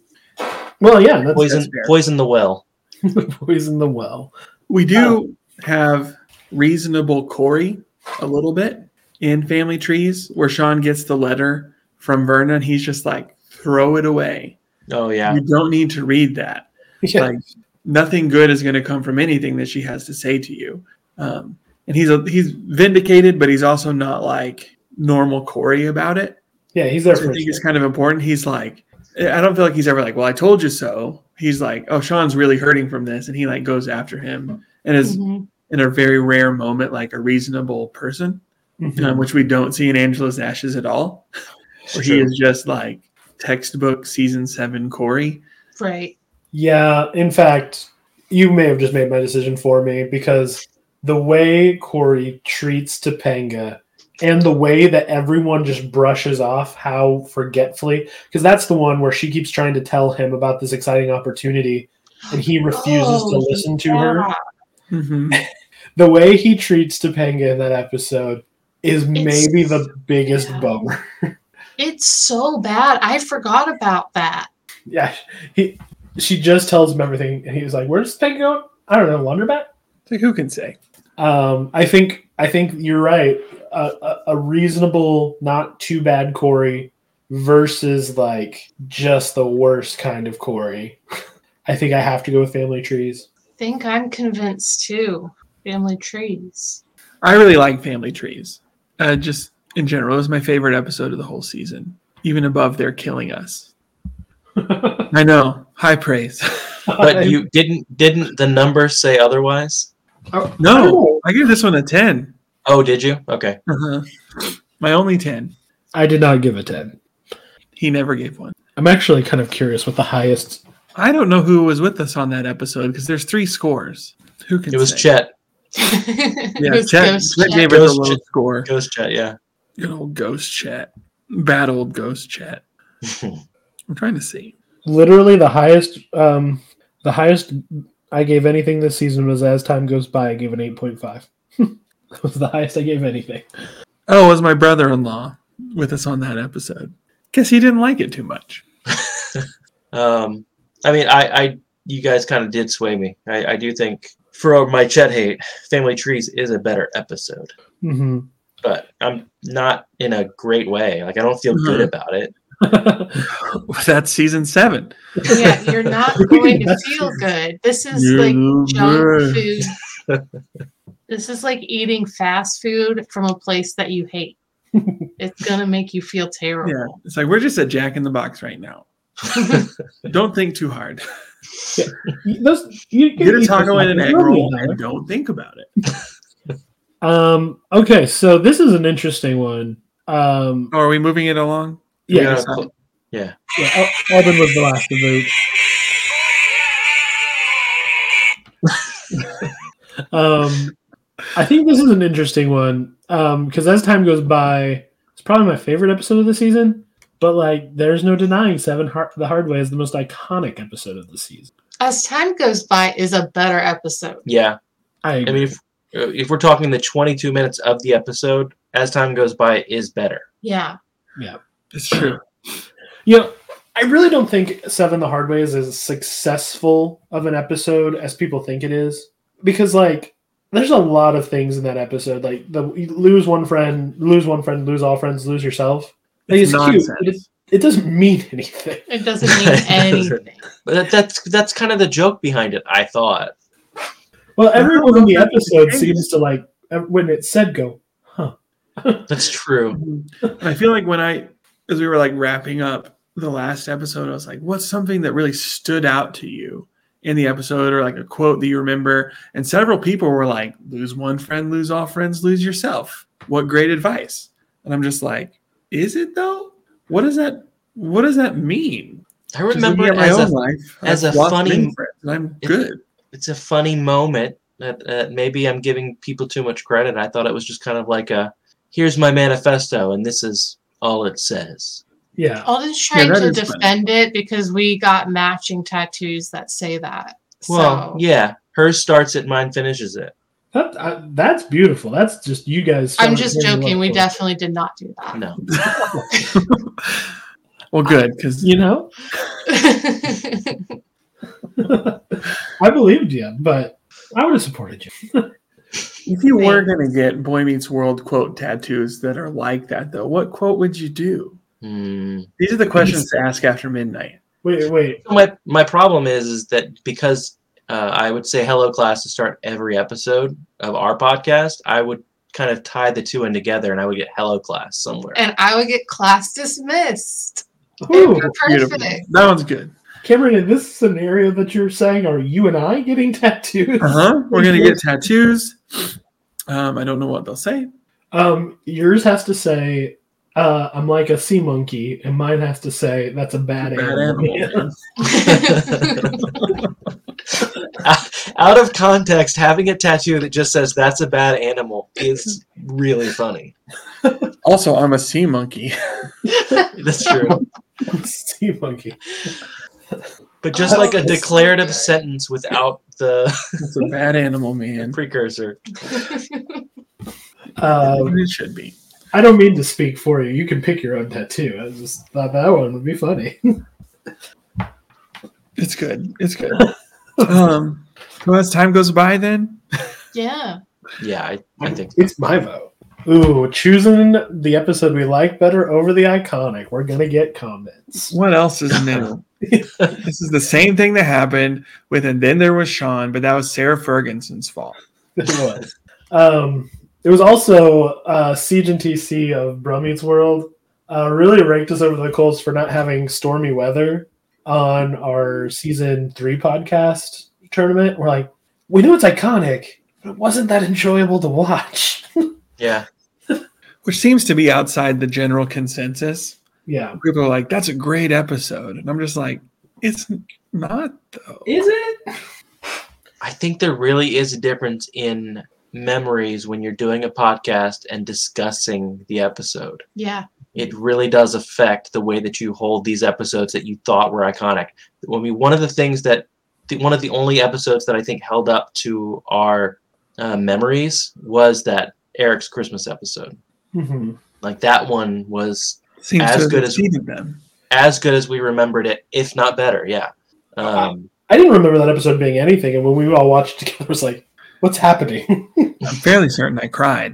S1: Well, yeah, that's
S3: Poison,
S2: that's fair.
S3: poison the well.
S1: [laughs] poison the well.
S2: We do have reasonable Corey a little bit in Family Trees, where Sean gets the letter from Verna, and he's just like, throw it away.
S3: Oh yeah,
S2: You don't need to read that.
S1: [laughs] Yeah,
S2: Like, nothing good is going to come from anything that she has to say to you. Um, and he's a, he's vindicated, but he's also not like normal Corey about it.
S1: yeah, he's there
S2: Which I
S1: for. a
S2: think it's
S1: second.
S2: kind of important. He's like, I don't feel like he's ever like, well, I told you so. He's like, oh, Sean's really hurting from this, and he like goes after him, and is
S4: Mhm.
S2: in a very rare moment like a reasonable person,
S1: Mhm.
S2: um, which we don't see in Angela's Ashes at all. Where he
S3: True.
S2: is just like textbook season seven Corey.
S4: Right.
S1: Yeah, in fact, you may have just made my decision for me because the way Corey treats Topanga and the way that everyone just brushes off how forgetfully, because that's the one where she keeps trying to tell him about this exciting opportunity and he refuses to
S4: Oh,
S1: listen to her.
S4: yeah.
S2: [laughs] Mhm.
S1: The way he treats Topanga in that episode is maybe the biggest
S4: yeah.
S1: bummer. [laughs]
S4: It's so bad. I forgot about that.
S1: yeah, he, she just tells him everything and he was like, Where's Topanga going? I don't know, Wonderbat?
S2: It's like who can say?
S1: Um, I think I think you're right. A, a, a reasonable, not too bad Corey versus like just the worst kind of Corey. [laughs] I think I have to go with Family [laughs] Trees.
S4: I think I'm convinced too. Family trees.
S2: I really like Family Trees. Uh, just in general, it was my favorite episode of the whole season, even above their killing us. I know. High praise. [laughs]
S3: But you didn't didn't the number say otherwise?
S2: no, I gave this one a 10.
S3: Oh, did you? Okay.
S2: Uh-huh. My only 10.
S1: I did not give a ten.
S2: He never gave one.
S1: I'm actually kind of curious what the highest.
S2: I don't know who was with us on that episode because there's three scores. Who can
S3: It was
S2: say?
S3: Chet.
S4: [laughs]
S2: Yeah,
S4: It was
S2: Chet,
S4: Ghost
S2: Chet
S4: Chet.
S2: gave it the
S3: Ghost
S2: low
S3: Chet.
S2: score.
S3: Ghost Chet, yeah.
S2: Good old ghost chat. Bad old ghost
S3: [laughs]
S2: chat. I'm trying to see.
S1: Literally, the highest. Um, the highest I gave anything this season was as time goes by. I gave an eight point five. [laughs] that was the highest I gave anything.
S2: Oh, it was my brother in law with us on that episode. Guess he didn't like it too much. [laughs]
S3: Um, I mean, I, I, you guys kind of did sway me. I, I do think for my Chet hate, Family Trees is a better episode,
S1: Mm-hmm. [laughs]
S3: but I'm not in a great way. Like I don't feel good
S2: Mhm.
S3: about it.
S2: That's season seven.
S4: Yeah,
S2: [laughs]
S4: you're not going to feel good. This is like
S2: [laughs]
S4: junk food. This is like eating fast food from a place that you hate. It's gonna make you feel
S2: Yeah,
S4: terrible.
S2: it's like we're just at Jack in the Box right
S4: [laughs]
S2: now. don't think too hard.
S1: Those, you can
S2: Get a
S1: eat
S2: taco
S1: those
S2: and an egg
S1: macaroni,
S2: roll
S1: Tyler.
S2: and don't think about it.
S1: Um. Okay, so this is an interesting one. Um.
S2: Oh, are we moving it along?
S1: Yeah.
S3: Yeah,
S1: yeah.
S3: cl-
S1: El- Elvin was the last to vote. [laughs] um, I think this is an interesting one because as time goes by, it's probably my favorite episode of the season. But like, there's no denying Seven Har- the Hard Way is the most iconic episode of the season.
S4: As time goes by, is a better episode.
S3: yeah.
S1: I
S3: I
S1: agree.
S3: mean, if uh, if we're talking the 22 minutes of the episode, as time goes by, it is better.
S4: Yeah,
S2: It's true.
S1: You know, I really don't think Seven the Hard Way is as successful of an episode as people think it is. Because like there's a lot of things in that episode. Like the you lose one friend, lose one friend, lose all friends, lose yourself. Like,
S2: It's
S1: it's cute,
S2: nonsense.
S1: but it's- it doesn't mean anything.
S4: it doesn't
S2: [laughs]
S4: mean anything.
S3: But that, that's that's kind of the joke behind it. I thought.
S1: Well, everyone in the
S2: That's
S1: episode
S2: strange.
S1: seems to like ev- when it said go.
S3: That's true.
S2: I feel like when I, as we were like wrapping up the last episode, I was like, what's something that really stood out to you in the episode or like a quote that you remember? And several people were like, lose one friend, lose all friends, lose yourself. What great advice. And I'm just like, is it though? What does that, what does that mean?
S3: I
S2: Just
S3: remember
S2: looking
S3: it
S2: at my
S3: as
S2: own
S3: a,
S2: life,
S3: as
S2: I've
S3: a
S2: lost
S3: funny-
S2: many friends, and I'm
S3: it-
S2: good.
S3: it's a funny moment that uh, maybe I'm giving people too much credit. I thought it was just kind of like a here's my manifesto and this is all it says.
S1: Yeah.
S4: Alden's trying
S2: that
S4: to
S2: is funny.
S4: defend it because we got matching tattoos that say that.
S3: Well,
S4: so
S3: yeah, hers starts it, mine finishes it.
S1: That, I, that's beautiful. That's just you guys.
S4: I'm
S1: showing
S4: just
S1: me your
S4: joking.
S1: love
S4: We
S1: for it.
S4: definitely did not do that.
S3: No,
S2: Well, good. Cause
S1: You know, [laughs] I believed you, but I would have supported you.
S2: if you were
S4: Thanks.
S2: going to get Boy Meets World quote tattoos that are like that though, what quote would you do?
S3: Hmm.
S2: These are the questions to ask after midnight.
S1: Wait, wait.
S3: my my problem is is that because uh, I would say hello class to start every episode of our podcast, I would kind of tie the two in together and I would get hello class somewhere.
S4: [laughs] and I would get class dismissed.
S1: Ooh.
S4: Perfect.
S2: That one's good.
S1: Cameron, in this scenario that you're saying, are you and I getting [laughs] tattoos?
S2: Uh huh. We're gonna
S1: Mm-hmm.
S2: get tattoos. Um, I don't know what they'll say.
S1: Um, yours has to say, uh, "I'm like a sea monkey," and mine has to say, "That's a bad,
S2: Bad
S1: animal." [laughs]
S2: animal. man.
S3: [laughs] Out of context, having a tattoo that just says that's a bad animal is really funny.
S2: Also, I'm a sea monkey. [laughs]
S3: That's true.
S1: sea monkey.
S3: But just
S4: Oh,
S3: like a
S4: that's so
S3: declarative
S4: good.
S3: sentence without the
S2: It's a bad animal, man.
S3: precursor.
S1: Um,
S2: it should be.
S1: I don't mean to speak for you. You can pick your own tattoo. I just thought that one would be funny.
S2: It's good. It's good. [laughs] Um, well, as time goes by, then
S4: [laughs] yeah.
S3: Yeah, I, I think
S1: it's my vote. Ooh, choosing the episode we like better over the iconic. We're gonna get comments.
S2: what else is [laughs] new? this is the same thing that happened with, and then there was Sean, but that was Sarah Ferguson's fault.
S1: it was. Um, it was also uh, Siege and TC of Brummies World uh, really raked us over the coals for not having stormy weather. on our season three podcast tournament. We're like, we know it's iconic, but it wasn't that enjoyable to watch. [laughs]
S3: Yeah.
S2: which seems to be outside the general consensus.
S1: yeah.
S2: People are like, "That's a great episode," and I'm just like, "It's not though."
S5: Is it?
S3: I think there really is a difference in memories when you're doing a podcast and discussing the episode.
S4: Yeah.
S3: It really does affect the way that you hold these episodes that you thought were iconic. I mean, one of the things that the, one of the only episodes that I think held up to our uh, memories was that Eric's Christmas episode.
S1: hmm
S3: Like that one was
S2: Seems
S3: As
S2: to have
S3: good as-
S2: exceeded them.
S3: as good as we remembered it, if not better. Yeah. Um,
S1: I didn't remember that episode being anything, and when we all watched it together, it was like, what's happening? [laughs]
S2: I'm fairly certain I cried.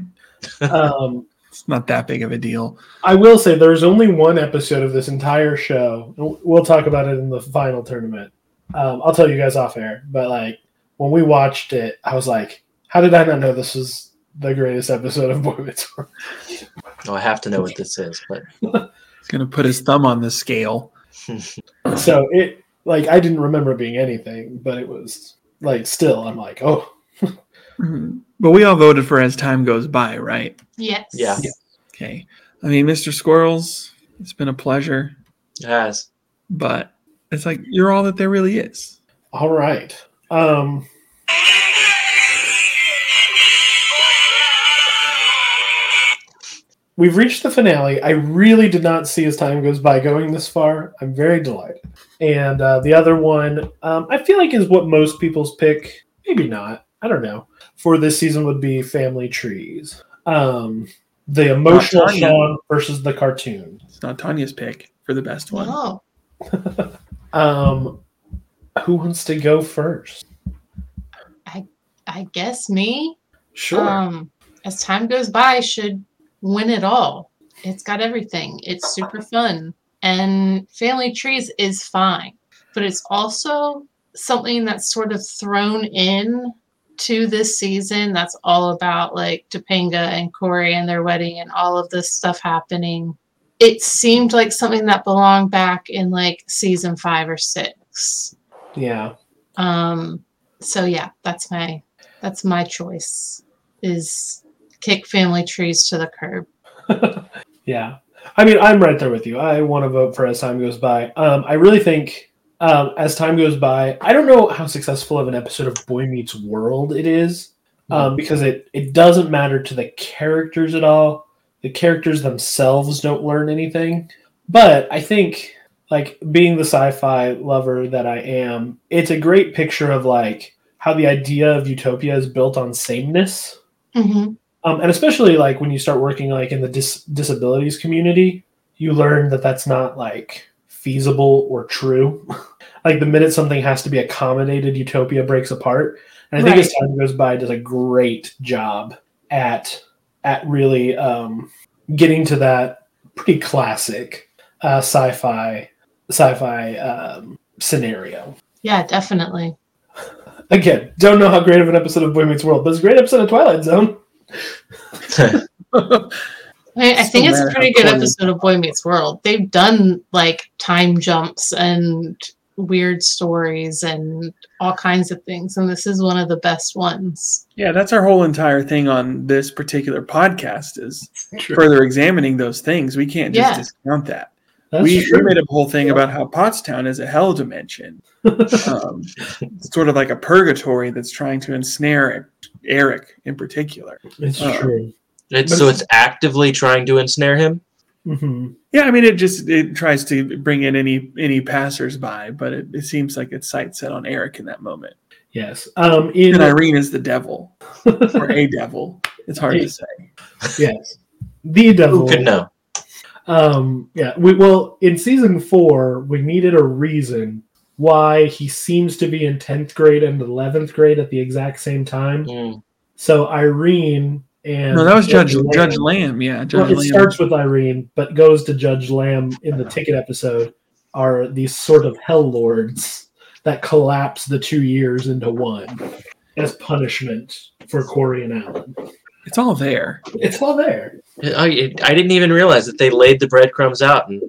S1: um,
S2: It's not that big of a deal.
S1: I will say there's only one episode of this entire show. and We'll talk about it in the final tournament. Um, I'll tell you guys off air, but like when we watched it, I was like, how did I not know this was the greatest episode of Boy Meets World?
S3: oh, I have to know what this is, but
S2: He's gonna put his thumb on the scale.
S1: So it, like, I didn't remember it being anything, but it was like, still, I'm like, oh,
S2: Mhm. But we all voted for as time goes by, right?
S4: Yes.
S3: Yeah.
S2: Okay. I mean, Mr. Squirrels, it's been a pleasure,
S3: it has. [laughs]
S2: but it's like you're all that there really is.
S1: all right. Um, we've reached the finale. I really did not see as time goes by going this far. I'm very delighted. And uh, the other one, um, I feel like is what most people's pick. Maybe not. I don't know. For this season would be Family Trees. Um, the emotional
S2: Tanya.
S1: Sean versus the cartoon.
S2: It's not Tanya's pick for the best one.
S4: [laughs]
S2: [laughs]
S4: Oh.
S1: Um, who wants to go first?
S4: I guess me.
S1: Sure.
S4: Um, as time goes by, should win it all. It's got everything. It's super fun, and Family Trees is fine, but it's also something that's sort of thrown in to this season. That's all about like Topanga and Corey and their wedding and all of this stuff happening. It seemed like something that belonged back in like season five or six.
S1: yeah.
S4: Um, so yeah, that's my that's my choice is kick family trees to the curb.
S1: yeah. I mean, I'm right there with you. I want to vote for as time goes by. Um, I really think um, as time goes by, I don't know how successful of an episode of Boy Meets World it is um, because it, it doesn't matter to the characters at all. The characters themselves don't learn anything. But I think, like, being the sci fi lover that I am, it's a great picture of, like, how the idea of utopia is built on sameness
S4: Mm-hmm.
S1: um, and especially like when you start working like in the dis- disabilities community you learn that that's not like feasible or true [laughs] like the minute something has to be accommodated utopia breaks apart and i think as time goes by it does a great job at at really um, getting to that pretty classic uh, sci-fi sci-fi um, scenario
S4: Yeah, definitely.
S1: again don't know how great of an episode of boy meets world but it's a great episode of twilight zone
S4: I, mean, I
S2: So
S4: think it's
S2: bad
S4: a
S2: how
S4: pretty good
S2: corny.
S4: episode of Boy Meets World. They've done like time jumps and weird stories and all kinds of things, and this is one of the best ones.
S2: Yeah, that's our whole entire thing on this particular podcast is further examining those things. We can't just
S4: Yeah.
S2: discount that.
S1: That's
S2: we, we
S1: true.
S2: made a whole thing about how Pottstown is a hell dimension. [laughs] um, it's sort of like a purgatory that's trying to ensnare Eric in particular.
S1: It's
S2: Uh,
S1: true.
S3: It's, so it's actively trying to ensnare him.
S1: hmm
S2: Yeah, I mean, it just it tries to bring in any any passersby, but it, it seems like it's sight set on Eric in that moment.
S1: Yes. Um. In
S2: And Irene is the devil or a devil. It's hard [laughs] to say.
S1: [laughs] yes, the
S3: Who
S1: devil.
S3: could know?
S1: Um. Yeah. We well in season four we needed a reason why he seems to be in tenth grade and eleventh grade at the exact same time.
S3: Mm,
S1: So Irene and
S2: No, that was Judge
S1: Lamb-
S2: Judge Lamb. Yeah,
S1: Well,
S2: Judge
S1: it
S2: Lamb.
S1: starts with Irene, but goes to Judge Lamb in the ticket episode. Are these sort of hell lords that collapse the two years into one as punishment for Corey and Alan?
S2: it's all there.
S1: It's all there.
S3: I, I didn't even realize that they laid the breadcrumbs out, and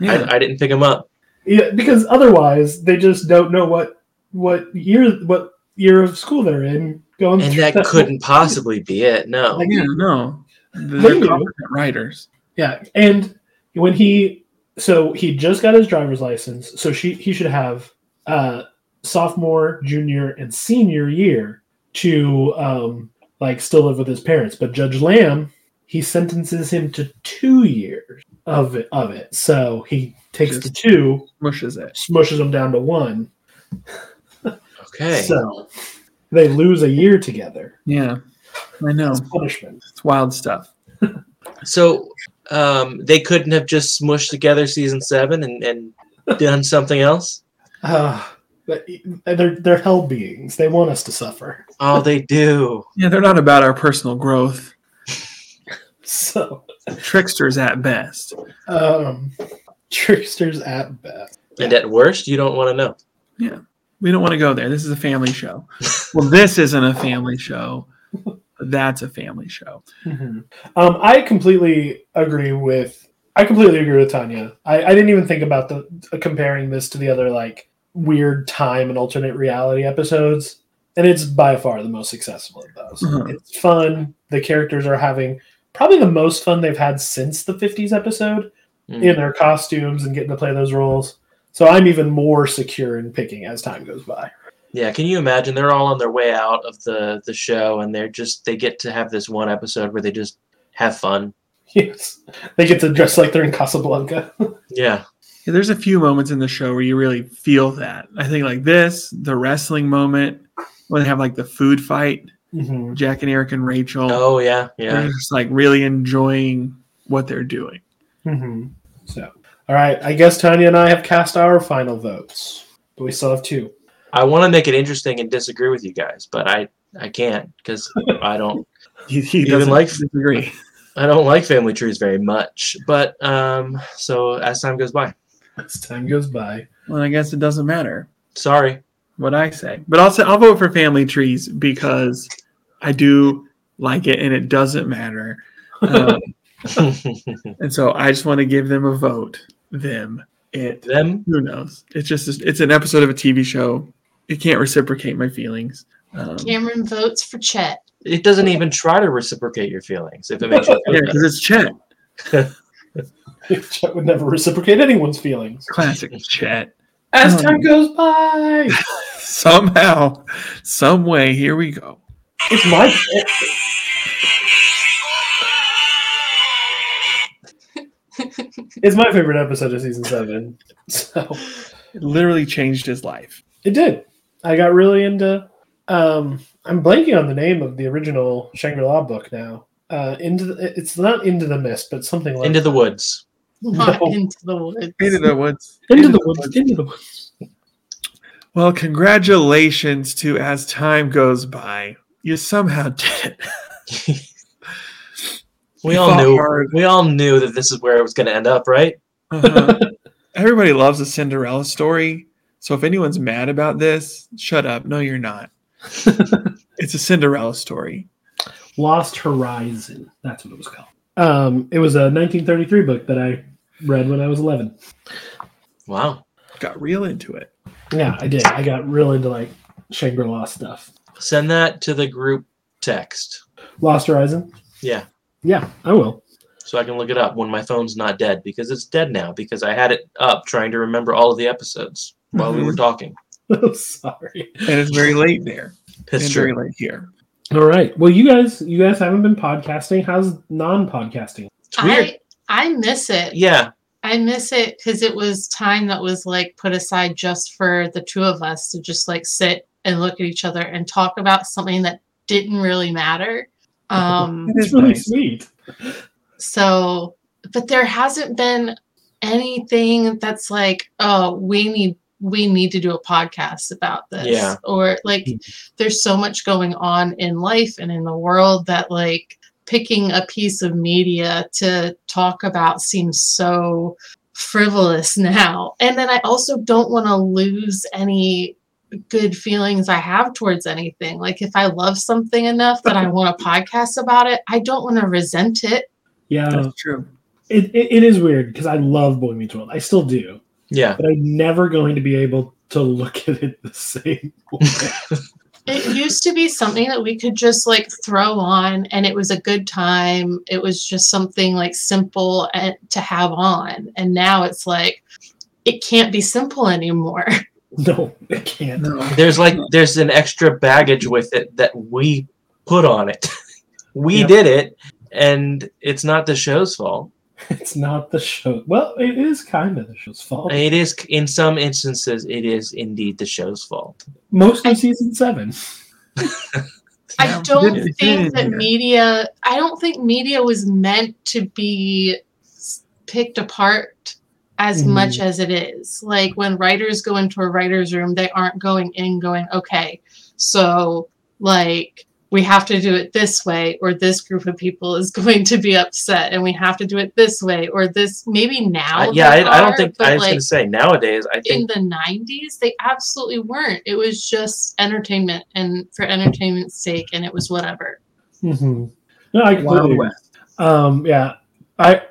S2: Yeah.
S3: I, I didn't pick them up.
S1: Yeah, because otherwise they just don't know what what year what year of school they're in going
S3: and
S1: through
S3: that couldn't possibly be it. No,
S1: Like-
S2: Yeah, no. They're
S1: They do.
S2: competent writers.
S1: Yeah, and when he so he just got his driver's license, so she he should have uh, sophomore, junior, and senior year to um, like still live with his parents. But Judge Lamb he sentences him to two years of it, of it. So he takes the two,
S2: Mushes it.
S1: smushes them down to one.
S3: okay.
S1: So they lose a year together.
S2: Yeah. I know.
S1: It's punishment.
S2: It's wild stuff.
S3: So um, they couldn't have just smushed together season seven and, and done something else.
S1: Uh, they're they're hell beings. They want us to suffer.
S3: Oh, they do.
S2: Yeah, they're not about our personal growth.
S1: So.
S2: Tricksters at best.
S1: Um, [laughs] tricksters at best.
S3: And at worst, you don't want to know.
S2: We don't want to go there. This is a family show. Well, this isn't a family show. But that's a family show.
S1: Um, I completely agree with. I completely agree with Tanya. I, I didn't even think about the uh, comparing this to the other like weird time and alternate reality episodes, and it's by far the most successful of those.
S2: Mhm.
S1: It's fun. The characters are having probably the most fun they've had since the '50s episode
S3: Mm.
S1: in their costumes and getting to play those roles. So I'm even more secure in picking as time goes by. [laughs]
S3: Yeah, can you imagine? They're all on their way out of the the show, and they're just they get to have this one episode where they just have fun.
S1: Yes, they get to dress like they're in Casablanca.
S3: Yeah,
S2: Yeah, there's a few moments in the show where you really feel that. I think like this, the wrestling moment, when they have like the food fight,
S1: hmm
S2: Jack and Eric and Rachel.
S3: Oh yeah, yeah.
S2: They're just like really enjoying what they're doing.
S1: hmm So, all right. I guess Tanya and I have cast our final votes, but we still have two.
S3: I want to make it interesting and disagree with you guys, but I I can't because I don't
S2: He, he
S3: Even
S2: doesn't
S3: like-
S2: disagree.
S3: I don't like family trees very much. But um, so as time goes by,
S1: As time goes by, [laughs]
S2: Well, I guess it doesn't matter [laughs]
S3: sorry.
S2: what I say, but I'll say I'll vote for Family Trees because I do like it, and it doesn't matter. Um, and so I just want to give them a vote. Them, it,
S3: Them
S2: who knows? It's just it's an episode of a TV show. It can't reciprocate my feelings. Um, yeah,
S4: Cameron votes for Chet.
S3: it doesn't even try to reciprocate your feelings if it makes you feel
S2: because
S3: better.
S2: it's Chet.
S1: Chet would never reciprocate anyone's feelings.
S2: Classic Chet.
S1: As
S2: Um,
S1: time goes by,
S2: Somehow, some way, here we go.
S1: it's my. it's my favorite episode of season seven. So
S2: It literally changed his life.
S1: it did. I got really into. Um, I'm blanking on the name of the original Shangri La book now. Uh, into the, it's not into the mist, but something like
S3: into the woods.
S4: Not
S1: No.
S4: [laughs] into the woods.
S2: Into the woods.
S1: Into the woods. Into the woods.
S2: Well, congratulations to as time goes by. You somehow did it.
S3: We
S2: You
S3: all
S2: fought
S3: knew.
S2: hard.
S3: We all knew that this is where it was going to end up, right? [laughs]
S2: Uh-huh. [laughs] Everybody loves a Cinderella story. So if anyone's mad about this, shut up. No, you're
S3: [laughs]
S2: not. it's a Cinderella story.
S1: Lost Horizon. That's what it was called. Um, it was a 1933 book that I read when I was 11.
S3: Wow.
S2: Got real into it.
S1: Yeah, I did. I got real into like Shangri La stuff.
S3: Send that to the group text.
S1: Lost Horizon.
S3: Yeah.
S1: Yeah, I will. [laughs]
S3: so I can look it up when my phone's not dead because it's dead now because I had it up trying to remember all of the episodes while we were
S2: Mm-hmm.
S3: talking.
S1: Sorry.
S2: And it's very late there.
S3: [laughs] That's
S2: and
S3: true.
S2: very late here.
S1: All right. Well, you guys, you guys haven't been podcasting. How's non-podcasting?
S3: It's weird.
S4: I I miss it.
S3: yeah,
S4: I miss it because it was time that was like put aside just for the two of us to just like sit and look at each other and talk about something that didn't really matter. Um,
S2: It
S1: It's
S2: is
S1: really
S2: nice.
S1: sweet.
S4: so, but there hasn't been anything that's like, oh, we need we need to do a podcast about this,
S3: Yeah.
S4: or like, there's so much going on in life and in the world that like picking a piece of media to talk about seems so frivolous [laughs] now. And then I also don't want to lose any good feelings I have towards anything. Like if I love something enough that I want a podcast about it, I don't want to resent it.
S1: Yeah, Oh.
S2: That's true.
S1: it, it, it is weird because I love Boy Meets World. I still do.
S3: Yeah.
S1: but I'm never going to be able to look [laughs] at it the same.
S4: It used to be something that we could just like throw on and it was a good time. It was just something like simple and, to have on. And now it's like, it can't be simple anymore. [laughs]
S1: No, I can't.
S3: There's like there's an extra baggage with it that we put on it. [laughs] we
S1: Yep.
S3: did it, and it's not the show's fault.
S1: It's not the show. Well, it is kind of the show's fault.
S3: It is in some instances it is indeed the show's fault.
S1: Mostly
S4: I-
S1: season seven.
S4: I don't
S2: Yeah.
S4: think that
S2: Yeah.
S4: media. I don't think media was meant to be s- picked apart as
S3: Mm-hmm.
S1: Mhm.
S4: much as it is. Like when writers go into a writer's room, they aren't going in going, okay, so like we have to do it this way, or this group of people is [laughs] going to be upset, and we have to do it this way, or this. Maybe now,
S3: Uh, yeah,
S4: they
S3: I, I don't
S4: are,
S3: think
S4: but,
S3: I was
S4: like,
S3: gonna say nowadays I
S4: in
S3: think
S4: the 90s they absolutely weren't it was just entertainment and for entertainment's sake and it was whatever
S1: Mm-hmm. No, I completely.
S2: Wild
S1: agree.
S3: [laughs]
S2: West.
S1: Um, yeah, I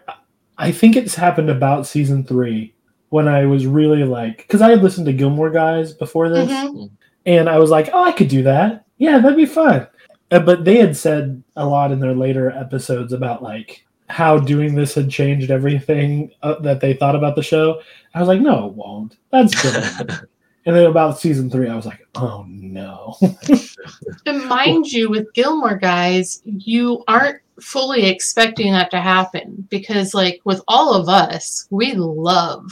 S1: I think it's happened about season three when I was really like because I had listened to Gilmore Guys before this,
S4: Mm-hmm.
S3: Mm-hmm.
S1: and I was like, oh, I could do that. Yeah, that'd be fun. Uh, but they had said a lot in their later episodes about like how doing this had changed everything uh, that they thought about the show. I was like, no, it won't. That's good. and then about season three, I was like, oh no. [laughs]
S4: and mind you with gilmore guys you aren't fully expecting that to happen because like with all of us we love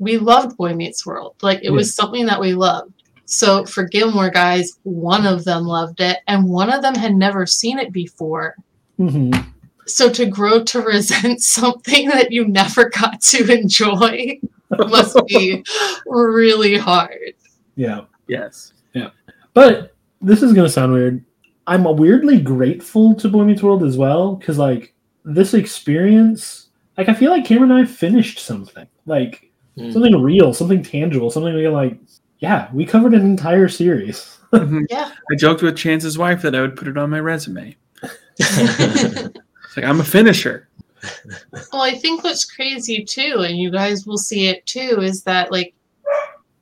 S4: we loved boy meets world like it was something that we loved so for gilmore guys one of them loved it and one of them had never seen it before
S1: Mhm.
S4: so to grow to resent [laughs] something that you never got to enjoy must be really hard.
S1: Yeah.
S4: [laughs]
S2: Yes.
S1: But this is gonna sound weird. I'm weirdly grateful to Boy Meets World as well because like this experience, like I feel like Cameron and I finished something, like
S3: Mm.
S1: something real, something tangible, something we like. Yeah, we covered an entire series. [laughs]
S2: Mhm.
S4: Yeah.
S2: I joked with Chance's wife that I would put it on my resume.
S4: well,
S2: It's like I'm a finisher.
S4: I think what's crazy too, and you guys will see it too, is that like,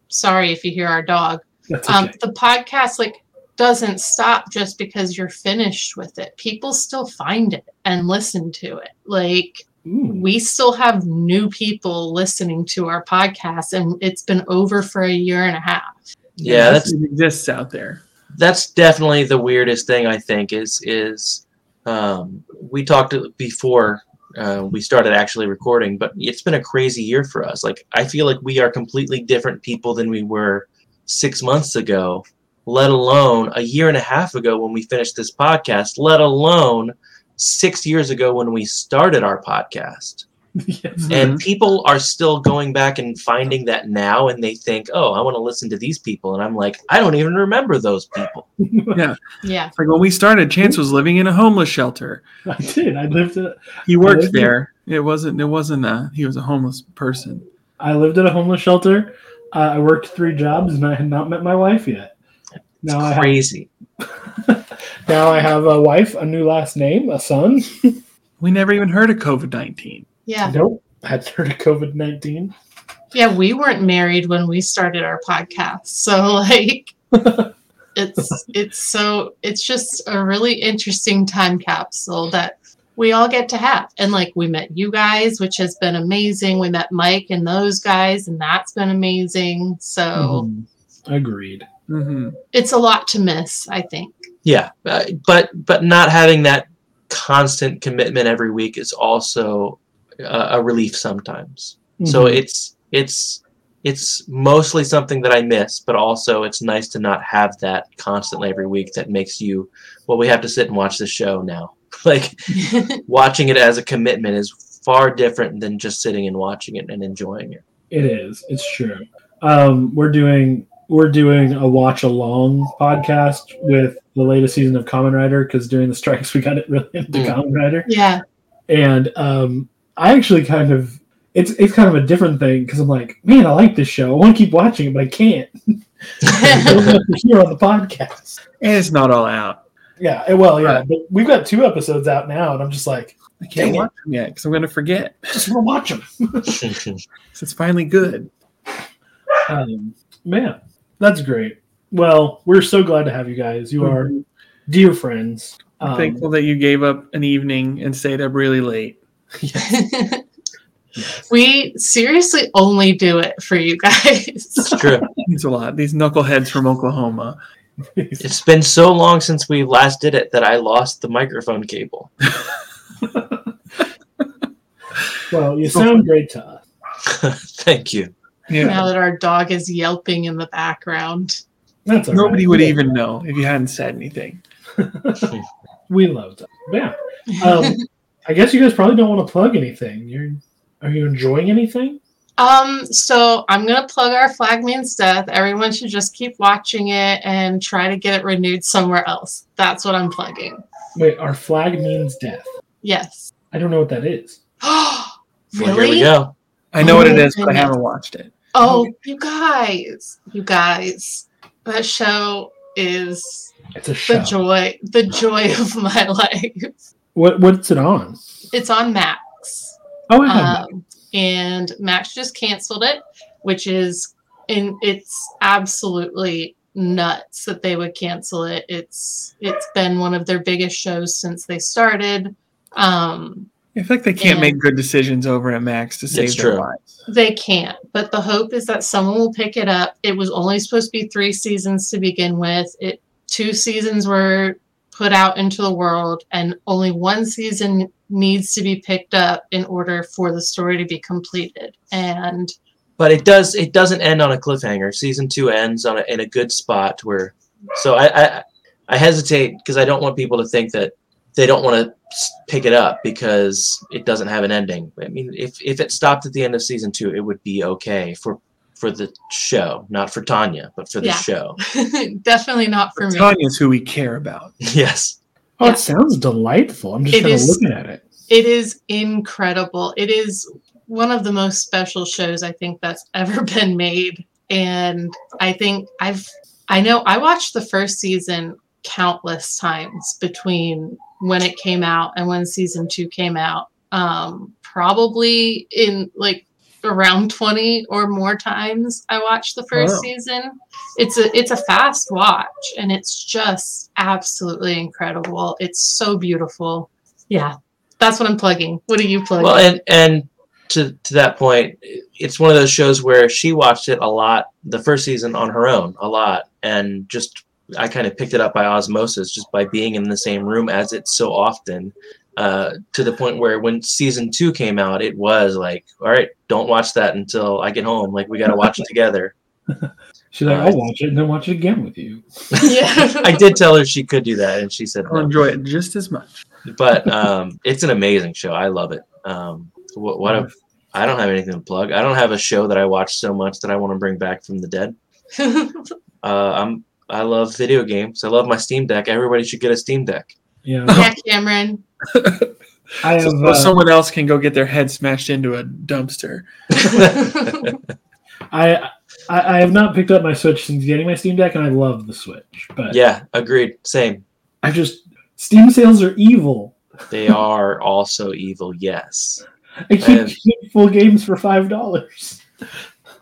S4: sorry if you hear our dog.
S1: That's
S4: Um,
S1: okay.
S4: the podcast like doesn't stop just because you're finished with it. People still find it and listen to it. Like
S1: Ooh.
S4: we still have new people listening to our podcast, and it's been over for a year and a half.
S3: [laughs] yeah, that's
S2: it exists out there.
S3: that's definitely the weirdest thing I think is is um, we talked before uh, we started actually recording, but it's been a crazy year for us. Like I feel like we are completely different people than we were six months ago, let alone a year and a half ago when we finished this podcast, let alone six years ago when we started our podcast.
S1: [laughs]
S2: Mm-hmm.
S1: yes.
S3: And people are still going back and finding that now, and they think, "Oh, I want to listen to these people," and I'm like, "I don't even remember those people."
S4: Yeah.
S2: It's like when we started, Chance was living in a homeless shelter.
S1: I did. I lived. At,
S2: He worked
S1: lived in-
S2: there. It wasn't. It wasn't a. He was a homeless person.
S1: I lived at a homeless shelter. Uh, I worked three jobs, and I had not met my wife yet. Now I
S3: It's
S1: have,
S3: crazy.
S1: now I have a wife, a new last name, a son.
S2: We never even heard of COVID nineteen.
S4: Yeah.
S1: Nope. Had heard of [laughs] COVID nineteen.
S4: Yeah, we weren't married when we started our podcast. So like it's it's so it's just a really interesting time capsule that we all get to have. And like we met you guys, which has been amazing. We met Mike and those guys, and that's been amazing. So
S1: Mm-hmm. Agreed.
S2: Mm-hmm.
S4: it's a lot to miss, I think.
S3: yeah uh, but but not having that constant commitment every week is also uh, a relief sometimes so
S1: Mhm.
S3: it's it's it's mostly something that i miss but also it's nice to not have that constantly every week that makes you well we have to sit and watch the show now [laughs] like watching it as a commitment is far different than just sitting and watching it and enjoying it [laughs]
S1: It is. It's true. Um, we're doing we're doing a watch along podcast with the latest season of Common Rider because during the strikes we got it really [laughs] into
S3: Mm.
S1: Common Rider,
S4: yeah. [laughs]
S1: and um, I actually kind of it's it's kind of a different thing because I'm like, man, I like this show. I want to keep watching it, but I can't. Here on the podcast.
S2: And it's not all out.
S1: Yeah. eh, Well, yeah. But we've got two episodes out now, and I'm just like,
S2: I can't
S1: Dang it.
S2: watch them yet because I'm gonna forget.
S1: I just want to watch them.
S2: So it's finally good.
S1: Um, man, that's great. Well, we're so glad to have you guys. You are
S2: Mm-hmm.
S1: dear friends.
S2: I'm
S1: Um,
S2: thankful that you gave up an evening and stayed up really late.
S4: we seriously only do it for you guys.
S3: It's true.
S2: It's a lot. These knuckleheads from Oklahoma.
S3: It's been so long since we last did it that I lost the microphone cable.
S1: well, you sound great to us.
S3: [laughs] Thank you.
S4: Now that our dog is yelping in the background.
S1: That's all right.
S2: Nobody would
S1: Yeah,
S2: even know if you hadn't said anything.
S1: We love that. Yeah.
S2: [laughs]
S1: Um, I guess you guys probably don't want to plug anything. You're, are you enjoying anything?
S4: Um, so I'm gonna plug our flag means death. Everyone should just keep watching it and try to get it renewed somewhere else. That's what I'm plugging.
S1: Wait, our flag means death.
S4: Yes. [gasps]
S1: I don't know what that is.
S4: really?
S3: Well, here we go.
S2: I know what it
S4: Oh,
S2: is, but I
S4: goodness.
S2: haven't watched it.
S4: Oh, you guys, you guys, that show is
S1: It's a
S4: the
S1: show.
S4: joy, the joy [laughs] of my life.
S1: What What's it on?
S4: It's on Max.
S1: Oh,
S2: Uh,
S1: I have that.
S4: um, and Max just canceled it, which is in it's absolutely nuts that they would cancel it. It's it's been one of their biggest shows since they started. Um,
S2: I feel like they can't
S4: Yeah.
S2: make good decisions over at Max to save
S3: It's
S2: their
S3: true.
S2: lives.
S4: they can't, but the hope is that someone will pick it up. It was only supposed to be three seasons to begin with. It two seasons were put out into the world, and only one season needs to be picked up in order for the story to be completed. And
S3: But it does. It doesn't end on a cliffhanger. Season two ends on a, in a good spot where. So I I, I hesitate because I don't want people to think that they don't want to pick it up because it doesn't have an ending. I mean, if if it stopped at the end of season two, it would be okay for for the show, not for Tanya, but for the
S4: Yeah.
S3: show. [laughs]
S4: [laughs] Definitely not for me.
S2: Tanya's who we care about.
S3: yes.
S1: Oh,
S4: Yeah.
S1: it sounds delightful. I'm just
S4: It
S1: kind of
S4: is-
S1: looking at it.
S4: It is incredible. It is one of the most special shows I think that's [laughs] ever been made. And I think I've, I know I watched the first season countless times between when it came out and when season two came out. Um, probably in like around 20 or more times I watched the first
S2: Wow.
S4: season. It's a it's a fast watch and it's just absolutely incredible. It's so beautiful. Yeah. That's what I'm plugging. What are you plugging?
S3: Well, and and to to that point, it's one of those shows where she watched it a lot, the first season on her own, a lot, and just I kind of picked it up by osmosis, just by being in the same room as it so often. Uh, to the point where when season two came out, it was like, all right, don't watch that until I get home. Like we got to watch it together.
S1: She's
S2: Uh,
S1: like,
S3: Alright.
S1: I'll watch it and then watch it again with you.
S4: [laughs] yeah.
S3: I did tell her she could do that, and she said,
S2: I'll
S3: no.
S2: enjoy it just as much.
S3: but um, it's an amazing show. I love it. Um, what, what a, I don't have anything to plug. I don't have a show that I watch so much that I want to bring back from the dead. Uh, I'm I love video games. I love my Steam Deck. Everybody should get a Steam Deck.
S1: Yeah,
S4: [laughs]
S2: [laughs]
S4: yeah,
S3: [laughs]
S4: Cameron.
S1: I have.
S2: So
S1: uh,
S2: someone else can go get their head smashed into a dumpster. [laughs]
S1: I, I I have not picked up my Switch since getting my Steam Deck, and I love the Switch. But
S3: Yeah, agreed. Same.
S1: I just Steam sales are evil.
S3: They are also evil. Yes.
S1: I keep
S3: Man.
S1: getting full games for five dollars.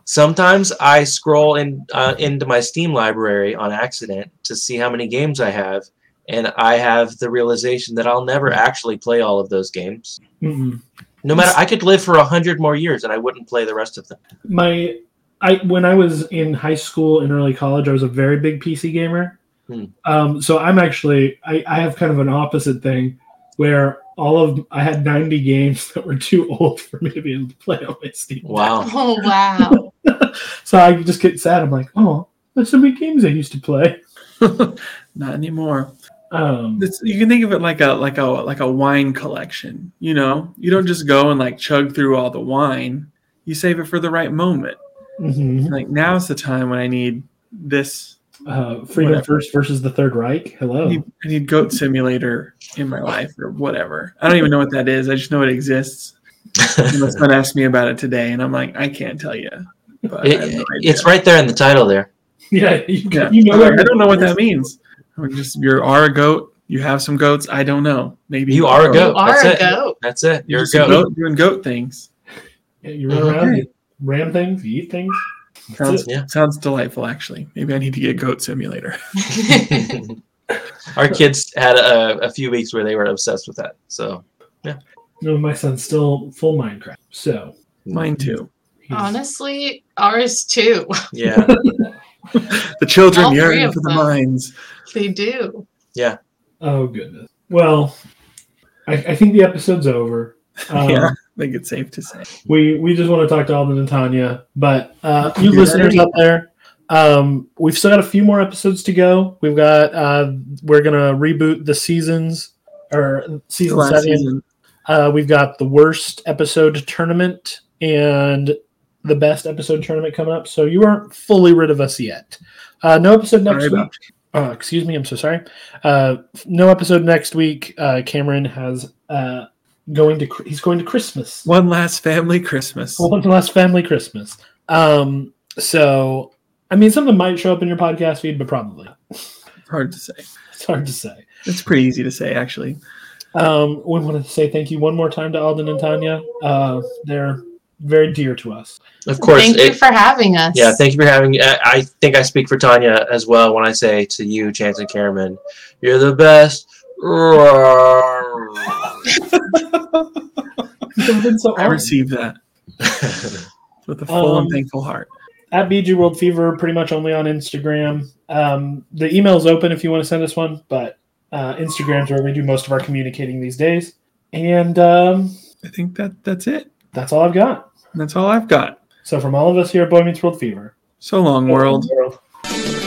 S3: Sometimes I scroll in uh, into my Steam library on accident to see how many games I have, and I have the realization that I'll never actually play all of those games. No matter, I could live for a hundred more years and I wouldn't play the rest of them.
S1: My I when I was in high school and early college, I was a very big PC gamer.
S3: Hmm.
S1: Um, so I'm actually I, I have kind of an opposite thing where all of I had 90 games [laughs] that were too old for me to be able to play on my Steam. Deck.
S2: [laughs]
S3: Wow. [laughs]
S4: Oh wow.
S1: So I just get sad. I'm like, oh, there's so many games I used to play.
S2: Not anymore.
S1: Um,
S2: It's, you can think of it like a like a like a wine collection. You know, you don't just go and like chug through all the wine. You save it for the right moment.
S1: mhm.
S2: Like now's the time when I need this.
S1: uh, Freedom
S2: Whatever.
S1: First versus the Third Reich.
S2: I
S1: Hello. [laughs]
S2: need, I need Goat Simulator in my life or whatever. I don't even know what that is. I just know it exists. And my son asked me about it today, and I'm like, I can't tell you. But I have no
S3: It-
S2: idea.
S3: it's right there in the title there.
S1: Yeah, you,
S2: Yeah.
S1: you know.
S2: I'm like, I don't know what that means. I'm just you are a goat. You have some goats. I don't know. Maybe
S3: You are a
S4: You
S3: goat.
S4: are
S3: That's
S4: a
S3: it.
S4: goat.
S3: That's it. You're a
S2: just a
S3: goat.
S2: doing goat things.
S1: Yeah, you run around,
S2: Okay.
S1: you ram things, you eat things.
S2: Sounds
S3: Yeah.
S2: sounds delightful. Actually, maybe I need to get Goat Simulator.
S3: [laughs] [laughs] Our kids had a, a few weeks where they were obsessed with that. So
S1: No, my son's still full Minecraft, so
S2: Mine too.
S1: he's-
S4: Honestly, ours too. [laughs]
S3: yeah,
S2: The children
S4: All three
S2: yearn
S4: of
S2: for the
S4: them.
S2: mines.
S4: They do.
S1: Oh goodness. Well, I, I think the episode's
S2: [laughs]
S1: over. Um,
S2: yeah, I think it's safe to say.
S1: We we just want to talk to Alden and Tanya, but uh, you
S2: Yeah.
S1: listeners out there, um, we've still got a few more episodes to go. We've got uh, we're gonna reboot the seasons or season
S2: Last
S1: seven.
S2: season.
S1: Uh, we've got the worst episode tournament and the best episode tournament coming up. So you aren't fully rid of us yet. Uh, no episode next
S2: Sorry
S1: week.
S2: about
S1: Uh, excuse me, I'm so sorry. Uh, no episode next week. Uh, Cameron has uh, going to he's going to Christmas.
S2: One last family Christmas.
S1: One last family Christmas. Um, so I mean, something might show up in your podcast feed, but probably not.
S2: It's hard to say.
S1: it's hard to say.
S2: It's pretty easy to say, actually.
S1: Um, we want to say thank you one more time to Alden and Tanya. Uh, they're very dear to us.
S3: of course.
S4: Thank you
S3: it-
S4: for having us.
S3: yeah, thank you for having. I, I think I speak for Tanya as well when I say to you, Chance and Karaman, you're the [laughs] best.
S1: They've been so
S2: I
S1: awesome.
S2: received that with a full
S1: Um,
S2: and thankful heart.
S1: at BG World Fever, pretty much only on Instagram. Um, the email is open if you want to send us one, but uh, Instagram's where we do most of our communicating these days. And um,
S2: I think that that's it.
S1: that's all I've got.
S2: That's all I've got.
S1: So from all of us here at Boy Meets World Fever,
S2: So long, world.
S1: world.